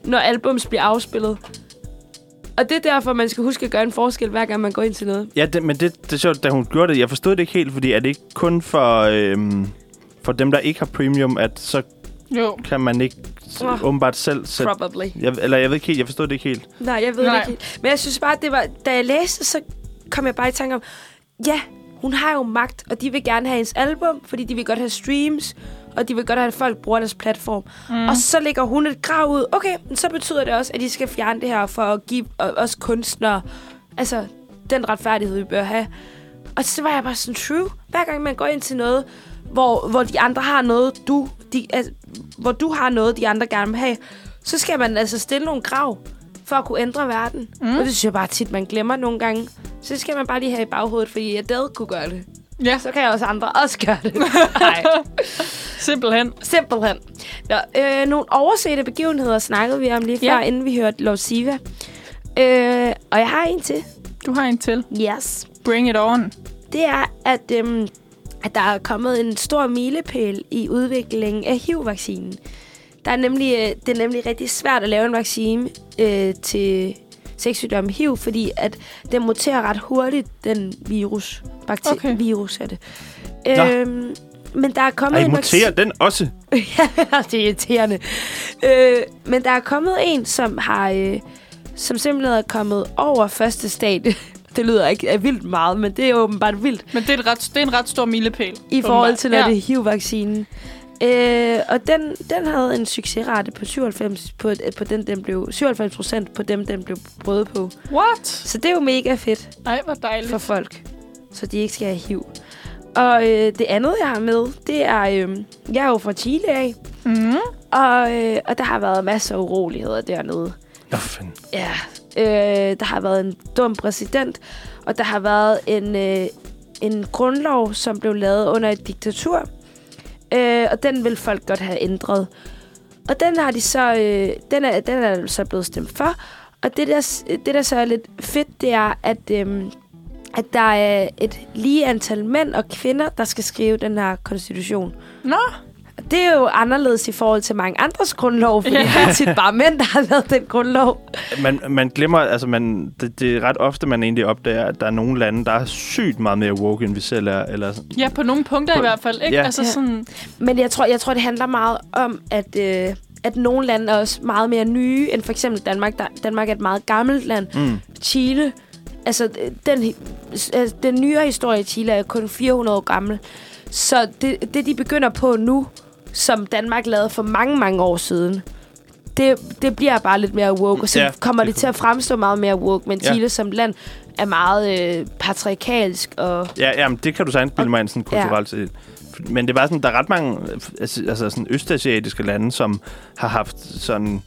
[SPEAKER 2] når albums bliver afspillet. Og det er derfor, man skal huske at gøre en forskel, hver gang man går ind til noget.
[SPEAKER 3] Ja, det, men det, det er sjovt, da hun gjorde det. Jeg forstod det ikke helt, fordi er det ikke kun for, øhm, for dem, der ikke har premium, at så
[SPEAKER 1] Jo.
[SPEAKER 3] kan man ikke s-
[SPEAKER 2] Åh.
[SPEAKER 3] åbenbart selv sætte...
[SPEAKER 2] Probably.
[SPEAKER 3] Jeg, eller jeg ved ikke helt, jeg forstod det ikke helt.
[SPEAKER 2] Nej, jeg ved Nej.
[SPEAKER 1] Nej.
[SPEAKER 2] det ikke. helt. Men jeg synes bare, at det var, da jeg læste, så kom jeg bare i tanke om, ja, hun har jo magt, og de vil gerne have hendes album, fordi de vil godt have streams, og de vil godt have, at folk bruger deres platform. Mm. Og så lægger hun et krav ud. Okay, men så betyder det også, at de skal fjerne det her for at give øh, os kunstnere altså, den retfærdighed, vi bør have. Og så var jeg bare sådan, true. Hver gang man går ind til noget, hvor, hvor de andre har noget, du, de, altså, hvor du har noget, de andre gerne vil have, så skal man altså stille nogle krav for at kunne ændre verden. Mm. Og det synes jeg bare tit, man glemmer nogle gange. Så skal man bare lige have i baghovedet, fordi jeg dad kunne gøre det.
[SPEAKER 1] Ja,
[SPEAKER 2] Så kan jeg også andre også gøre det. <laughs> Nej,
[SPEAKER 1] simpelthen.
[SPEAKER 2] simpelthen. Nå, øh, nogle oversete begivenheder snakkede vi om lige før,
[SPEAKER 1] Ja.
[SPEAKER 2] inden vi hørte Lov Siva. Øh, og jeg har en til.
[SPEAKER 1] Du har en til.
[SPEAKER 2] Yes.
[SPEAKER 1] Bring it on.
[SPEAKER 2] det er, at, øhm, at der er kommet en stor milepæl i udviklingen af HIV-vaccinen. Der er nemlig, øh, det er nemlig rigtig svært at lave en vaccine øh, til sexsygdommen HIV, fordi at den muterer ret hurtigt, den virus. Bakter- okay.
[SPEAKER 1] Okay.
[SPEAKER 2] Virus er det.
[SPEAKER 3] Nå.
[SPEAKER 2] Øhm, men der er kommet
[SPEAKER 3] Ej,
[SPEAKER 2] en
[SPEAKER 3] muterer den også?
[SPEAKER 2] <laughs> ja, det er irriterende. Øh, men der er kommet en, som har... Øh, som simpelthen er kommet over første stadie. <laughs> Det lyder ikke af vildt meget, men det er åbenbart vildt
[SPEAKER 1] Men det er, et ret, det er en ret stor milepæl.
[SPEAKER 2] i forhold til, når ja. det er HIV-vaccinen. Øh, og den, den havde en succesrate på 97 på, øh, på den, den blev 97 procent på dem, den blev prøvet på.
[SPEAKER 1] What?
[SPEAKER 2] Så det er jo mega fedt
[SPEAKER 1] Ej, hvor dejligt.
[SPEAKER 2] for folk, så de ikke skal have hiv. Og øh, det andet, jeg har med, det er, øh, jeg er jo fra Chile af,
[SPEAKER 1] Mm.
[SPEAKER 2] og, øh, og der har været masser af uroligheder dernede.
[SPEAKER 3] Nå, for fanden.
[SPEAKER 2] Ja, øh, der har været en dum præsident, og der har været en, øh, en grundlov, som blev lavet under et diktatur. Øh, og den vil folk godt have ændret. Og den har de så, øh, den er, den er så blevet stemt for. Og det der, det der så er lidt fedt, det er, at, øh, at der er et lige antal mænd og kvinder, der skal skrive den her konstitution.
[SPEAKER 1] Nå,
[SPEAKER 2] Og det er jo anderledes i forhold til mange andres grundlov, fordi
[SPEAKER 1] Ja.
[SPEAKER 2] det er tit bare mænd, der har lavet den grundlov.
[SPEAKER 3] Man, man glemmer, altså man, det, det er ret ofte, man egentlig opdager, at der er nogle lande, der er sygt meget mere woke, end vi selv er. Eller sådan.
[SPEAKER 1] ja, på nogle punkter på, i
[SPEAKER 3] På-
[SPEAKER 1] hvert fald, ikke?
[SPEAKER 3] ja.
[SPEAKER 1] Altså
[SPEAKER 2] Ja.
[SPEAKER 1] sådan,
[SPEAKER 2] Men jeg tror, jeg tror, det handler meget om, at, øh, at nogle lande er også meget mere nye end for eksempel Danmark. Der, Danmark er et meget gammelt land.
[SPEAKER 3] Mm.
[SPEAKER 2] Chile, altså øh, den, hi- s- altså den nyere historie i Chile er kun 400 år gammel. Så det, det, de begynder på nu, som Danmark lavede for mange, mange år siden, det, det bliver bare lidt mere woke, og så
[SPEAKER 3] Ja,
[SPEAKER 2] ja, kommer
[SPEAKER 3] det
[SPEAKER 2] det,
[SPEAKER 3] er
[SPEAKER 2] til at fremstå meget mere woke. Men
[SPEAKER 3] Ja.
[SPEAKER 2] Chile som land er meget øh, patriarkalsk og...
[SPEAKER 3] Ja, jamen, det kan du sagtens bilde mig ind sådan
[SPEAKER 2] Ja.
[SPEAKER 3] kulturelt set. Men det var sådan, der er ret mange øh, altså, altså sådan østasiatiske lande, som har haft sådan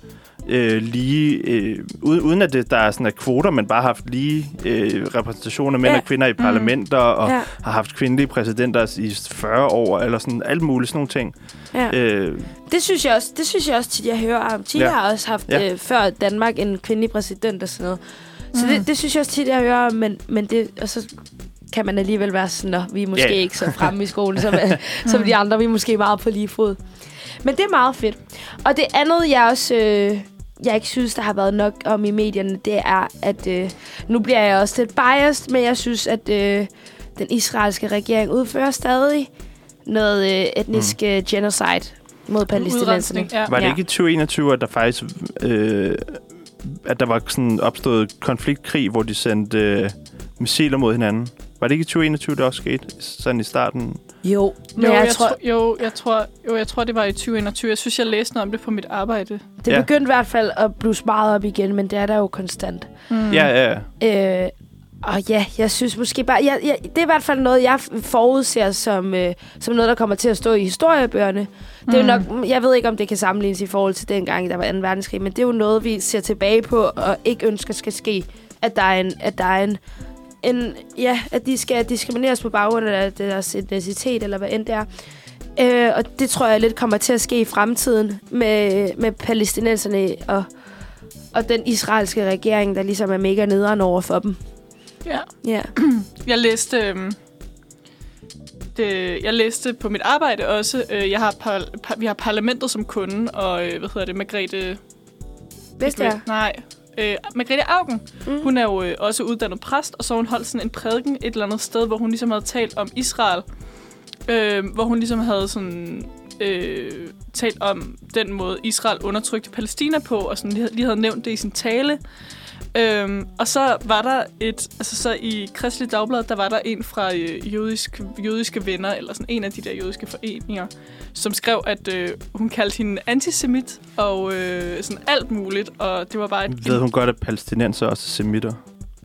[SPEAKER 3] øh, lige, øh, uden, uden at det, der er sådan er kvoter, men bare haft lige øh, repræsentation af mænd
[SPEAKER 2] Ja. Mm.
[SPEAKER 3] ja. og kvinder i parlamenter, og
[SPEAKER 2] Ja.
[SPEAKER 3] ja. har haft kvindelige præsidenter i 40 år, eller sådan alt muligt sådan nogle ting.
[SPEAKER 2] Ja.
[SPEAKER 3] Øh,
[SPEAKER 2] Det synes jeg også, det synes jeg også tit, jeg hører om. Chile ja.
[SPEAKER 3] Ja.
[SPEAKER 2] har også haft ja.
[SPEAKER 3] Ja.
[SPEAKER 2] øh, før Danmark en kvindelig præsident og sådan noget. Så mm. det, det synes jeg også tit, jeg hører om, men, men det, og så kan man alligevel være sådan, at vi er måske
[SPEAKER 3] Ja, ja.
[SPEAKER 2] ikke så fremme i
[SPEAKER 3] <laughs>
[SPEAKER 2] skolen som, som de andre. Vi er måske meget på lige fod. Men det er meget fedt. Og det andet, jeg også... Øh, jeg ikke synes, der har været nok om i medierne, det er, at øh, nu bliver jeg også lidt biased, men jeg synes, at øh, den israelske regering udfører stadig noget øh, etnisk mm. genocide mod palæstinenserne.
[SPEAKER 1] udrensning. Ja.
[SPEAKER 3] Var det
[SPEAKER 2] Ja.
[SPEAKER 3] ikke i 2021, at der faktisk øh, at der var sådan opstået konfliktkrig, hvor de sendte øh, missiler mod hinanden? Var det ikke i 2021, det også skete? Sådan i starten?
[SPEAKER 2] Jo, men
[SPEAKER 1] Jo,
[SPEAKER 2] jo, jeg,
[SPEAKER 1] jeg
[SPEAKER 2] tror,
[SPEAKER 1] tro- jo, jeg tror, jo, jeg tror, det var i 2021. Jeg synes, jeg læste noget om det på mit arbejde.
[SPEAKER 2] det
[SPEAKER 3] Ja.
[SPEAKER 2] begyndte i hvert fald at blusse meget op igen, men det er der jo konstant.
[SPEAKER 3] Mm. Ja, ja, ja.
[SPEAKER 2] Øh, og ja, jeg synes måske bare... Jeg, jeg, det er i hvert fald noget, jeg forudser som, øh, som noget, der kommer til at stå i historiebøgerne. Det er jo nok, jeg ved ikke, om det kan sammenlignes i forhold til dengang, der var 2. verdenskrig, men det er jo noget, vi ser tilbage på og ikke ønsker skal ske, at der er en... At der er en en, ja, at de skal diskrimineres på baggrund af deres etnicitet, eller hvad end det er. Øh, og det tror jeg lidt kommer til at ske i fremtiden med, med palæstinenserne og, og den israelske regering, der ligesom er mega nederen over for dem.
[SPEAKER 1] Ja.
[SPEAKER 2] Ja.
[SPEAKER 1] Jeg læste... Øhm, det, jeg læste på mit arbejde også. Øh, jeg har par, par, vi har parlamentet som kunde, og øh, hvad hedder det? Margrethe...
[SPEAKER 2] Bedst er.
[SPEAKER 1] Nej. Øh, Margrethe Augen.
[SPEAKER 2] Mm.
[SPEAKER 1] Hun er jo øh, også uddannet præst, og så har hun holdt sådan en prædiken et eller andet sted, hvor hun ligesom havde talt om Israel. Øh, hvor hun ligesom havde sådan øh, talt om den måde, Israel undertrykte Palæstina på, og sådan lige, lige havde nævnt det i sin tale. Øhm, og så var der et, altså så i Kristelig Dagblad, der var der en fra øh, jødisk, jødiske venner, eller sådan en af de der jødiske foreninger, som skrev, at øh, hun kaldte hende antisemit, og øh, sådan alt muligt, og det var bare et,
[SPEAKER 3] Ved hun godt, at palæstinenser også er semitter?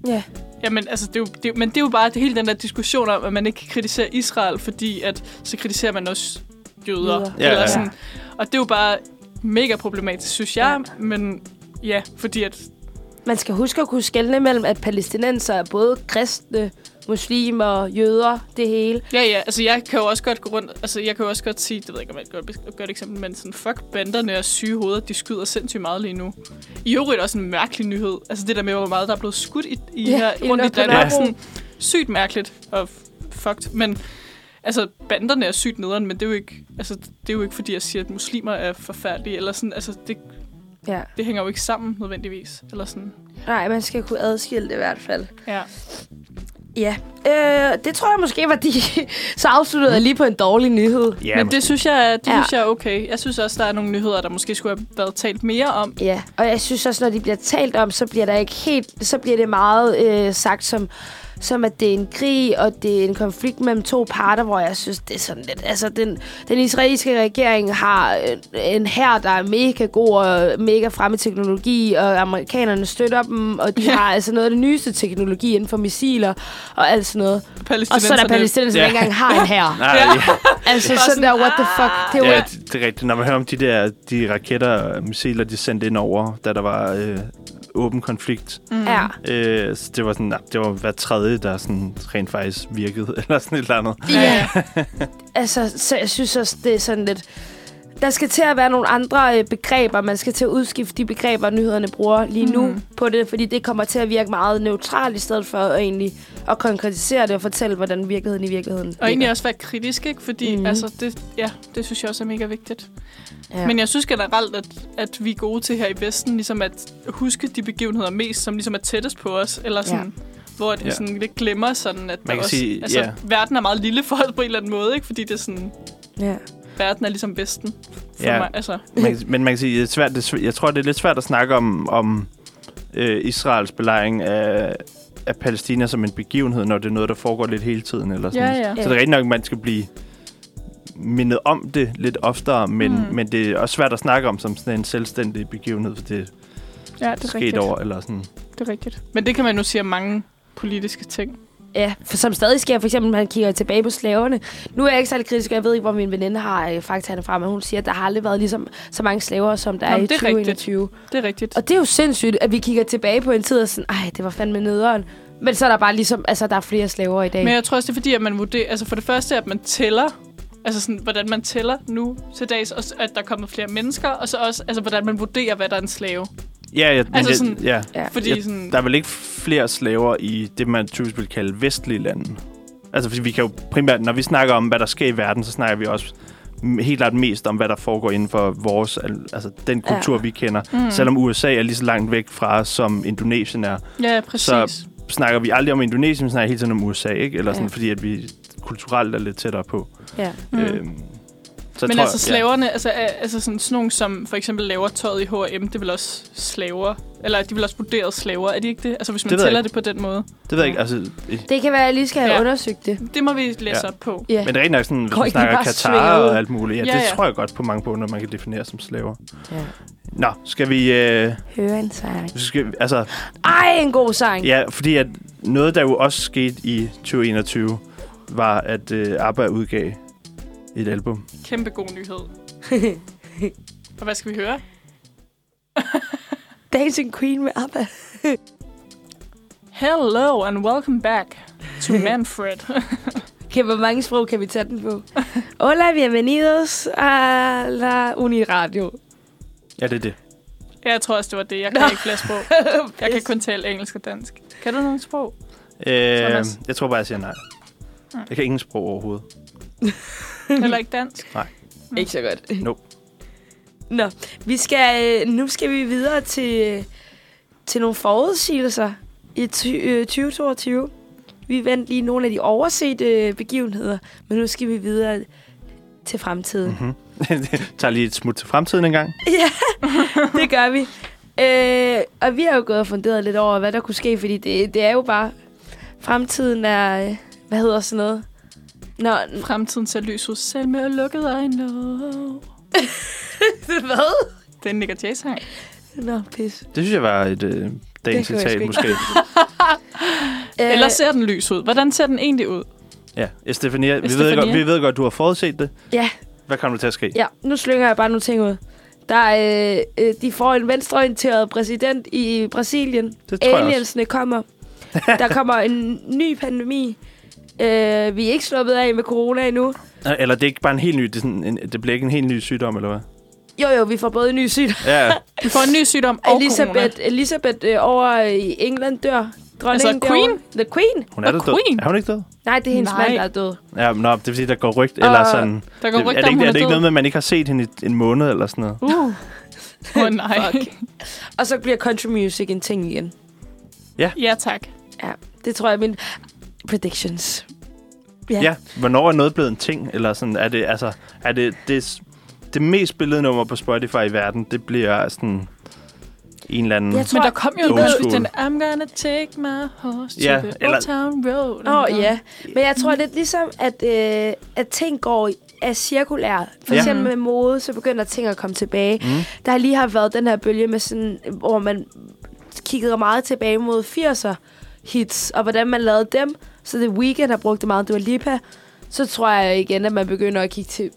[SPEAKER 2] Ja.
[SPEAKER 1] Jamen, altså, det er jo, det, er jo- men det er jo bare det, hele den der diskussion om, at man ikke kan kritisere Israel, fordi at så kritiserer man også jøder.
[SPEAKER 2] Jøder.
[SPEAKER 3] Ja, ja.
[SPEAKER 1] Sådan. Og det er jo bare mega problematisk, synes jeg. Ja. Men ja, fordi at...
[SPEAKER 2] Man skal huske at kunne skelne mellem, at palæstinenser er både kristne, muslimer, jøder, det hele.
[SPEAKER 1] Ja, ja, altså jeg kan jo også godt gå rundt... Altså jeg kan jo også godt sige, det ved jeg ikke, om jeg er et godt, godt eksempel, men sådan, fuck banderne og syge hoveder, de skyder sindssygt meget lige nu. I øvrigt også en mærkelig nyhed. Altså det der med, hvor meget der er blevet skudt i, i
[SPEAKER 2] Ja,
[SPEAKER 1] ja, her,
[SPEAKER 2] i
[SPEAKER 1] rundt i
[SPEAKER 2] Nørrebro.
[SPEAKER 1] Danmark.
[SPEAKER 3] Ja.
[SPEAKER 1] Sådan, sygt mærkeligt og f- fucked, men... Altså, banderne er sygt nederen, men det er, jo ikke, altså, det er jo ikke, fordi jeg siger, at muslimer er forfærdelige, eller sådan, altså, det,
[SPEAKER 2] Ja.
[SPEAKER 1] det hænger jo ikke sammen nødvendigvis, eller sådan,
[SPEAKER 2] Nej, man skal kunne adskille det i hvert fald.
[SPEAKER 1] ja.
[SPEAKER 2] Ja. Øh, det tror jeg måske var de... <laughs> Så afsluttede jeg lige på en dårlig nyhed.
[SPEAKER 3] Ja,
[SPEAKER 1] Men det synes jeg, er- det
[SPEAKER 2] Ja.
[SPEAKER 1] synes jeg er okay. Jeg synes også, der er nogle nyheder, der måske skulle have været talt mere om,
[SPEAKER 2] Ja, og jeg synes også, når de bliver talt om, så bliver der ikke helt, så bliver det meget øh, sagt som, som at det er en krig, og det er en konflikt mellem to parter, hvor jeg synes, det er sådan lidt... Altså, den, den israelske regering har en- en her, der er mega god og mega fremme i teknologi, og amerikanerne støtter dem, og de
[SPEAKER 1] Ja.
[SPEAKER 2] ja. har altså noget af det nyeste teknologi inden for missiler og alt sådan noget. Og så er der palæstinenser, der
[SPEAKER 3] Ja.
[SPEAKER 2] ikke engang har en her.
[SPEAKER 1] <laughs>
[SPEAKER 3] Nej,
[SPEAKER 1] Ja.
[SPEAKER 3] <laughs> ja.
[SPEAKER 2] Altså
[SPEAKER 1] Bare
[SPEAKER 2] sådan der,
[SPEAKER 1] sådan, ah.
[SPEAKER 2] what the fuck? Det er
[SPEAKER 3] Ja,
[SPEAKER 2] jo
[SPEAKER 3] det, det er rigtigt. Når man hører om de der de raketter og missiler, de sendte ind over, da der var øh, åben konflikt.
[SPEAKER 2] ja.
[SPEAKER 3] Øh, så det var sådan, nej, det var hver tredje, der sådan rent faktisk virkede, <laughs> eller sådan et eller andet.
[SPEAKER 1] Ja. ja.
[SPEAKER 2] Altså, så jeg synes også, det er sådan lidt... Der skal til at være nogle andre øh, begreber. Man skal til at udskifte de begreber, nyhederne bruger lige nu
[SPEAKER 1] Mhm.
[SPEAKER 2] mm. på det, fordi det kommer til at virke meget neutralt, i stedet for at egentlig at konkretisere det og fortælle, hvordan virkeligheden i virkeligheden
[SPEAKER 1] Og egentlig
[SPEAKER 2] ligger.
[SPEAKER 1] også være kritisk, ikke? Fordi
[SPEAKER 2] Mhm.
[SPEAKER 1] mm. altså, det, ja, det synes jeg også er mega vigtigt.
[SPEAKER 2] ja.
[SPEAKER 1] Ja. Men jeg synes generelt, at, at vi er gode til her i Vesten, ligesom at huske de begivenheder mest, som ligesom er tættest på os, eller sådan... Ja. Hvor det
[SPEAKER 3] Ja.
[SPEAKER 1] ja. sådan lidt glemmer sådan, at
[SPEAKER 3] Man
[SPEAKER 1] der
[SPEAKER 3] kan sige,
[SPEAKER 1] altså,
[SPEAKER 3] ja.
[SPEAKER 1] verden er meget lille for os på en eller anden måde, ikke? Fordi det er sådan,
[SPEAKER 2] ja.
[SPEAKER 1] verden er ligesom Vesten for
[SPEAKER 3] Ja.
[SPEAKER 1] mig. Altså,
[SPEAKER 3] Man, kan- men man kan sige, det er svært, det er, svæ- jeg tror, det er lidt svært at snakke om, om øh, Israels belejring af, af Palæstina som en begivenhed, når det er noget, der foregår lidt hele tiden. Eller sådan.
[SPEAKER 1] Ja, ja.
[SPEAKER 3] Så det er rigtigt nok, at man skal blive mindet om det lidt oftere, men, mm.
[SPEAKER 1] Mm.
[SPEAKER 3] men det er også svært at snakke om som sådan en selvstændig begivenhed, for det er
[SPEAKER 1] ja, det er
[SPEAKER 3] sket
[SPEAKER 1] rigtigt.
[SPEAKER 3] over, eller sådan.
[SPEAKER 1] Det er rigtigt. Men det kan man jo sige om mange politiske ting.
[SPEAKER 2] Ja, for som stadig sker, for eksempel, når man kigger tilbage på slaverne. Nu er jeg ikke særlig kritisk, og jeg ved ikke, hvor min veninde har øh, faktaerne fra, men hun siger, at der har aldrig været ligesom så mange slaver, som der
[SPEAKER 1] Nå,
[SPEAKER 2] er i
[SPEAKER 1] men det er rigtigt.
[SPEAKER 2] 2021.
[SPEAKER 1] Det er rigtigt.
[SPEAKER 2] Og det er jo sindssygt, at vi kigger tilbage på en tid og sådan, ej, det var fandme nederen. Men så er der bare ligesom, altså der er flere slaver i dag.
[SPEAKER 1] Men jeg tror også, det er fordi, at man vurderer... Altså for det første, at man tæller... Altså sådan, hvordan man tæller nu til dags, og s- at der er kommet flere mennesker, og så også, altså, hvordan man vurderer, hvad der er en slave.
[SPEAKER 3] Ja, ja, men
[SPEAKER 1] Altså
[SPEAKER 3] det-
[SPEAKER 1] sådan-
[SPEAKER 3] ja.
[SPEAKER 2] ja.
[SPEAKER 1] Fordi
[SPEAKER 3] Ja,
[SPEAKER 1] sådan...
[SPEAKER 3] Der er vel ikke flere slaver i det, man typisk vil kalde vestlige lande? Altså, fordi vi kan jo primært, når vi snakker om, hvad der sker i verden, så snakker vi også m- helt klart mest om, hvad der foregår inden for vores, al- altså den
[SPEAKER 2] Ja.
[SPEAKER 3] kultur, ja. vi kender. Mm. Selvom USA er lige så langt væk fra os, som Indonesien er,
[SPEAKER 1] Ja, præcis.
[SPEAKER 3] så snakker vi aldrig om Indonesien, vi snakker hele tiden om USA, ikke? Eller sådan,
[SPEAKER 2] Ja.
[SPEAKER 3] ja. fordi at vi kulturelt er lidt tættere på.
[SPEAKER 2] ja.
[SPEAKER 1] Mm.
[SPEAKER 3] Øhm, så
[SPEAKER 1] Men
[SPEAKER 3] tror
[SPEAKER 1] altså
[SPEAKER 3] jeg-
[SPEAKER 1] slaverne, altså, er- altså sådan, sådan nogle, som for eksempel laver tøjet i H&M, det er vel også slaver? Eller de vil også vurderet slaver, er de ikke det? Altså hvis man det
[SPEAKER 3] Det ved jeg
[SPEAKER 1] tæller
[SPEAKER 3] ikke.
[SPEAKER 1] det på den måde.
[SPEAKER 3] Ja, det ved jeg ikke, altså... øh,
[SPEAKER 2] Det kan være, at jeg lige skal have
[SPEAKER 1] Ja.
[SPEAKER 2] ja. undersøgt det.
[SPEAKER 1] Det må vi læse
[SPEAKER 3] Ja.
[SPEAKER 1] ja. op på.
[SPEAKER 2] Ja.
[SPEAKER 3] Men det er rigtig nok sådan, hvis
[SPEAKER 2] Går
[SPEAKER 3] man
[SPEAKER 2] ikke de
[SPEAKER 3] snakker
[SPEAKER 2] bare
[SPEAKER 3] Katar
[SPEAKER 2] svinger ud?
[SPEAKER 3] og alt muligt. Ja,
[SPEAKER 1] Ja,
[SPEAKER 3] det
[SPEAKER 1] ja.
[SPEAKER 3] tror jeg godt på mange punkter, man kan definere som slaver.
[SPEAKER 2] ja.
[SPEAKER 3] Nå, skal vi... Øh,
[SPEAKER 2] Høre en sang.
[SPEAKER 3] skal, altså,
[SPEAKER 2] Ej, en god sang.
[SPEAKER 3] ja, fordi at noget, der jo også skete i 2021, var, at øh, ABBA udgav et album.
[SPEAKER 1] Kæmpe god nyhed. og hvad skal vi høre?
[SPEAKER 2] Dancing Queen med ABBA.
[SPEAKER 1] Hello and welcome back to Manfred.
[SPEAKER 2] Okay, hvor mange sprog kan vi tage <laughs> den på? Hola, bienvenidos a la Uniradio.
[SPEAKER 3] Ja, det er det.
[SPEAKER 1] Ja, jeg tror også, det var det. Jeg kan ikke flere sprog. Jeg kan kun tale engelsk og dansk. Kan du nogle sprog?
[SPEAKER 2] <laughs>
[SPEAKER 3] Øh,
[SPEAKER 1] Thomas?
[SPEAKER 3] jeg tror bare, jeg siger nej. Jeg kan ingen sprog overhovedet. <laughs>
[SPEAKER 1] Heller ikke dansk?
[SPEAKER 2] Ikke så godt.
[SPEAKER 3] Nope.
[SPEAKER 2] Nå, vi skal, øh, nu skal vi videre til, til nogle forudsigelser i ty, øh, 2022. Vi vandt lige nogle af de oversete øh, begivenheder, men nu skal vi videre til fremtiden. <laughs> Mm.
[SPEAKER 3] Tag lige et smut til fremtiden engang.
[SPEAKER 2] Det gør vi. Øh, og vi har jo gået og funderet lidt over, hvad der kunne ske, fordi det, det er jo bare... Fremtiden er... øh, Hvad hedder sådan noget? Nå, <laughs> n-
[SPEAKER 1] Fremtiden ser lys ud selv med lukkede øjne.
[SPEAKER 2] hvad?
[SPEAKER 1] Det er en Nick Jay sang.
[SPEAKER 2] Nå, pis.
[SPEAKER 3] Det synes jeg var et øh, dagens
[SPEAKER 2] kunne jeg sgu
[SPEAKER 3] citat,
[SPEAKER 2] ikke.
[SPEAKER 3] måske.
[SPEAKER 2] Øh,
[SPEAKER 1] Eller ser den lys ud? Hvordan ser den egentlig ud?
[SPEAKER 3] Ja, Estefania, vi ved,
[SPEAKER 1] Estefania.
[SPEAKER 3] godt, vi ved godt, du har forudset det.
[SPEAKER 2] Ja,
[SPEAKER 3] Hvad kommer der til at ske?
[SPEAKER 2] Ja, nu slynger jeg bare nogle ting ud. Der er, øh, øh, de får en venstreorienteret præsident i Brasilien.
[SPEAKER 3] Det tror jeg også.
[SPEAKER 2] Aliensene kommer. Der kommer en ny pandemi. Øh, vi er ikke sluppet af med corona endnu.
[SPEAKER 3] Øh, Eller det er ikke bare en helt ny, det, er sådan en, det bliver ikke en helt ny sygdom, eller hvad?
[SPEAKER 2] Jo, jo, vi får både en ny sygdom.
[SPEAKER 3] Ja,
[SPEAKER 1] Vi får en ny sygdom og
[SPEAKER 2] Elisabeth,
[SPEAKER 1] corona.
[SPEAKER 2] Elisabeth øh, over i England dør. Dronningen
[SPEAKER 1] Altså,
[SPEAKER 2] dør.
[SPEAKER 1] Queen?
[SPEAKER 2] The Queen?
[SPEAKER 3] hun er
[SPEAKER 1] The
[SPEAKER 3] da død.
[SPEAKER 1] Queen.
[SPEAKER 3] Er hun ikke død?
[SPEAKER 2] Nej, det er hendes
[SPEAKER 1] Nej.
[SPEAKER 2] mand, der er død.
[SPEAKER 3] Ja, men nå, det er fordi, der går rygt, eller
[SPEAKER 2] Og-
[SPEAKER 3] sådan...
[SPEAKER 1] Der går
[SPEAKER 3] er
[SPEAKER 1] rygter
[SPEAKER 3] det
[SPEAKER 1] om,
[SPEAKER 3] ikke,
[SPEAKER 1] hun
[SPEAKER 3] er
[SPEAKER 1] er
[SPEAKER 3] det
[SPEAKER 1] død.
[SPEAKER 3] ikke noget med, at man ikke har set hende i en måned eller sådan noget?
[SPEAKER 1] Uh.
[SPEAKER 2] <laughs>
[SPEAKER 1] Åh oh, nej.
[SPEAKER 2] Og så bliver country music en ting igen.
[SPEAKER 1] Ja tak.
[SPEAKER 2] Ja, det tror jeg er min predictions.
[SPEAKER 3] Ja. ja. Hvornår er noget blevet en ting? Eller sådan, er det, altså, er det, det, det mest spillede nummer på Spotify i verden, det bliver sådan en en eller anden...
[SPEAKER 2] Jeg
[SPEAKER 1] Men
[SPEAKER 2] tror-
[SPEAKER 1] der kom jo
[SPEAKER 3] Old
[SPEAKER 1] noget,
[SPEAKER 3] school.
[SPEAKER 1] den I'm gonna take my horse
[SPEAKER 3] Ja,
[SPEAKER 1] to the
[SPEAKER 3] eller-
[SPEAKER 1] old town road.
[SPEAKER 2] Åh, oh, ja. Men jeg tror lidt ligesom, at, øh, at ting går i- er cirkulære. For
[SPEAKER 3] Ja.
[SPEAKER 2] eksempel med mode, så begynder ting at komme tilbage. Mm. Der lige har været den her bølge med sådan, hvor man kiggede meget tilbage mod 80'er hits, og hvordan man lavede dem. Så The Weeknd har brugt det meget, Dua Lipa. Så tror jeg igen, at man begynder at kigge til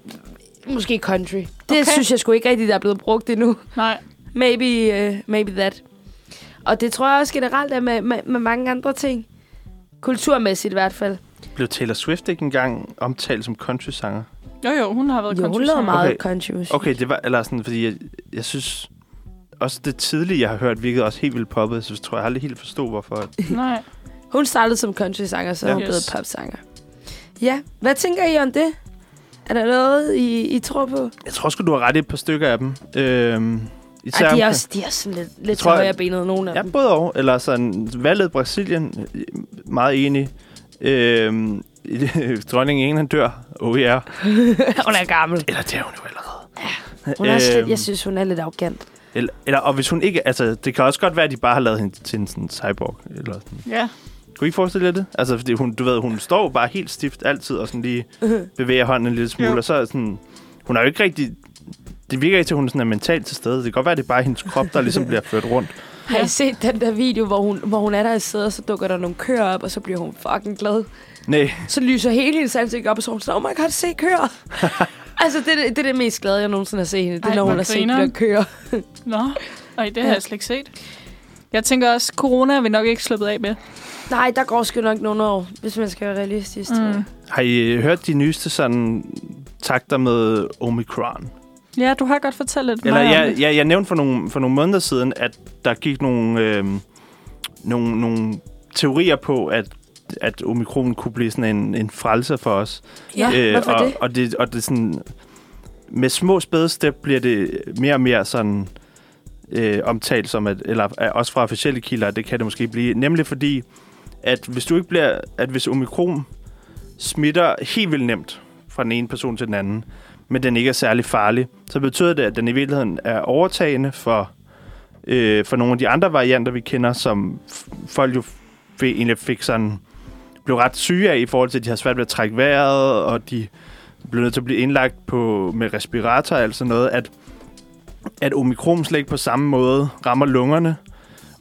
[SPEAKER 2] måske country. Det
[SPEAKER 1] Okay.
[SPEAKER 2] okay. synes jeg sgu ikke rigtig, der er blevet brugt endnu.
[SPEAKER 1] Nej.
[SPEAKER 2] Maybe, uh, maybe that. Og det tror jeg også generelt er med, med, med mange andre ting. Kulturmæssigt i hvert fald.
[SPEAKER 3] Blev Taylor Swift ikke engang omtalt som country-sanger?
[SPEAKER 1] Jo, jo, hun har været
[SPEAKER 2] Jo, hun lavede
[SPEAKER 1] country-sanger.
[SPEAKER 2] meget
[SPEAKER 3] Okay.
[SPEAKER 2] okay. country musik.
[SPEAKER 3] Okay, det var... Eller sådan, fordi jeg, jeg synes... Også det tidlige, jeg har hørt, virkede også helt vildt poppet, så jeg tror jeg aldrig helt forstod, hvorfor.
[SPEAKER 1] Nej.
[SPEAKER 2] Hun startede som country-sanger, så
[SPEAKER 3] Ja.
[SPEAKER 2] er hun
[SPEAKER 1] Yes.
[SPEAKER 2] blevet popsanger. Ja, hvad tænker I om det? Er der noget, I, I tror på?
[SPEAKER 3] Jeg tror sgu, du har ret i et par stykker af dem. Øhm, især
[SPEAKER 2] Ej, de er
[SPEAKER 3] omkring-
[SPEAKER 2] også, de er også sådan lidt, lidt
[SPEAKER 3] tror,
[SPEAKER 2] til
[SPEAKER 3] jeg-
[SPEAKER 2] højre benet, nogle af
[SPEAKER 3] Ja,
[SPEAKER 2] dem. <laughs>
[SPEAKER 3] både og. Eller sådan, valget i Brasilien, øh, meget enig. Øhm, <laughs> dronningen i England dør. Oh ja. Yeah.
[SPEAKER 2] hun er gammel.
[SPEAKER 3] Eller det er hun jo allerede.
[SPEAKER 2] Hun er også lidt,
[SPEAKER 3] Øhm.
[SPEAKER 2] jeg synes, hun er lidt arrogant.
[SPEAKER 3] Eller, eller, og hvis hun ikke... Altså, det kan også godt være, at de bare har lavet hende til en sådan cyborg. Eller sådan.
[SPEAKER 1] Ja.
[SPEAKER 3] Kunne I ikke forestille jer det? Altså, fordi hun, du ved, hun står bare helt stift altid og sådan lige bevæger hånden en lille smule.
[SPEAKER 1] Jo.
[SPEAKER 3] Og så er sådan... Hun har jo ikke rigtig... Det virker ikke til, at hun sådan er mentalt til stede. Det kan godt være, at det er bare hendes krop, der ligesom bliver ført rundt.
[SPEAKER 2] Har I set den der video, hvor hun, hvor hun er der i sædet, og så dukker der nogle køer op, og så bliver hun fucking glad?
[SPEAKER 3] Nej,
[SPEAKER 2] Så lyser hele hendes ansigt op, og så er hun sådan, oh my god, se <laughs> køer. altså, det, er det, det er det mest glade, jeg nogensinde har set hende. Det
[SPEAKER 1] Ej,
[SPEAKER 2] er, når
[SPEAKER 1] hvor
[SPEAKER 2] hun har set de der
[SPEAKER 1] grineren.
[SPEAKER 2] køer.
[SPEAKER 1] Nå, Ej, det har jeg slet ikke set. Jeg tænker også, corona er vi nok ikke sluppet af med.
[SPEAKER 2] Nej, der går sgu nok nogle år, hvis man skal være realistisk. Mm.
[SPEAKER 1] Mm.
[SPEAKER 3] Har I øh, hørt de nyeste sådan takter med Omikron?
[SPEAKER 1] Ja, du har godt fortalt lidt
[SPEAKER 3] Eller
[SPEAKER 1] mig om
[SPEAKER 3] jeg,
[SPEAKER 1] det.
[SPEAKER 3] jeg, jeg nævnte for nogle, for nogle måneder siden, at der gik nogle, øh, nogle, nogle teorier på, at at omikron kunne blive sådan en, en frelser for os.
[SPEAKER 2] Ja, hvorfor
[SPEAKER 3] Øh, og,
[SPEAKER 2] det?
[SPEAKER 3] Og det, og det er sådan, med små spæde step bliver det mere og mere sådan øh, omtalt som, at, eller øh, også fra officielle kilder, at det kan det måske blive. Nemlig fordi, at hvis du ikke bliver, at hvis omikron smitter helt vildt nemt fra den ene person til den anden, men den ikke er særlig farlig, så betyder det, at den i virkeligheden er overtagende for, øh, for nogle af de andre varianter, vi kender, som f- folk jo f- egentlig fik sådan, blev ret syge af i forhold til, at de har svært ved at trække vejret, og de blev nødt til at blive indlagt på, med respirator og alt sådan noget, at, at omikron slet ikke på samme måde rammer lungerne,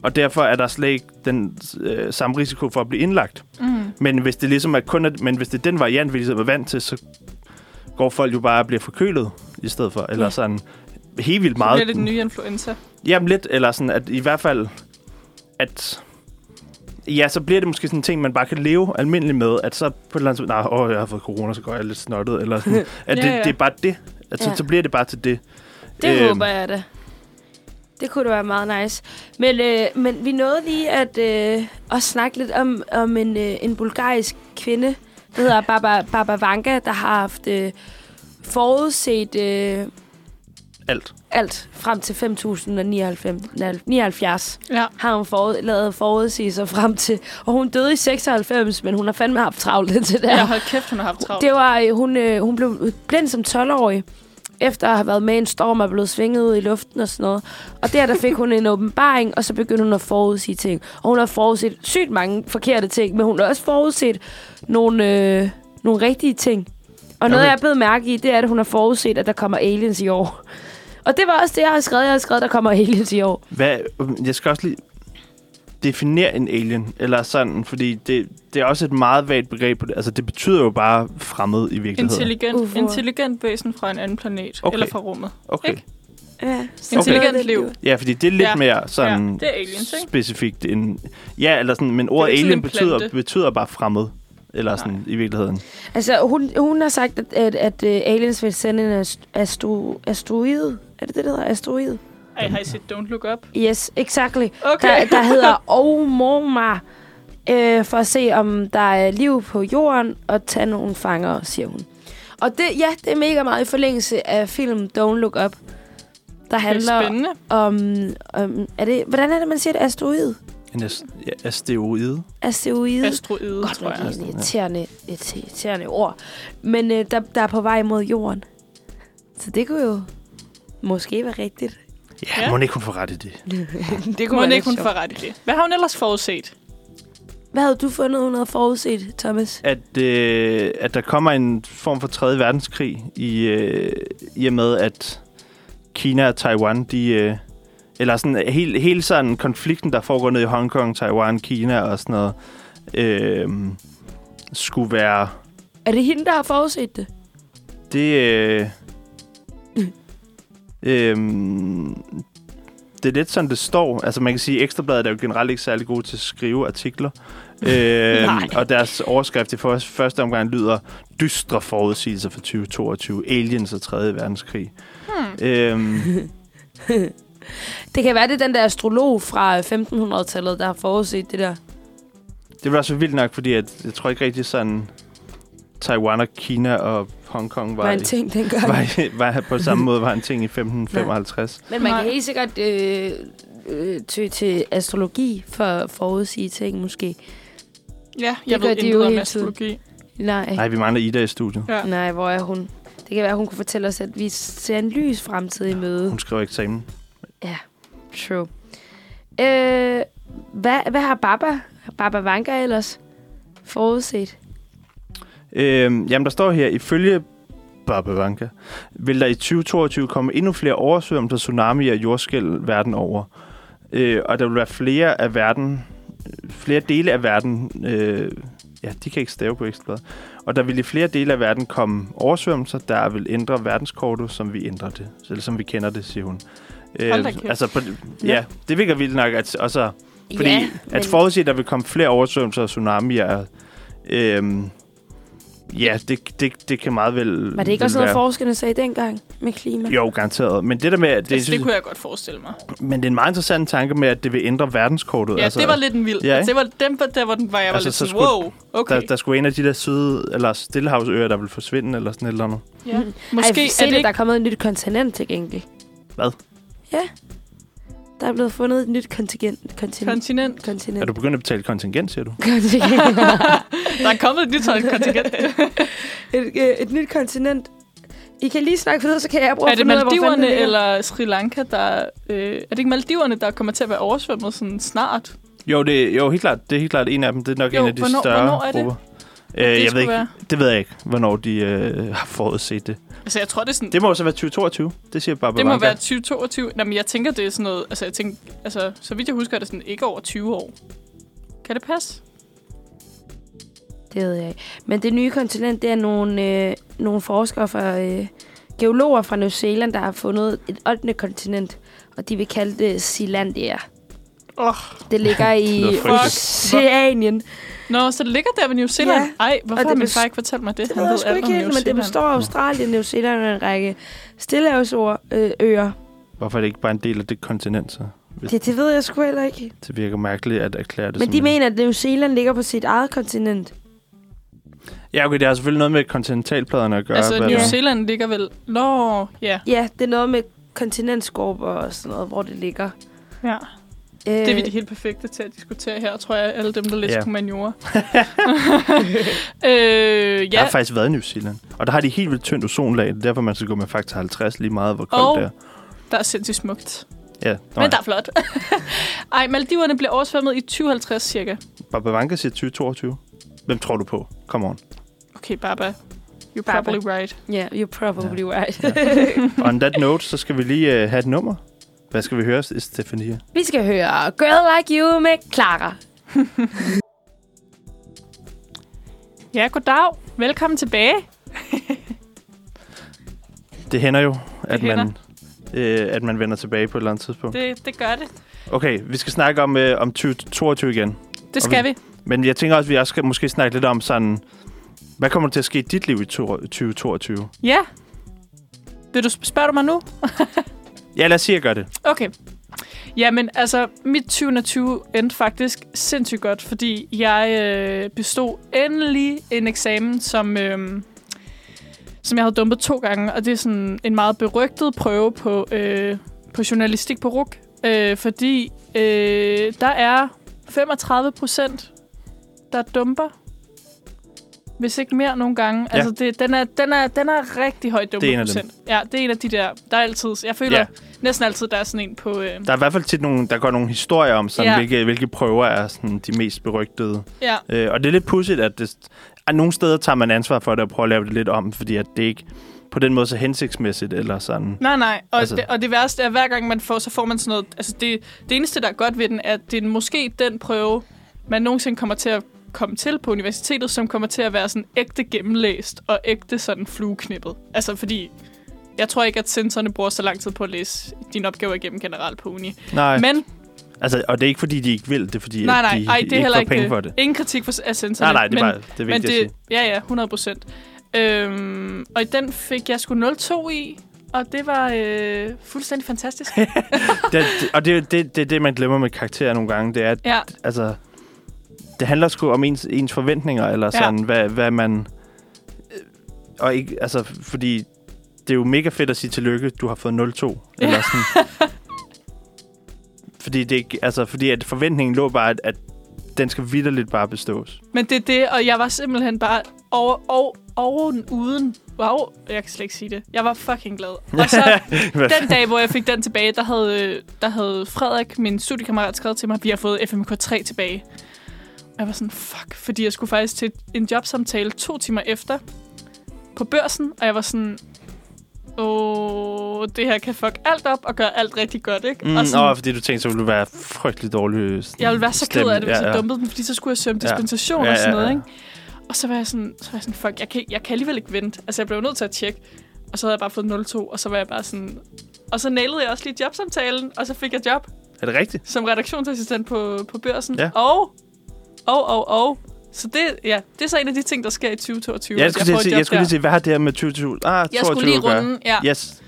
[SPEAKER 3] og derfor er der slet ikke den øh, samme risiko for at blive indlagt.
[SPEAKER 1] Mm.
[SPEAKER 3] Men hvis det ligesom er kun at, men hvis det er den variant, vi ligesom er vant til, så går folk jo bare og bliver forkølet i stedet for. Eller
[SPEAKER 1] Ja.
[SPEAKER 3] sådan helt vildt
[SPEAKER 1] Meget.
[SPEAKER 3] meget.
[SPEAKER 1] Det er det den nye influenza.
[SPEAKER 3] Jamen lidt, eller sådan, at i hvert fald, at... Ja, så bliver det måske sådan en ting, man bare kan leve almindeligt med, at så på et eller andet tidspunkt, nej, åh, jeg har fået corona, så går jeg lidt snottet, eller
[SPEAKER 1] <laughs>
[SPEAKER 3] sådan. At det,
[SPEAKER 1] Ja, ja.
[SPEAKER 3] det er bare det. At så,
[SPEAKER 2] Ja.
[SPEAKER 3] så bliver det bare til det.
[SPEAKER 2] Det
[SPEAKER 3] Øhm,
[SPEAKER 2] håber jeg da. Det kunne da være meget nice. Men, øh, men vi nåede lige at, øh, at snakke lidt om, om en, øh, en bulgarisk kvinde, der hedder Baba, Baba Vanka, der har haft øh, forudset øh,
[SPEAKER 3] Alt.
[SPEAKER 2] alt frem til 5079.
[SPEAKER 1] Ja.
[SPEAKER 2] Har hun forud, lavet forudsigelser frem til. Og hun døde i 96, men hun har fandme haft travlt <laughs> indtil der.
[SPEAKER 1] Ja, hold kæft, hun har haft travlt.
[SPEAKER 2] Det var, øh, hun, øh, hun blev blind som 12-årig, efter at have været med i en storm og blevet svinget ud i luften og sådan noget. Og der, der fik hun en åbenbaring, og så begyndte hun at forudsige ting. Og hun har forudset sygt mange forkerte ting, men hun har også forudset nogle, øh, nogle rigtige ting. Og noget,
[SPEAKER 3] Okay.
[SPEAKER 2] jeg er blevet mærke i, det er, at hun har forudset, at der kommer aliens i år. Og det var også det, jeg har skrevet. Jeg har skrevet, at der kommer aliens i år.
[SPEAKER 3] Hvad, jeg skal også lige definere en alien, eller sådan, fordi det, det er også et meget vagt begreb. på det. Altså, det betyder jo bare fremmed i virkeligheden.
[SPEAKER 1] Intelligent,
[SPEAKER 2] Ufo.
[SPEAKER 1] intelligent væsen fra en anden planet.
[SPEAKER 3] Okay.
[SPEAKER 1] Eller fra rummet.
[SPEAKER 3] Okay.
[SPEAKER 1] Ikke?
[SPEAKER 2] Ja,
[SPEAKER 1] Intelligent liv.
[SPEAKER 3] Ja, fordi det er lidt
[SPEAKER 1] Ja.
[SPEAKER 3] ja. mere sådan
[SPEAKER 1] Ja, det er aliens, ikke?
[SPEAKER 3] specifikt end... Ja, eller sådan, men ordet
[SPEAKER 1] ikke sådan
[SPEAKER 3] alien
[SPEAKER 1] en
[SPEAKER 3] betyder,
[SPEAKER 1] plante.
[SPEAKER 3] betyder bare fremmed. Eller sådan
[SPEAKER 1] Nej.
[SPEAKER 3] i virkeligheden.
[SPEAKER 2] Altså, hun, hun har sagt, at, at, at øh, aliens vil sende en ast- astro, asteroid. Er det det, der hedder? Asteroid?
[SPEAKER 1] Ej, har I set Don't Look Up?
[SPEAKER 2] Yes, exactly.
[SPEAKER 1] Okay.
[SPEAKER 2] Der, der hedder Omoma, øh, for at se, om der er liv på jorden, og tage nogle fanger, siger hun. Og det, ja, det er mega meget i forlængelse af film Don't Look Up, der
[SPEAKER 1] det er
[SPEAKER 2] handler
[SPEAKER 1] spændende.
[SPEAKER 2] om... om er det, hvordan er det, man siger det? Asteroid?
[SPEAKER 3] En as- ja, asteroide.
[SPEAKER 2] Asteroid?
[SPEAKER 1] Asteroide,
[SPEAKER 2] Godt
[SPEAKER 1] tror
[SPEAKER 2] nok
[SPEAKER 1] jeg.
[SPEAKER 3] altså,
[SPEAKER 2] et irriterende, et irriterende ord. Men øh, der, der er på vej mod jorden. Så det kunne jo måske være rigtigt.
[SPEAKER 3] Ja,
[SPEAKER 1] Ja.
[SPEAKER 3] ja. må ikke hun får ret i det?
[SPEAKER 4] det
[SPEAKER 1] Må
[SPEAKER 4] kunne være
[SPEAKER 1] ikke
[SPEAKER 4] lidt
[SPEAKER 1] hun
[SPEAKER 4] sjovt.
[SPEAKER 1] får ret i det. Hvad har hun ellers forudset?
[SPEAKER 2] Hvad havde du fundet, hun havde forudset, Thomas?
[SPEAKER 3] At, øh, at der kommer en form for 3. verdenskrig i, øh, i og med, at Kina og Taiwan, de... Øh, eller sådan hele, hele sådan konflikten, der foregår nede i Hongkong, Taiwan, Kina og sådan noget, øh, skulle være...
[SPEAKER 2] Er det hende, der har forudset det?
[SPEAKER 3] Det... Øh,
[SPEAKER 2] Mm.
[SPEAKER 3] øhm, det er lidt sådan, det står. Altså, man kan sige, at Ekstrabladet er jo generelt ikke særlig gode til at skrive artikler.
[SPEAKER 2] Nej.
[SPEAKER 3] øhm, og deres overskrift i for- første omgang lyder dystre forudsigelser for 2022, aliens og 3. verdenskrig. Hmm. Øhm,
[SPEAKER 2] Det kan være, det er den der astrolog fra 1500-tallet, der har forudset det der.
[SPEAKER 3] det var så vildt nok, fordi at, jeg tror ikke rigtig sådan... Taiwan og Kina og Hongkong var,
[SPEAKER 2] Var
[SPEAKER 3] i-
[SPEAKER 2] en ting dengang.
[SPEAKER 3] <laughs> var, i- var på samme måde var en ting i 1555.
[SPEAKER 2] Men man
[SPEAKER 1] Nej.
[SPEAKER 2] kan helt sikkert øh, øh, ty til astrologi for at forudsige ting, måske.
[SPEAKER 1] Ja, jeg
[SPEAKER 2] gør
[SPEAKER 1] ved
[SPEAKER 2] de
[SPEAKER 1] intet
[SPEAKER 2] jo
[SPEAKER 1] om
[SPEAKER 2] hele tiden.
[SPEAKER 1] astrologi. Altså,
[SPEAKER 2] Nej.
[SPEAKER 3] Nej, vi mangler Ida i studiet.
[SPEAKER 1] Ja.
[SPEAKER 2] Nej, hvor er hun? Det kan være, hun kunne fortælle os, at vi ser en lys fremtid i møde.
[SPEAKER 3] Hun skriver eksamen.
[SPEAKER 2] True. Øh, hvad, hvad har Baba, Baba Vanka ellers forudset?
[SPEAKER 3] Øhm, jamen, der står her, ifølge Babavanka, vil der i 2022 komme endnu flere oversvømmelser, tsunami og jordskæld verden over. Øh, og der vil være flere af verden, flere dele af verden, øh, ja, de kan ikke stave på ekstrabladet, og der vil i flere dele af verden komme oversvømmelser, der vil ændre verdenskortet, som vi ændrer det, eller som vi kender det, siger hun. Øh,
[SPEAKER 1] Hold da kæft.
[SPEAKER 3] altså, på, ja, det virker vildt nok, at, og så, fordi ja,
[SPEAKER 2] men-
[SPEAKER 3] at forudse, at der vil komme flere oversvømmelser og tsunamier, øhm, ja, det, det, det kan meget vel
[SPEAKER 2] Var det ikke
[SPEAKER 3] vel
[SPEAKER 2] også noget, forskerne sagde dengang med klima?
[SPEAKER 3] Jo, garanteret. Men det der med, at
[SPEAKER 1] Det,
[SPEAKER 3] det,
[SPEAKER 1] altså, det
[SPEAKER 3] synes,
[SPEAKER 1] kunne jeg godt forestille mig.
[SPEAKER 3] men det er en meget interessant tanke med, at det vil ændre verdenskortet.
[SPEAKER 1] Ja, altså, det var lidt en vild.
[SPEAKER 3] ja,
[SPEAKER 1] Ja, det var dem, der, der var den, var jeg var
[SPEAKER 3] Altså,
[SPEAKER 1] lidt
[SPEAKER 3] så
[SPEAKER 1] sådan,
[SPEAKER 3] skulle-
[SPEAKER 1] wow, okay.
[SPEAKER 3] Der, der skulle en af de der syd- eller stillehavsøer, der vil forsvinde, eller sådan et eller andet.
[SPEAKER 1] ja.
[SPEAKER 2] Måske
[SPEAKER 1] Måske
[SPEAKER 2] Ej, se,
[SPEAKER 1] er det
[SPEAKER 2] det, der
[SPEAKER 1] ikke...
[SPEAKER 2] er kommet et nyt kontinent til gengæld.
[SPEAKER 3] Hvad?
[SPEAKER 2] Ja. Der er blevet fundet et nyt kontingent. Kontinent. <laughs>
[SPEAKER 1] Kontinent.
[SPEAKER 2] Kontinent.
[SPEAKER 3] Er du begyndt at betale kontingent, siger du?
[SPEAKER 2] kontinent.
[SPEAKER 1] <laughs> Der er kommet et nyt kontingent.
[SPEAKER 2] et, øh, et nyt kontinent. I kan lige snakke videre, så kan jeg prøve
[SPEAKER 1] er
[SPEAKER 2] at
[SPEAKER 1] det
[SPEAKER 2] finde ud af, hvor fanden
[SPEAKER 1] Maldiverne
[SPEAKER 2] ligger.
[SPEAKER 1] eller Sri Lanka, der... Øh, er det ikke Maldiverne, der kommer til at være oversvømmet sådan
[SPEAKER 3] Øh,
[SPEAKER 1] snart?
[SPEAKER 3] Jo, det, jo helt klart, det er helt klart en af dem. Det er nok
[SPEAKER 1] Jo,
[SPEAKER 3] en af de
[SPEAKER 1] hvornår-
[SPEAKER 3] større
[SPEAKER 1] hvornår er det?
[SPEAKER 3] grupper. Øh, jeg ved
[SPEAKER 1] skulle
[SPEAKER 3] ikke,
[SPEAKER 1] være-
[SPEAKER 3] det ved jeg ikke, hvornår de øh, har forudset det.
[SPEAKER 1] Altså, jeg tror, det er sådan...
[SPEAKER 3] Det må jo så være 2022, det siger Barbara
[SPEAKER 1] Det må
[SPEAKER 3] Vanka.
[SPEAKER 1] være 2022. Nå, men jeg tænker, det er sådan noget... Altså, jeg tænker, altså, så vidt jeg husker, er det sådan ikke over 20 år. Kan det passe?
[SPEAKER 2] Det ved jeg ikke. Men det nye kontinent, det er nogle, øh, nogle forskere fra... Øh, geologer fra New Zealand, der har fundet et 8. kontinent. Og de vil kalde det Zealandia.
[SPEAKER 1] Åh.
[SPEAKER 2] Det ligger i
[SPEAKER 3] lyder frygteligt.
[SPEAKER 2] Oceanien.
[SPEAKER 1] Nå, så det ligger der ved New Zealand.
[SPEAKER 2] Ja.
[SPEAKER 1] Ja. Ej, hvorfor
[SPEAKER 2] Og
[SPEAKER 1] har
[SPEAKER 2] det
[SPEAKER 1] min
[SPEAKER 2] bes-
[SPEAKER 1] far ikke fortalt mig det?
[SPEAKER 2] Det
[SPEAKER 1] Han
[SPEAKER 2] ved jeg sgu
[SPEAKER 1] alt
[SPEAKER 2] ikke
[SPEAKER 1] om
[SPEAKER 2] helt,
[SPEAKER 1] New
[SPEAKER 2] men det
[SPEAKER 1] Zealand.
[SPEAKER 2] består af Australien, New Zealand og en række stillehavsøer. Øh,
[SPEAKER 3] Hvorfor er det ikke bare en del af det kontinent, så?
[SPEAKER 2] det, det ved jeg sgu heller ikke.
[SPEAKER 3] Det virker mærkeligt at erklære det
[SPEAKER 2] Men
[SPEAKER 3] som
[SPEAKER 2] de
[SPEAKER 3] en-
[SPEAKER 2] mener, at New Zealand ligger på sit eget kontinent.
[SPEAKER 3] Ja, okay, det har selvfølgelig noget med kontinentalpladerne at gøre.
[SPEAKER 1] Altså,
[SPEAKER 3] hvad
[SPEAKER 1] New
[SPEAKER 3] der-
[SPEAKER 1] Zealand ligger vel... Nå, ja.
[SPEAKER 2] Ja, det er noget med kontinentskorper og sådan noget, hvor det ligger.
[SPEAKER 1] ja.
[SPEAKER 2] Øh,
[SPEAKER 1] Det er vi de helt perfekte til at diskutere her, tror jeg. Alle dem, der læser
[SPEAKER 3] Ja.
[SPEAKER 1] yeah.
[SPEAKER 3] <laughs>
[SPEAKER 1] humaniora. øh,
[SPEAKER 3] Jeg
[SPEAKER 1] ja,
[SPEAKER 3] har faktisk været i New Zealand. Og der har de helt vildt tyndt ozonlag. Det er derfor, man skal gå med faktor 50 lige meget, hvor koldt
[SPEAKER 1] Og-
[SPEAKER 3] det er.
[SPEAKER 1] der er sindssygt smukt.
[SPEAKER 3] Ja,
[SPEAKER 1] Nej. Men der er flot. <laughs> Ej, Maldiverne bliver oversvømmet i 2050 cirka.
[SPEAKER 3] Baba Vanka siger 2022. Hvem tror du på? Come on.
[SPEAKER 1] Okay, Baba. You're
[SPEAKER 2] Baba.
[SPEAKER 1] probably right.
[SPEAKER 2] Yeah, you're probably right.
[SPEAKER 3] On that note, så skal vi lige uh, have et nummer. Hvad skal vi høre, Stefania?
[SPEAKER 2] vi skal høre Girl Like You med Clara.
[SPEAKER 1] Ja, goddag. Velkommen tilbage.
[SPEAKER 3] Det hænder jo, at,
[SPEAKER 1] hænder.
[SPEAKER 3] man, øh, at man vender tilbage på et eller andet tidspunkt.
[SPEAKER 1] Det, det gør det.
[SPEAKER 3] Okay, vi skal snakke om, øh, om 2022 igen.
[SPEAKER 1] Det skal vi.
[SPEAKER 3] Men jeg tænker også, at vi også skal måske snakke lidt om sådan... Hvad kommer der til at ske i dit liv i to- 2022?
[SPEAKER 1] Ja. Vil du spørge mig nu?
[SPEAKER 3] Ja, lad os sige, at jeg gør det.
[SPEAKER 1] Okay. Jamen, altså, mit 2020 endte faktisk sindssygt godt, fordi jeg øh, bestod endelig en eksamen, som, øh, som jeg havde dumpet to gange, og det er sådan en meget berygtet prøve på, øh, på journalistik på RUK, øh, fordi øh, der er 35 procent, der dumper hvis ikke mere nogle gange. Ja. Altså, det, den, er, den, er, den er rigtig højt
[SPEAKER 3] Det er en af
[SPEAKER 1] procent. Ja, det er en af de der, der er altid, jeg føler
[SPEAKER 3] Ja.
[SPEAKER 1] ja. næsten altid, der er sådan en på, øh,
[SPEAKER 3] Der er i hvert fald tit nogle, der går nogle historier om, sådan, ja.
[SPEAKER 1] Ja.
[SPEAKER 3] hvilke, hvilke prøver er sådan, de mest berygtede.
[SPEAKER 1] ja,
[SPEAKER 3] Øh, og det er lidt pudsigt, at, det, at nogle steder tager man ansvar for det og prøver at lave det lidt om, fordi at det ikke på den måde så hensigtsmæssigt eller sådan.
[SPEAKER 1] Nej, nej. Og, altså.
[SPEAKER 3] Altså-
[SPEAKER 1] det, og det værste er, at hver gang man får, så får man sådan noget... Altså, det, det eneste, der er godt ved den, er, at det er måske den prøve, man nogensinde kommer til at komme til på universitetet, som kommer til at være sådan ægte gennemlæst og ægte sådan flueknippet. Altså, fordi jeg tror ikke, at sensorerne bruger så lang tid på at læse dine opgaver igennem generelt på uni.
[SPEAKER 3] Nej, Men,
[SPEAKER 1] Men,
[SPEAKER 3] altså, og det er ikke fordi, de ikke vil, det er fordi,
[SPEAKER 1] nej,
[SPEAKER 3] at
[SPEAKER 1] nej,
[SPEAKER 3] de
[SPEAKER 1] ej, det
[SPEAKER 3] ikke
[SPEAKER 1] er heller
[SPEAKER 3] får
[SPEAKER 1] ikke
[SPEAKER 3] penge
[SPEAKER 1] det.
[SPEAKER 3] for det.
[SPEAKER 1] Ingen kritik for af sensorerne.
[SPEAKER 3] Nej, nej, det er,
[SPEAKER 1] men,
[SPEAKER 3] bare, det er vigtigt
[SPEAKER 1] men
[SPEAKER 3] at sige.
[SPEAKER 1] det, ja, ja, 100 procent. Øhm, og i den fik jeg sgu 0,2 i, og det var øh, fuldstændig
[SPEAKER 3] <laughs>
[SPEAKER 1] fantastisk.
[SPEAKER 3] det, det, og det, er- det, det er det, man glemmer med karakterer nogle gange. Det er, at,
[SPEAKER 1] ja.
[SPEAKER 3] altså, det handler sgu om ens, ens forventninger, eller sådan, ja. hvad, hvad man... øh, Og ikke, altså, fordi det er jo mega fedt at sige tillykke, du har fået 0-2. Eller sådan.
[SPEAKER 1] <laughs>
[SPEAKER 3] fordi, det, ikke- altså, fordi at forventningen lå bare, at, at den skal vidderligt bare bestås.
[SPEAKER 1] Men det er det, og jeg var simpelthen bare over, over, over den uden. Wow, jeg kan slet ikke sige det. Jeg var fucking glad. Og
[SPEAKER 3] <laughs>
[SPEAKER 1] så den dag, hvor jeg fik den tilbage, der havde, øh, der havde Frederik, min studiekammerat, skrevet til mig, vi har fået FMK3 tilbage. Og jeg var sådan, fuck, fordi jeg skulle faktisk til en jobsamtale to timer efter på børsen, og jeg var sådan, åh, det her kan fuck alt op og gøre alt rigtig godt, ikke?
[SPEAKER 3] Mm,
[SPEAKER 1] og
[SPEAKER 3] og,
[SPEAKER 1] sådan,
[SPEAKER 3] fordi du tænkte, så ville du være frygtelig dårlig. øh, Sådan,
[SPEAKER 1] jeg ville være så ked
[SPEAKER 3] stemme.
[SPEAKER 1] af det, hvis jeg dumpede den, fordi så skulle jeg søge om
[SPEAKER 3] Ja.
[SPEAKER 1] dispensation
[SPEAKER 3] Ja,
[SPEAKER 1] og sådan
[SPEAKER 3] ja,
[SPEAKER 1] noget,
[SPEAKER 3] ja.
[SPEAKER 1] ikke? Og så var jeg sådan, så var jeg sådan fuck, jeg kan, jeg kan alligevel ikke vente. Altså, jeg blev nødt til at tjekke. Og så havde jeg bare fået 02, og så var jeg bare sådan... Og så nailede jeg også lige jobsamtalen, og så fik jeg job
[SPEAKER 3] Er det rigtigt?
[SPEAKER 1] som redaktionsassistent på, på børsen.
[SPEAKER 3] Ja.
[SPEAKER 1] Og, og, og, og. Så det, ja, det er så en af de ting, der sker i 2022.
[SPEAKER 3] Ja, jeg
[SPEAKER 1] at
[SPEAKER 3] skulle, til
[SPEAKER 1] får
[SPEAKER 3] at
[SPEAKER 1] et
[SPEAKER 3] sige,
[SPEAKER 1] job
[SPEAKER 3] jeg skulle lige
[SPEAKER 1] der.
[SPEAKER 3] sige, hvad har det her med 2020? Ah,
[SPEAKER 1] jeg skulle lige
[SPEAKER 3] 22 at gøre?
[SPEAKER 1] runde, ja.
[SPEAKER 3] Yes.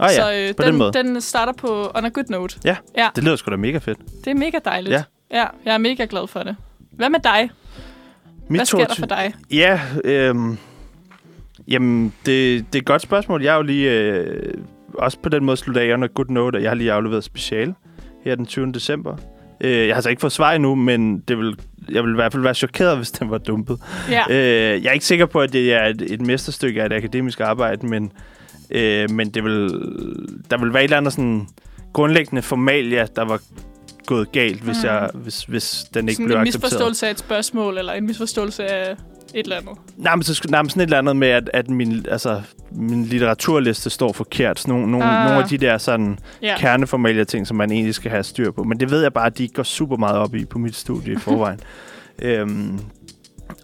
[SPEAKER 3] Åh oh, ja,
[SPEAKER 1] så øh,
[SPEAKER 3] på
[SPEAKER 1] den,
[SPEAKER 3] den, måde.
[SPEAKER 1] den starter på on a good note.
[SPEAKER 3] Ja.
[SPEAKER 1] ja.
[SPEAKER 3] Det lyder sgu da mega fedt.
[SPEAKER 1] Det er mega dejligt.
[SPEAKER 3] Ja.
[SPEAKER 1] ja. Jeg er mega glad for det. Hvad med dig?
[SPEAKER 3] Mit
[SPEAKER 1] Hvad sker der for dig?
[SPEAKER 3] Ja, øhm, jamen, det, det er et godt spørgsmål. Jeg er jo lige, øh, også på den måde slutter af under good note, at jeg har lige afleveret speciale her den 20. december. Øh, jeg har altså ikke fået svar endnu, men det vil, jeg vil i hvert fald være chokeret, hvis den var dumpet.
[SPEAKER 1] Ja.
[SPEAKER 3] Øh, jeg er ikke sikker på, at det er et, et mesterstykke af et akademisk arbejde, men, øh, men det vil, der vil være et eller andet sådan grundlæggende formalia, der var gået galt, hvis,
[SPEAKER 1] Mm.
[SPEAKER 3] jeg, hvis, hvis den ikke
[SPEAKER 1] sådan
[SPEAKER 3] blev
[SPEAKER 1] en
[SPEAKER 3] accepteret.
[SPEAKER 1] misforståelse af et spørgsmål, eller en misforståelse af et eller andet.
[SPEAKER 3] Nej, men, så, skulle- nej, men sådan et eller andet med, at, at min, altså, min litteraturliste står forkert. Sådan nogle, nogle,
[SPEAKER 1] Ah.
[SPEAKER 3] nogle af de der sådan,
[SPEAKER 1] Ja.
[SPEAKER 3] ja. kerneformelle ting, som man egentlig skal have styr på. Men det ved jeg bare, at de ikke går super meget op i på mit studie
[SPEAKER 1] <laughs>
[SPEAKER 3] i forvejen. øhm,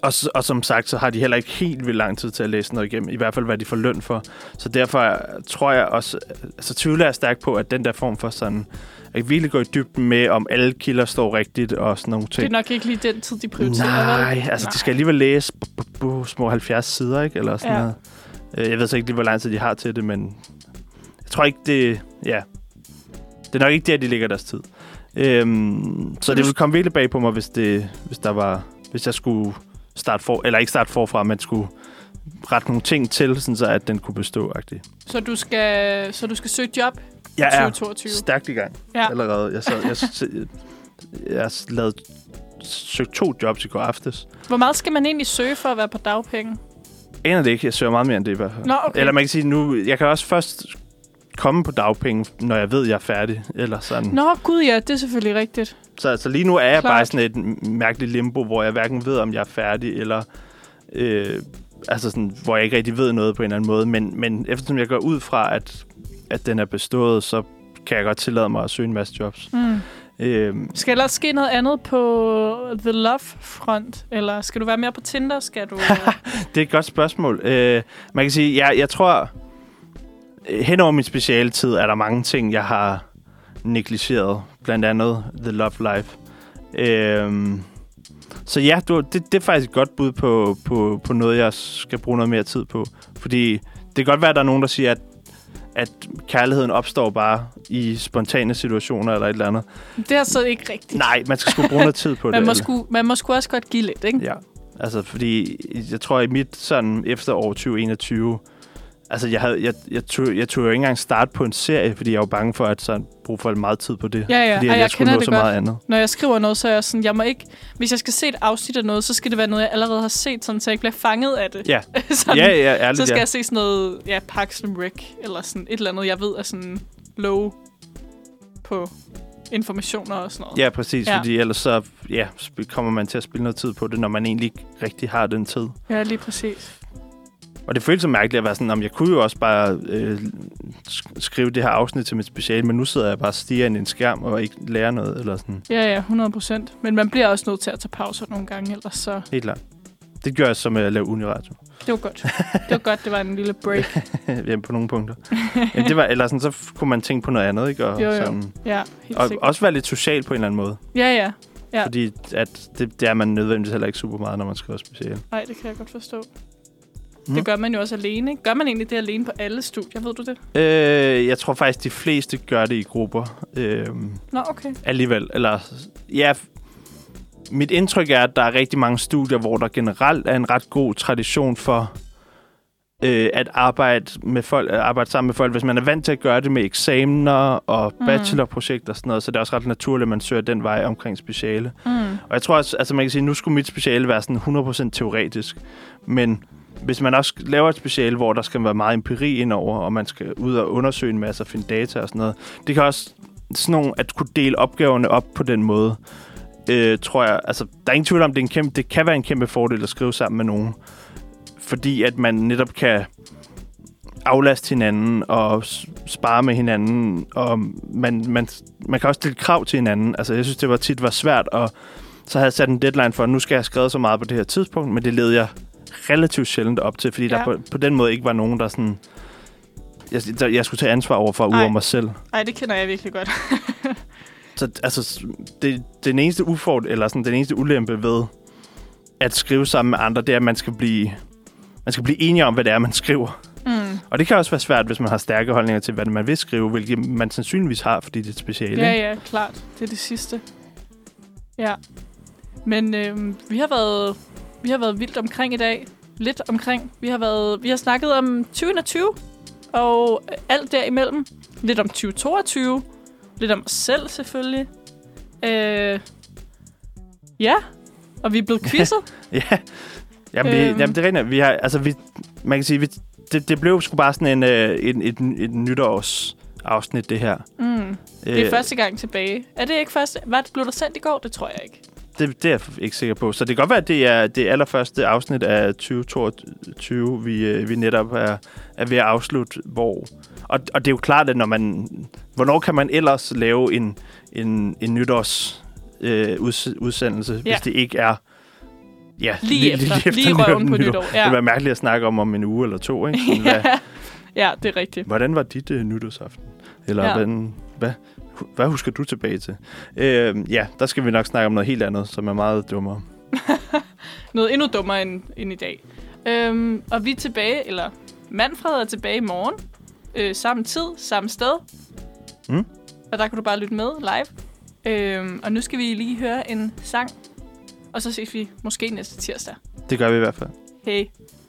[SPEAKER 3] og, s- og som sagt, så har de heller ikke helt vildt lang tid til at læse noget igennem. I hvert fald, hvad de får løn for. Så derfor tror jeg også, så tvivler jeg stærkt på, at den der form for sådan, at virkelig gå i dybden med, om alle kilder står rigtigt og sådan nogle
[SPEAKER 1] Det
[SPEAKER 3] ting.
[SPEAKER 1] er nok ikke lige den tid, de prioriterer.
[SPEAKER 3] Nej,
[SPEAKER 1] vel?
[SPEAKER 3] altså de skal alligevel læse bu- bu- bu- små 70 sider, ikke? Eller sådan ja.
[SPEAKER 1] Ja.
[SPEAKER 3] noget. Øh, Jeg ved så ikke lige, hvor lang tid de har til det, men jeg tror ikke, det... Ja. Det er nok ikke der, de ligger deres tid. Øhm, så
[SPEAKER 1] Så
[SPEAKER 3] det
[SPEAKER 1] du-
[SPEAKER 3] ville komme virkelig bag på mig, hvis, det, hvis, der var, hvis jeg skulle starte for, eller ikke starte forfra, men skulle rette nogle ting til, sådan så at den kunne bestå. -agtig.
[SPEAKER 1] Så du skal, så du skal søge job i
[SPEAKER 3] Jeg er
[SPEAKER 1] 2022.
[SPEAKER 3] stærkt i gang ja.
[SPEAKER 1] Ja.
[SPEAKER 3] allerede. Jeg, sad, jeg, jeg, jeg, jeg lavede, søgte to jobs i går aftes.
[SPEAKER 1] Hvor meget skal man egentlig søge for at være på dagpenge?
[SPEAKER 3] aner det ikke. Jeg søger meget mere end det i hvert fald.
[SPEAKER 1] Nå, okay.
[SPEAKER 3] Eller man kan sige nu, jeg kan også først komme på dagpenge, når jeg ved, jeg er færdig. Eller sådan.
[SPEAKER 1] Nå, gud ja, det er selvfølgelig rigtigt.
[SPEAKER 3] Så, så lige nu er jeg Klart.
[SPEAKER 1] Klart.
[SPEAKER 3] bare i sådan et m- mærkeligt limbo, hvor jeg hverken ved, om jeg er færdig, eller øh, altså sådan, hvor jeg ikke rigtig ved noget på en eller anden måde. Men, men eftersom jeg går ud fra, at, at den er bestået, så kan jeg godt tillade mig at søge en masse jobs.
[SPEAKER 1] Mm.
[SPEAKER 3] Øh,
[SPEAKER 1] Skal der ske noget andet på The Love-front? Eller skal du være mere på Tinder? Skal
[SPEAKER 3] <laughs>
[SPEAKER 1] du...
[SPEAKER 3] Det er et godt spørgsmål. Øh, man kan sige, jeg, jeg tror, øh, hen over min specialetid er der mange ting, jeg har negligeret. Blandt andet The Love Life. Øh, så ja, du, det, det er faktisk et godt bud på, på, på noget, jeg skal bruge noget mere tid på. Fordi det kan godt være, at der er nogen, der siger, at, at kærligheden opstår bare i spontane situationer eller et eller andet.
[SPEAKER 1] det er så ikke rigtigt.
[SPEAKER 3] Nej, man skal sgu bruge noget tid på det.
[SPEAKER 1] <laughs> Man må,
[SPEAKER 3] eller-
[SPEAKER 1] sku, man må sgu også godt give lidt, ikke?
[SPEAKER 3] Ja, altså fordi jeg tror i mit sådan efterår 2021, Altså, jeg, havde, jeg, jeg, tog, jeg tog jo ikke engang start på en serie, fordi jeg var bange for, at så bruge for meget tid på det.
[SPEAKER 1] Ja, ja.
[SPEAKER 3] Fordi
[SPEAKER 1] Ej,
[SPEAKER 3] jeg,
[SPEAKER 1] jeg
[SPEAKER 3] jeg skulle
[SPEAKER 1] kender
[SPEAKER 3] nå
[SPEAKER 1] det
[SPEAKER 3] så
[SPEAKER 1] godt. <laughs>
[SPEAKER 3] meget andet.
[SPEAKER 1] Når jeg skriver noget, så er jeg sådan, jeg må ikke... Hvis jeg skal se et afsnit af noget, så skal det være noget, jeg allerede har set, sådan, så jeg ikke bliver fanget af det.
[SPEAKER 3] Ja,
[SPEAKER 1] <laughs> sådan,
[SPEAKER 3] ja, ja ærligt.
[SPEAKER 1] så skal
[SPEAKER 3] ja.
[SPEAKER 1] jeg se sådan noget, ja, Parks and Rec, eller sådan et eller andet, jeg ved er sådan low på informationer og sådan noget.
[SPEAKER 3] Ja, præcis,
[SPEAKER 1] Ja.
[SPEAKER 3] ja. fordi ellers så ja, sp- kommer man til at spille noget tid på det, når man egentlig ikke rigtig har den tid.
[SPEAKER 1] ja lige præcis.
[SPEAKER 3] Og det føltes så mærkeligt at være sådan, om jeg kunne jo også bare øh, sk- skrive det her afsnit til mit speciale, men nu sidder jeg bare og stiger ind i en skærm og ikke lærer noget, eller sådan.
[SPEAKER 1] Ja, ja, 100 procent. Men man bliver også nødt til at tage pauser nogle gange, ellers så...
[SPEAKER 3] Helt klart. Det gør jeg så med at lave uniradio.
[SPEAKER 1] Det var
[SPEAKER 3] <laughs>
[SPEAKER 1] godt. det var godt, det var en lille break.
[SPEAKER 3] Jamen, på nogle punkter. Jamen, det var, eller sådan, så f- kunne man tænke på noget andet, ikke? Og,
[SPEAKER 1] Jo, jo.
[SPEAKER 3] Sådan,
[SPEAKER 1] Ja, helt
[SPEAKER 3] og
[SPEAKER 1] sikkert.
[SPEAKER 3] også være lidt social på en eller anden måde.
[SPEAKER 1] Ja, ja. Ja.
[SPEAKER 3] Ja. Fordi at det, det, er man nødvendigvis heller ikke super meget, når man skriver speciale.
[SPEAKER 1] Nej, det kan jeg godt forstå. Mm.
[SPEAKER 3] Mm.
[SPEAKER 1] Det gør man jo også alene, ikke? Gør man egentlig det alene på alle studier, ved du det?
[SPEAKER 3] Øh, jeg tror faktisk, de fleste gør det i grupper. Øh,
[SPEAKER 1] Nå, okay.
[SPEAKER 3] alligevel. Eller, ja, f- mit indtryk er, at der er rigtig mange studier, hvor der generelt er en ret god tradition for øh, at arbejde, med folk, at arbejde sammen med folk, hvis man er vant til at gøre det med eksamener og
[SPEAKER 1] Mm.
[SPEAKER 3] bachelorprojekter og sådan noget. Så det er også ret naturligt, at man søger den vej omkring speciale.
[SPEAKER 1] Mm.
[SPEAKER 3] Og jeg tror også, altså man kan sige, nu skulle mit speciale være sådan 100% teoretisk, men hvis man også laver et speciale, hvor der skal være meget empiri indover, og man skal ud og undersøge en masse og finde data og sådan noget, det kan også sådan nogle, at kunne dele opgaverne op på den måde, øh, tror jeg, altså der er ingen tvivl om, det, er en kæmpe, det kan være en kæmpe fordel at skrive sammen med nogen, fordi at man netop kan aflaste hinanden og s- spare med hinanden, og man, man, man kan også stille krav til hinanden. Altså, jeg synes, det var tit var svært at så havde jeg sat en deadline for, at nu skal jeg have skrevet så meget på det her tidspunkt, men det led jeg relativt sjældent op til, fordi
[SPEAKER 1] Ja.
[SPEAKER 3] ja. der på, på den måde ikke var nogen, der sådan... Jeg, der, jeg skulle tage ansvar over for,
[SPEAKER 1] Ej.
[SPEAKER 3] udover mig selv.
[SPEAKER 1] Ej, det kender jeg virkelig godt.
[SPEAKER 3] Så altså, s- det, den eneste uford, eller sådan, den eneste ulempe ved at skrive sammen med andre, det er, at man skal blive, man skal blive enige om, hvad det er, man skriver.
[SPEAKER 1] Mm.
[SPEAKER 3] Og det kan også være svært, hvis man har stærke holdninger til, hvad man vil skrive, hvilket man sandsynligvis har, fordi det er et speciale.
[SPEAKER 1] Ja,
[SPEAKER 3] ikke? <laughs>
[SPEAKER 1] ja, klart. Det er det sidste. Ja. Men øhm, vi har været vi har været vildt omkring i dag. Lidt omkring. Vi har været vi har snakket om 2020 og alt derimellem. Lidt om 2022. Lidt om os selv selvfølgelig. Øh, ja. Og vi er blevet quizzet.
[SPEAKER 3] Ja, jamen, øhm.
[SPEAKER 1] Øhm.
[SPEAKER 3] vi, jamen det er rigtigt. Vi har, altså, vi, man kan sige, vi, det, det blev sgu bare sådan en, øh, en, et, et nytårsafsnit, det her. Øh,
[SPEAKER 1] mm. Det er første gang tilbage. Er det ikke første? Hvad blev der sendt i går? Det tror jeg ikke.
[SPEAKER 3] det, det er jeg ikke sikker på. Så det kan godt være, at det er det allerførste afsnit af 2022, vi, øh, vi netop er, er ved at afslutte, hvor... Og, og det er jo klart, at når man... Hvornår kan man ellers lave en, en, en nytårs øh, uds- udsendelse, ja.
[SPEAKER 1] Ja.
[SPEAKER 3] hvis det ikke er... Ja,
[SPEAKER 1] Lige, efter. Lige, lige
[SPEAKER 3] nytår-
[SPEAKER 1] røven på
[SPEAKER 3] nytår.
[SPEAKER 1] nytår.
[SPEAKER 3] Det
[SPEAKER 1] Ja.
[SPEAKER 3] ville være mærkeligt at snakke om om en uge eller to, ikke? Sådan, hvad,
[SPEAKER 1] <laughs> ja, det er rigtigt.
[SPEAKER 3] Hvordan var dit øh, nytårsaften? Eller
[SPEAKER 1] Ja.
[SPEAKER 3] ja. hvordan, hvad, hu- hvad husker du tilbage til? Øh, ja, der skal vi nok snakke om noget helt andet, som er meget dummere.
[SPEAKER 1] Noget endnu dummere end, end i dag. Øhm, og vi er tilbage, eller Manfred er tilbage i morgen. Øh, samme tid, samme sted.
[SPEAKER 3] Mm.
[SPEAKER 1] Og der kan du bare lytte med live. Øhm, og nu skal vi lige høre en sang. Og så ses vi måske næste tirsdag.
[SPEAKER 3] Det gør vi i hvert fald.
[SPEAKER 1] Hej.